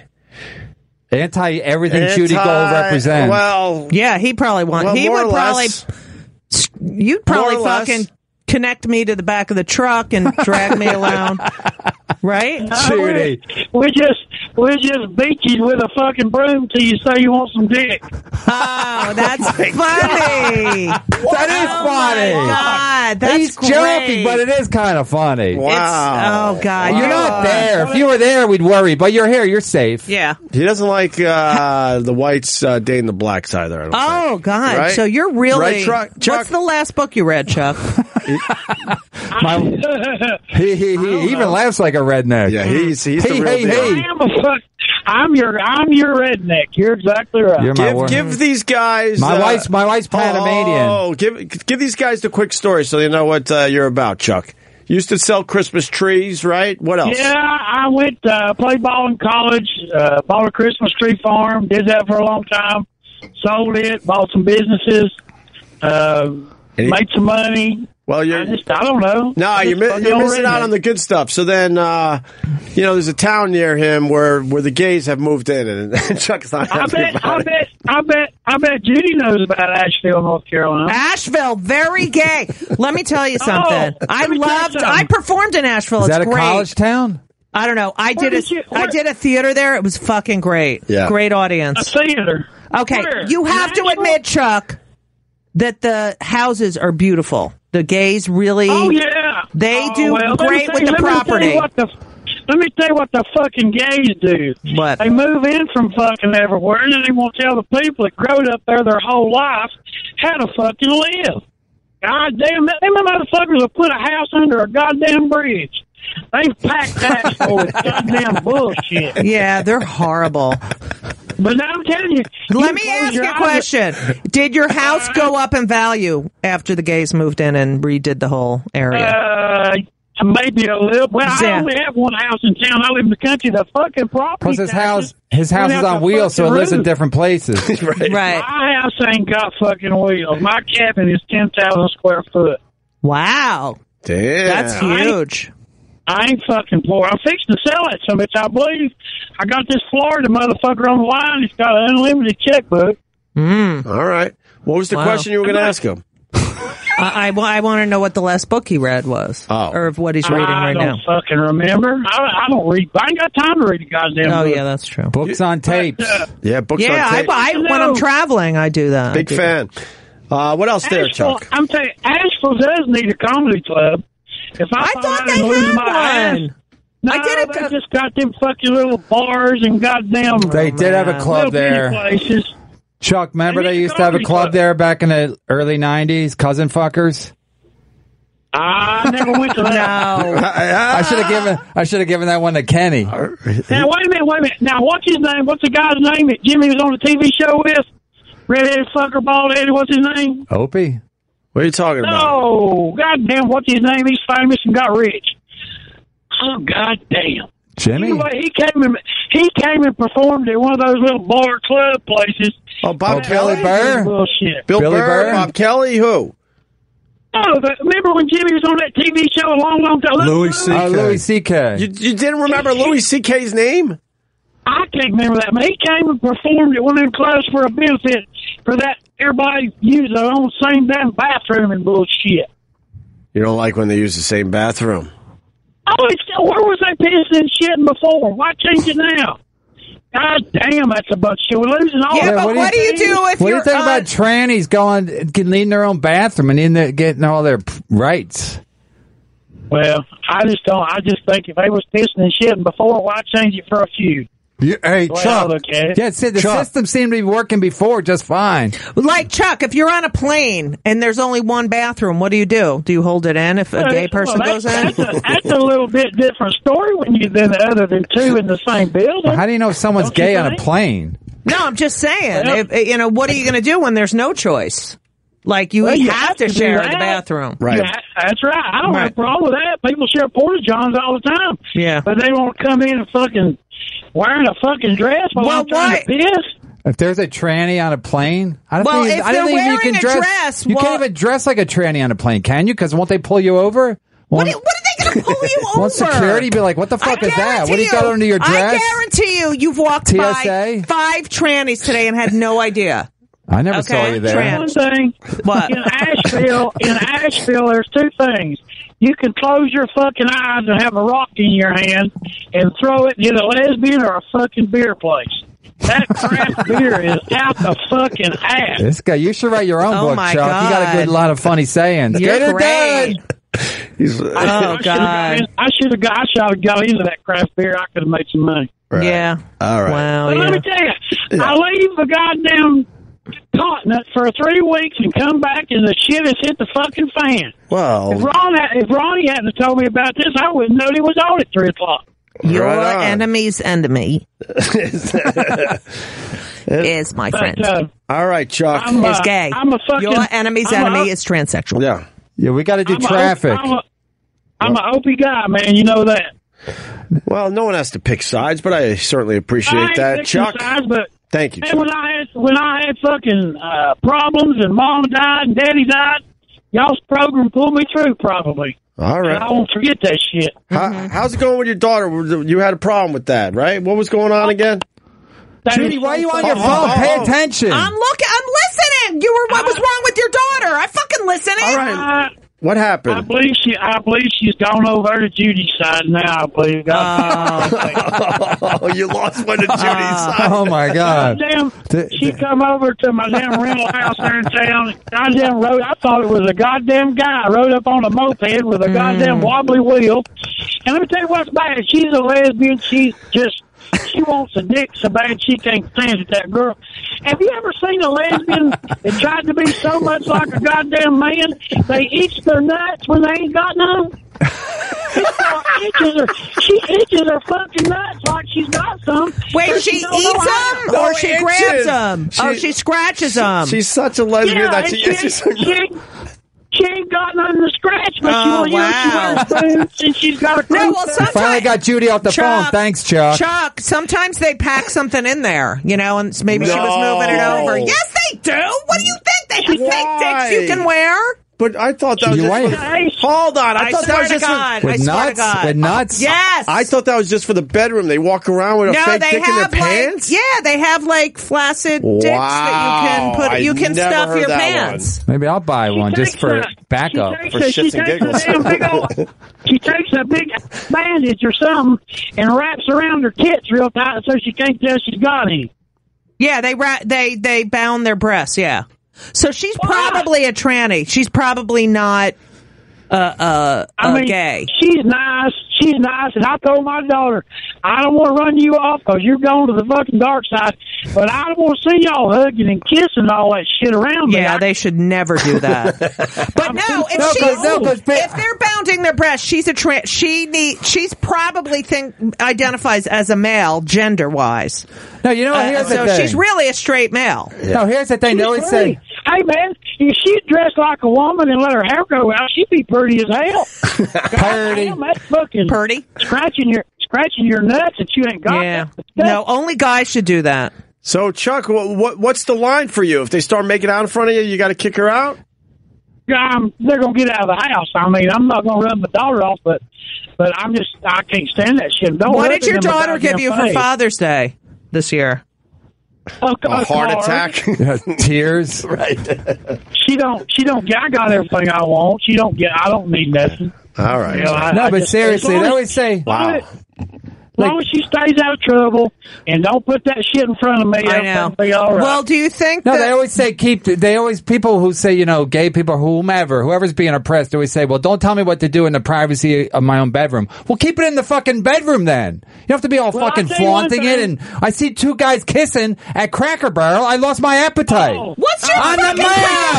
Speaker 9: anti everything Judy Gold represents.
Speaker 1: Well,
Speaker 6: yeah, he probably won.
Speaker 1: well,
Speaker 6: he
Speaker 1: more
Speaker 6: would
Speaker 1: or
Speaker 6: probably.
Speaker 1: less.
Speaker 6: You'd probably
Speaker 1: More or less.
Speaker 6: fucking connect me to the back of the truck and drag me around, right? Oh,
Speaker 8: Judy. We just we just beat you with a fucking broom till you say you want some dick.
Speaker 6: Oh, that's funny.
Speaker 9: That is funny.
Speaker 6: Oh God, that's
Speaker 9: He's
Speaker 6: great.
Speaker 9: joking, but it is kind of funny.
Speaker 1: Wow.
Speaker 6: oh God,
Speaker 9: You're
Speaker 6: Wow.
Speaker 9: not there. If you were there, we'd worry. But you're here. You're safe.
Speaker 6: Yeah.
Speaker 1: He doesn't like uh, the whites uh, dating the blacks either. I don't
Speaker 6: Oh God!
Speaker 1: Right?
Speaker 6: So you're
Speaker 1: Right,
Speaker 6: really
Speaker 1: Chuck? Chuck?
Speaker 6: What's the last book you read, Chuck?
Speaker 9: He, he, he even laughs like a redneck.
Speaker 1: Yeah, he's he's
Speaker 9: hey,
Speaker 1: the real
Speaker 9: hey,
Speaker 1: deal.
Speaker 9: hey.
Speaker 8: I'm a fuck. I'm your I'm your redneck. You're exactly right.
Speaker 9: You're my
Speaker 1: Give,
Speaker 9: wor-
Speaker 1: give these guys
Speaker 9: My
Speaker 1: uh,
Speaker 9: wife's my wife's Panamanian.
Speaker 1: Oh, give give these guys the quick story so they know what uh, you're about, Chuck. You used to sell Christmas trees, right? What else?
Speaker 8: Yeah, I went uh, played ball in college. Uh, bought a Christmas tree farm. Did that for a long time. Sold it. Bought some businesses. Uh,
Speaker 1: Any-
Speaker 8: made some money.
Speaker 1: Well, you're.
Speaker 8: I just I don't know.
Speaker 1: No,
Speaker 8: I
Speaker 1: you're,
Speaker 8: just
Speaker 1: mi-
Speaker 8: fucking
Speaker 1: you're
Speaker 8: old
Speaker 1: missing out
Speaker 8: redneck.
Speaker 1: on the good stuff. So then, uh, you know, there's a town near him where, where the gays have moved in, and, and Chuck's not
Speaker 8: I
Speaker 1: happy
Speaker 8: bet, I
Speaker 1: about it.
Speaker 8: bet, I bet, I bet Judy knows about Asheville, North Carolina.
Speaker 6: Asheville, very gay. Let me tell you something.
Speaker 8: Oh,
Speaker 6: I
Speaker 8: let me tell you
Speaker 6: loved.
Speaker 8: something.
Speaker 6: I performed in Asheville.
Speaker 9: Is
Speaker 6: it's
Speaker 9: that a
Speaker 6: great.
Speaker 9: college town?
Speaker 6: I don't know. I
Speaker 8: Where
Speaker 6: did a I
Speaker 8: did you- where-
Speaker 6: did a theater there. It was fucking great.
Speaker 1: Yeah.
Speaker 6: Great
Speaker 8: A
Speaker 6: audience.
Speaker 8: theater.
Speaker 6: Okay,
Speaker 8: Where?
Speaker 6: you have to
Speaker 8: Nashville?
Speaker 6: admit, Chuck, that the houses are beautiful. The gays really.
Speaker 8: Oh yeah,
Speaker 6: They
Speaker 8: Oh,
Speaker 6: do
Speaker 8: well, let me
Speaker 6: great
Speaker 8: tell
Speaker 6: with
Speaker 8: you-
Speaker 6: the
Speaker 8: let me tell
Speaker 6: property.
Speaker 8: you what the- Let me tell you what the fucking gays do.
Speaker 6: What?
Speaker 8: They move in from fucking everywhere, and then they won't tell the people that growed up there their whole life how to fucking live. God damn, them motherfuckers will put a house under a goddamn bridge. They packed that full of goddamn bullshit.
Speaker 6: Yeah, they're horrible.
Speaker 8: But now I'm telling you,
Speaker 6: Let
Speaker 8: you
Speaker 6: me
Speaker 8: close
Speaker 6: ask
Speaker 8: your
Speaker 6: you a
Speaker 8: eyes-
Speaker 6: question. Did your house go up in value after the gays moved in and redid the whole area?
Speaker 8: Uh, maybe a little. Well,
Speaker 6: Yeah.
Speaker 8: I only have one house in town. I live in the country. The fucking property.
Speaker 9: Plus his
Speaker 8: taxes
Speaker 9: house his house
Speaker 8: went
Speaker 9: is
Speaker 8: out
Speaker 9: on
Speaker 8: the
Speaker 9: wheels, so it
Speaker 8: fucking
Speaker 9: lives in
Speaker 8: roof.
Speaker 9: different places.
Speaker 8: Uh,
Speaker 1: right.
Speaker 6: right.
Speaker 8: My house ain't got fucking wheels. My cabin is ten thousand square foot.
Speaker 6: Wow.
Speaker 1: Damn.
Speaker 6: That's huge.
Speaker 8: I ain't fucking poor. I'm fixing to sell it, some bitch. I believe I got this Florida motherfucker on the line. He's got an unlimited checkbook.
Speaker 1: All right. What was the
Speaker 6: Wow.
Speaker 1: question you were going to ask him?
Speaker 6: I, I, want to know what the last book he read was,
Speaker 1: Oh.
Speaker 6: or if what he's reading right
Speaker 8: I don't
Speaker 6: now.
Speaker 8: fucking remember. I, I don't read. I ain't got time to read a goddamn.
Speaker 6: Oh
Speaker 8: book.
Speaker 6: yeah, that's true.
Speaker 9: Books on tapes.
Speaker 1: Yeah, books
Speaker 6: yeah,
Speaker 1: on
Speaker 6: I,
Speaker 1: tape.
Speaker 6: I, when I'm traveling, I do that. I
Speaker 1: Big
Speaker 6: do
Speaker 1: fan. Uh, what else there,
Speaker 8: Asheville-
Speaker 1: Chuck?
Speaker 8: I'm telling you, Asheville does need a comedy club. If I,
Speaker 6: that. I
Speaker 8: find
Speaker 6: thought
Speaker 8: out I'm
Speaker 6: they
Speaker 8: losing my
Speaker 6: had
Speaker 8: ass,
Speaker 6: one.
Speaker 8: No,
Speaker 6: I did it
Speaker 8: They
Speaker 6: to-
Speaker 8: just got them fucking little bars and goddamn.
Speaker 9: They did have a
Speaker 6: Oh, man.
Speaker 9: club
Speaker 8: little bitty
Speaker 9: there.
Speaker 8: Places.
Speaker 9: Chuck, remember
Speaker 8: They need
Speaker 9: they
Speaker 8: a
Speaker 9: used to have a
Speaker 8: comedy
Speaker 9: club
Speaker 8: club.
Speaker 9: there back in the early nineties, cousin fuckers?
Speaker 8: I never went to that.
Speaker 9: Uh,
Speaker 6: No.
Speaker 9: I should have given I should have given that one to Kenny.
Speaker 8: Now wait a minute, wait a minute. Now what's his name? What's the guy's name that Jimmy was on the TV show with? Redheaded fucker, bald headed. What's his name?
Speaker 9: Opie.
Speaker 1: What are you talking about?
Speaker 8: No, goddamn. What's his name? He's famous and got rich. Oh goddamn.
Speaker 9: Jimmy?
Speaker 8: Anyway, he came and he came and performed at one of those little bar club places.
Speaker 1: Oh, Bob
Speaker 9: Oh,
Speaker 1: Kelly.
Speaker 9: Billy Burr?
Speaker 8: Bullshit.
Speaker 1: Bill
Speaker 9: Billy
Speaker 1: Burr,
Speaker 9: Burr?
Speaker 1: Bob Kelly, who?
Speaker 8: Oh, but remember when Jimmy was on that TV show a long, long time?
Speaker 2: Louis
Speaker 8: Look,
Speaker 2: C.
Speaker 9: Oh, Louis
Speaker 1: You,
Speaker 9: CK.
Speaker 1: you didn't remember Louis C.K.'s name?
Speaker 8: I can't remember that, but he came and performed at one of them clubs for a benefit for that everybody used their own same damn bathroom and bullshit.
Speaker 1: You don't like when they use the same bathroom.
Speaker 8: Oh, it's, where was they pissing and shitting before? Why change it now? God damn, that's a bunch of shit. We're losing all
Speaker 6: Yeah,
Speaker 8: that
Speaker 6: but what do you do
Speaker 9: What
Speaker 6: if
Speaker 9: do
Speaker 6: you're
Speaker 9: you think about
Speaker 6: on-
Speaker 9: trannies going leading their own bathroom and in there getting all their p- rights?
Speaker 8: Well, I just don't. I just think if they was pissing and shitting before, why change it for a feud?
Speaker 2: You, hey,
Speaker 8: Well, Chuck. okay.
Speaker 9: Yeah, Sid, the
Speaker 8: Chuck.
Speaker 9: system seemed to be working before just fine.
Speaker 6: Like Chuck, if you're on a plane and there's only one bathroom, what do you do? Do you hold it in if
Speaker 8: Uh,
Speaker 6: a gay person
Speaker 8: Well,
Speaker 6: goes in?
Speaker 8: that's, That's a, that's a little bit different story when you than other than two in the same building.
Speaker 9: How do you know if someone's
Speaker 8: Don't you
Speaker 9: gay on a
Speaker 8: think?
Speaker 9: plane?
Speaker 6: No, I'm just saying. If, you know, what are you going to do when there's no choice? Like you,
Speaker 8: Well,
Speaker 6: have,
Speaker 8: you
Speaker 6: to,
Speaker 8: do
Speaker 6: share
Speaker 8: that.
Speaker 6: the bathroom,
Speaker 8: Yeah, that's right. I don't have
Speaker 6: Right.
Speaker 8: a problem with that. People share porta johns all the time.
Speaker 6: Yeah,
Speaker 8: but they won't come in and fucking wearing a fucking dress while
Speaker 6: Well,
Speaker 8: I'm trying
Speaker 6: what?
Speaker 8: to piss.
Speaker 9: If there's a tranny on a plane, I don't
Speaker 8: Well,
Speaker 9: think,
Speaker 8: if
Speaker 9: I don't
Speaker 8: they're
Speaker 9: think you can
Speaker 8: wearing a
Speaker 9: dress.
Speaker 8: dress,
Speaker 9: you
Speaker 8: well-
Speaker 9: can't even dress like a tranny on a plane, can you? Because won't they pull you over? Won't, what,
Speaker 6: are they going to pull you
Speaker 9: Won't
Speaker 6: over?
Speaker 9: security be like, what the fuck is that? What do you got under your dress?
Speaker 6: I guarantee you, you've walked by
Speaker 9: TSA?
Speaker 6: five trannies today and had no idea.
Speaker 9: I never saw
Speaker 6: Okay,
Speaker 9: you there.
Speaker 6: trans.
Speaker 8: One thing,
Speaker 6: What?
Speaker 8: in Asheville, in Asheville, there's two things. You can close your fucking eyes and have a rock in your hand and throw it in a lesbian or a fucking beer place. That craft beer is out the fucking ass.
Speaker 9: This guy, you should write your own
Speaker 8: Oh
Speaker 9: book,
Speaker 8: my
Speaker 9: Chuck. You got a good
Speaker 8: God.
Speaker 9: lot of funny sayings.
Speaker 8: You're
Speaker 9: Get her
Speaker 8: great.
Speaker 9: done.
Speaker 1: uh, Oh,
Speaker 8: I should have got, I should have got, I should have got into that craft beer. I could have made some money.
Speaker 6: Yeah.
Speaker 1: All right.
Speaker 6: Wow.
Speaker 8: But let me tell you, I leave the goddamn continent for three weeks and come back and the shit has hit the fucking fan.
Speaker 1: Well,
Speaker 8: If, Ron, had- if Ronnie hadn't have told me about this, I wouldn't know he was on at three o'clock.
Speaker 15: Your
Speaker 8: Right on.
Speaker 15: enemy's enemy is my
Speaker 8: But,
Speaker 15: friend.
Speaker 8: uh,
Speaker 1: All right, Chuck.
Speaker 8: I'm, uh,
Speaker 15: is gay.
Speaker 8: I'm a fucking-
Speaker 15: Your enemy's
Speaker 8: I'm a-
Speaker 15: enemy is transsexual.
Speaker 1: Yeah.
Speaker 9: Yeah, we got to do
Speaker 8: I'm a-
Speaker 9: traffic.
Speaker 8: I'm a- I'm an OP guy, man. You know that.
Speaker 1: Well, no one has to pick sides, but I certainly
Speaker 8: I
Speaker 1: appreciate
Speaker 8: ain't
Speaker 1: that,
Speaker 8: fixing
Speaker 1: Chuck.
Speaker 8: sides, but
Speaker 1: Thank you.
Speaker 8: And when I had when I had fucking uh, problems and mom died and daddy died, y'all's program pulled me through probably.
Speaker 1: All right.
Speaker 8: And I won't forget that shit.
Speaker 1: How, How's it going with your daughter? You had a problem with that, right? What was going on again?
Speaker 8: Judy, why are you on your
Speaker 1: phone? Pay attention.
Speaker 6: I'm looking. I'm listening. You were. What was wrong with your daughter? I fucking listening. All
Speaker 1: right. What happened?
Speaker 8: I believe she. I believe she's gone over to Judy's side now. I believe.
Speaker 1: oh, you lost one to Judy's side.
Speaker 9: Oh my God.
Speaker 8: Damn, she come over to my damn rental house there in town. Goddamn rode. I thought it was a goddamn guy rode up on a moped with a goddamn wobbly wheel. And let me tell you what's bad. She's a lesbian. She's just she wants a dick so bad she can't stand it. That girl. Have you ever seen a lesbian that tried to be so much like a goddamn man they itch their nuts when they ain't got none? She itches her, she itches her fucking nuts like she's got some.
Speaker 6: Wait,
Speaker 8: but
Speaker 6: she
Speaker 8: don't know
Speaker 6: eats
Speaker 8: how.
Speaker 6: them or she grabs them or she scratches them.
Speaker 1: She's such a lesbian
Speaker 8: Yeah,
Speaker 1: that
Speaker 8: and
Speaker 1: she
Speaker 8: she,
Speaker 1: is just.
Speaker 8: ain't- she, ain't- she ain't got nothing to scratch, but
Speaker 6: Oh,
Speaker 8: she, you know, she wears boots and she's got a
Speaker 6: No, well,
Speaker 9: We finally
Speaker 6: sometimes
Speaker 9: got Judy off the phone. Thanks, Chuck.
Speaker 6: Chuck. Sometimes they pack something in there, you know, and maybe she was moving it
Speaker 1: No.
Speaker 6: over. Yes, they do. What do you think? They have
Speaker 1: Why?
Speaker 6: fake dicks you can wear.
Speaker 1: But I thought that was
Speaker 6: You're
Speaker 1: just for
Speaker 6: right.
Speaker 1: the, hold on. I,
Speaker 6: I
Speaker 1: thought that
Speaker 6: swear
Speaker 1: was
Speaker 6: to
Speaker 1: just
Speaker 6: God.
Speaker 1: for
Speaker 6: I With swear to nuts? God. With nuts? Yes.
Speaker 1: I thought that was just for the bedroom. They walk around with a fake dick in their
Speaker 6: have like
Speaker 1: pants.
Speaker 6: yeah, they have like flaccid dicks that you can
Speaker 1: Wow,
Speaker 6: put.
Speaker 1: I
Speaker 6: you can
Speaker 1: never
Speaker 6: stuff
Speaker 1: heard
Speaker 6: your
Speaker 1: that
Speaker 6: pants.
Speaker 9: Maybe I'll buy one just for
Speaker 8: takes a-
Speaker 9: backup.
Speaker 8: she takes a- she takes a damn big old- she takes a big bandage or something and wraps around her tits real tight so she can't tell she's got any.
Speaker 6: Yeah, they ra- they they bound their breasts. Yeah, so she's probably a tranny. She's probably not uh uh,
Speaker 8: I
Speaker 6: uh,
Speaker 8: mean,
Speaker 6: gay.
Speaker 8: She's nice. She's nice. And I told my daughter, I don't want to run you off 'cause you're going to the fucking dark side. But I don't want to see y'all hugging and kissing and all that shit around me.
Speaker 6: Yeah, they should never do that. but no, if
Speaker 8: No, 'cause-
Speaker 6: she's
Speaker 8: no, 'cause-
Speaker 6: if they're bounding their breasts, she's a trans. She need she's probably think identifies as a male gender wise.
Speaker 9: No, you know what? Here's the
Speaker 6: Uh, so
Speaker 9: thing.
Speaker 6: she's really a straight male.
Speaker 9: No, here's the thing. They
Speaker 8: She's
Speaker 9: always
Speaker 8: pretty.
Speaker 9: say,
Speaker 8: "Hey man, if she dressed like a woman and let her hair go out, she'd be pretty as hell." Purdy, that's fucking
Speaker 6: purdy.
Speaker 8: Scratching your scratching your nuts that you ain't got.
Speaker 6: Yeah. No, only guys should do that.
Speaker 1: So, Chuck, what, what what's the line for you? If they start making out in front of you, you got to kick her out.
Speaker 6: oh.
Speaker 8: Um, they're gonna get out of the house. I mean, I'm not gonna run my daughter off, but but I'm just I can't stand that shit. Don't
Speaker 6: what
Speaker 8: look
Speaker 6: did
Speaker 8: at
Speaker 6: your
Speaker 8: them
Speaker 6: daughter
Speaker 8: goddamn
Speaker 6: give you for
Speaker 8: face.
Speaker 6: Father's Day this year?
Speaker 8: A, a car.
Speaker 9: tears.
Speaker 1: right.
Speaker 8: She don't. She don't. I got everything I want. She don't get. I don't need nothing.
Speaker 1: All right.
Speaker 8: You know, I-
Speaker 9: no,
Speaker 8: I
Speaker 9: but
Speaker 8: just-
Speaker 9: seriously,
Speaker 8: as long
Speaker 9: they
Speaker 8: as-
Speaker 9: always say,
Speaker 8: Wow. long as she stays out of trouble and don't put that shit in front of me, I'll be all right.
Speaker 6: do you think?
Speaker 9: No, they always say keep. They always people who say you know gay people, whomever, whoever's being oppressed, they always say, well, don't tell me what to do in the privacy of my own bedroom. Well, keep it in the fucking bedroom then. You don't have to be all
Speaker 8: Well, I'll
Speaker 9: fucking
Speaker 8: tell you one
Speaker 9: flaunting it.
Speaker 8: thing.
Speaker 9: And I see two guys kissing at Cracker Barrel. I lost my appetite.
Speaker 8: Oh.
Speaker 6: What's your
Speaker 9: on
Speaker 6: fucking
Speaker 9: the mouth?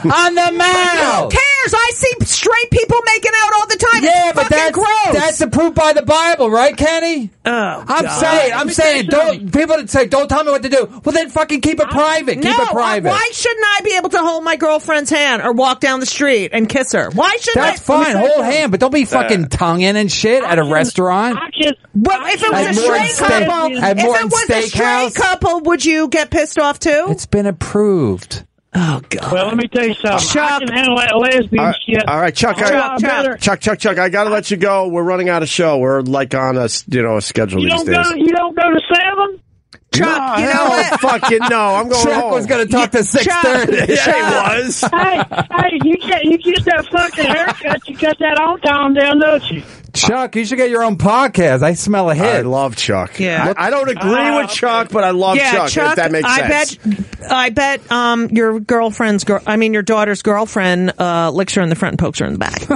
Speaker 6: problem?
Speaker 9: on the
Speaker 6: Who
Speaker 9: mouth?
Speaker 6: cares? I see straight people making out all the time.
Speaker 9: Yeah,
Speaker 6: it's
Speaker 9: but
Speaker 6: fucking
Speaker 9: that's
Speaker 6: gross.
Speaker 9: that's approved by the Bible, right, Kenny?
Speaker 6: Oh,
Speaker 9: I'm
Speaker 6: God.
Speaker 9: saying,
Speaker 6: Let
Speaker 9: I'm
Speaker 6: me tell
Speaker 9: saying,
Speaker 6: you
Speaker 9: don't people that say don't tell me what to do. Well, then fucking keep it private. Keep
Speaker 6: no,
Speaker 9: it private.
Speaker 6: uh, why shouldn't I be able to hold my girlfriend's hand or walk down the street and kiss her? Why shouldn't
Speaker 9: That's
Speaker 6: I?
Speaker 9: fine. Hold hand, but don't be fucking tongue in and shit at a restaurant.
Speaker 6: Well, if
Speaker 9: At
Speaker 6: it was a
Speaker 9: Morton's
Speaker 6: straight
Speaker 9: Steak-
Speaker 6: couple,
Speaker 9: at
Speaker 6: if it
Speaker 9: Morton's
Speaker 6: was a straight
Speaker 9: Steakhouse.
Speaker 6: couple, would you get pissed off too?
Speaker 9: It's been approved.
Speaker 6: Oh God!
Speaker 8: Well, let me tell you something. I can handle that lesbian
Speaker 1: All right,
Speaker 8: shit.
Speaker 1: all right, Chuck, I-
Speaker 8: Chuck, Chuck.
Speaker 1: Chuck, Chuck, Chuck, I gotta let you go. We're running out of show. We're like on a s- you know a schedule
Speaker 8: You
Speaker 1: these
Speaker 8: don't
Speaker 1: days.
Speaker 8: go. You don't go to seven.
Speaker 1: Chuck, you know what? Fuck you, no, I'm going
Speaker 9: Chuck
Speaker 1: home.
Speaker 9: was going to talk to six thirty.
Speaker 1: Oh. Yeah, he was.
Speaker 8: hey, hey, you get you get that fucking haircut. You cut that on time down, don't you?
Speaker 9: Chuck, you should get your own podcast. I smell a hit.
Speaker 1: I love Chuck.
Speaker 6: Yeah.
Speaker 1: I, I don't agree
Speaker 8: Uh,
Speaker 1: with Chuck, but I love
Speaker 6: yeah,
Speaker 1: Chuck, If that makes
Speaker 6: I
Speaker 1: sense.
Speaker 6: bet, I bet um, your girlfriend's, girl, I mean your daughter's girlfriend, uh, licks her in the front and pokes her in the back.
Speaker 8: I'll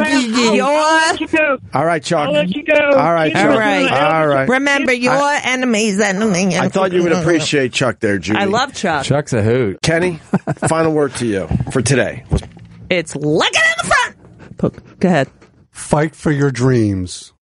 Speaker 8: let you go.
Speaker 1: All right, Chuck.
Speaker 8: I'll let you go.
Speaker 1: All right,
Speaker 8: Keep
Speaker 1: Chuck.
Speaker 8: doing
Speaker 1: All
Speaker 8: that.
Speaker 1: right. All right.
Speaker 6: Remember, your
Speaker 1: I-
Speaker 6: enemies. enemy.
Speaker 1: I thought you would appreciate Chuck there, Judy.
Speaker 6: I love Chuck.
Speaker 9: Chuck's a hoot.
Speaker 1: Kenny, final word to you for today.
Speaker 6: It's licking in the front. Go ahead.
Speaker 2: Fight for your dreams.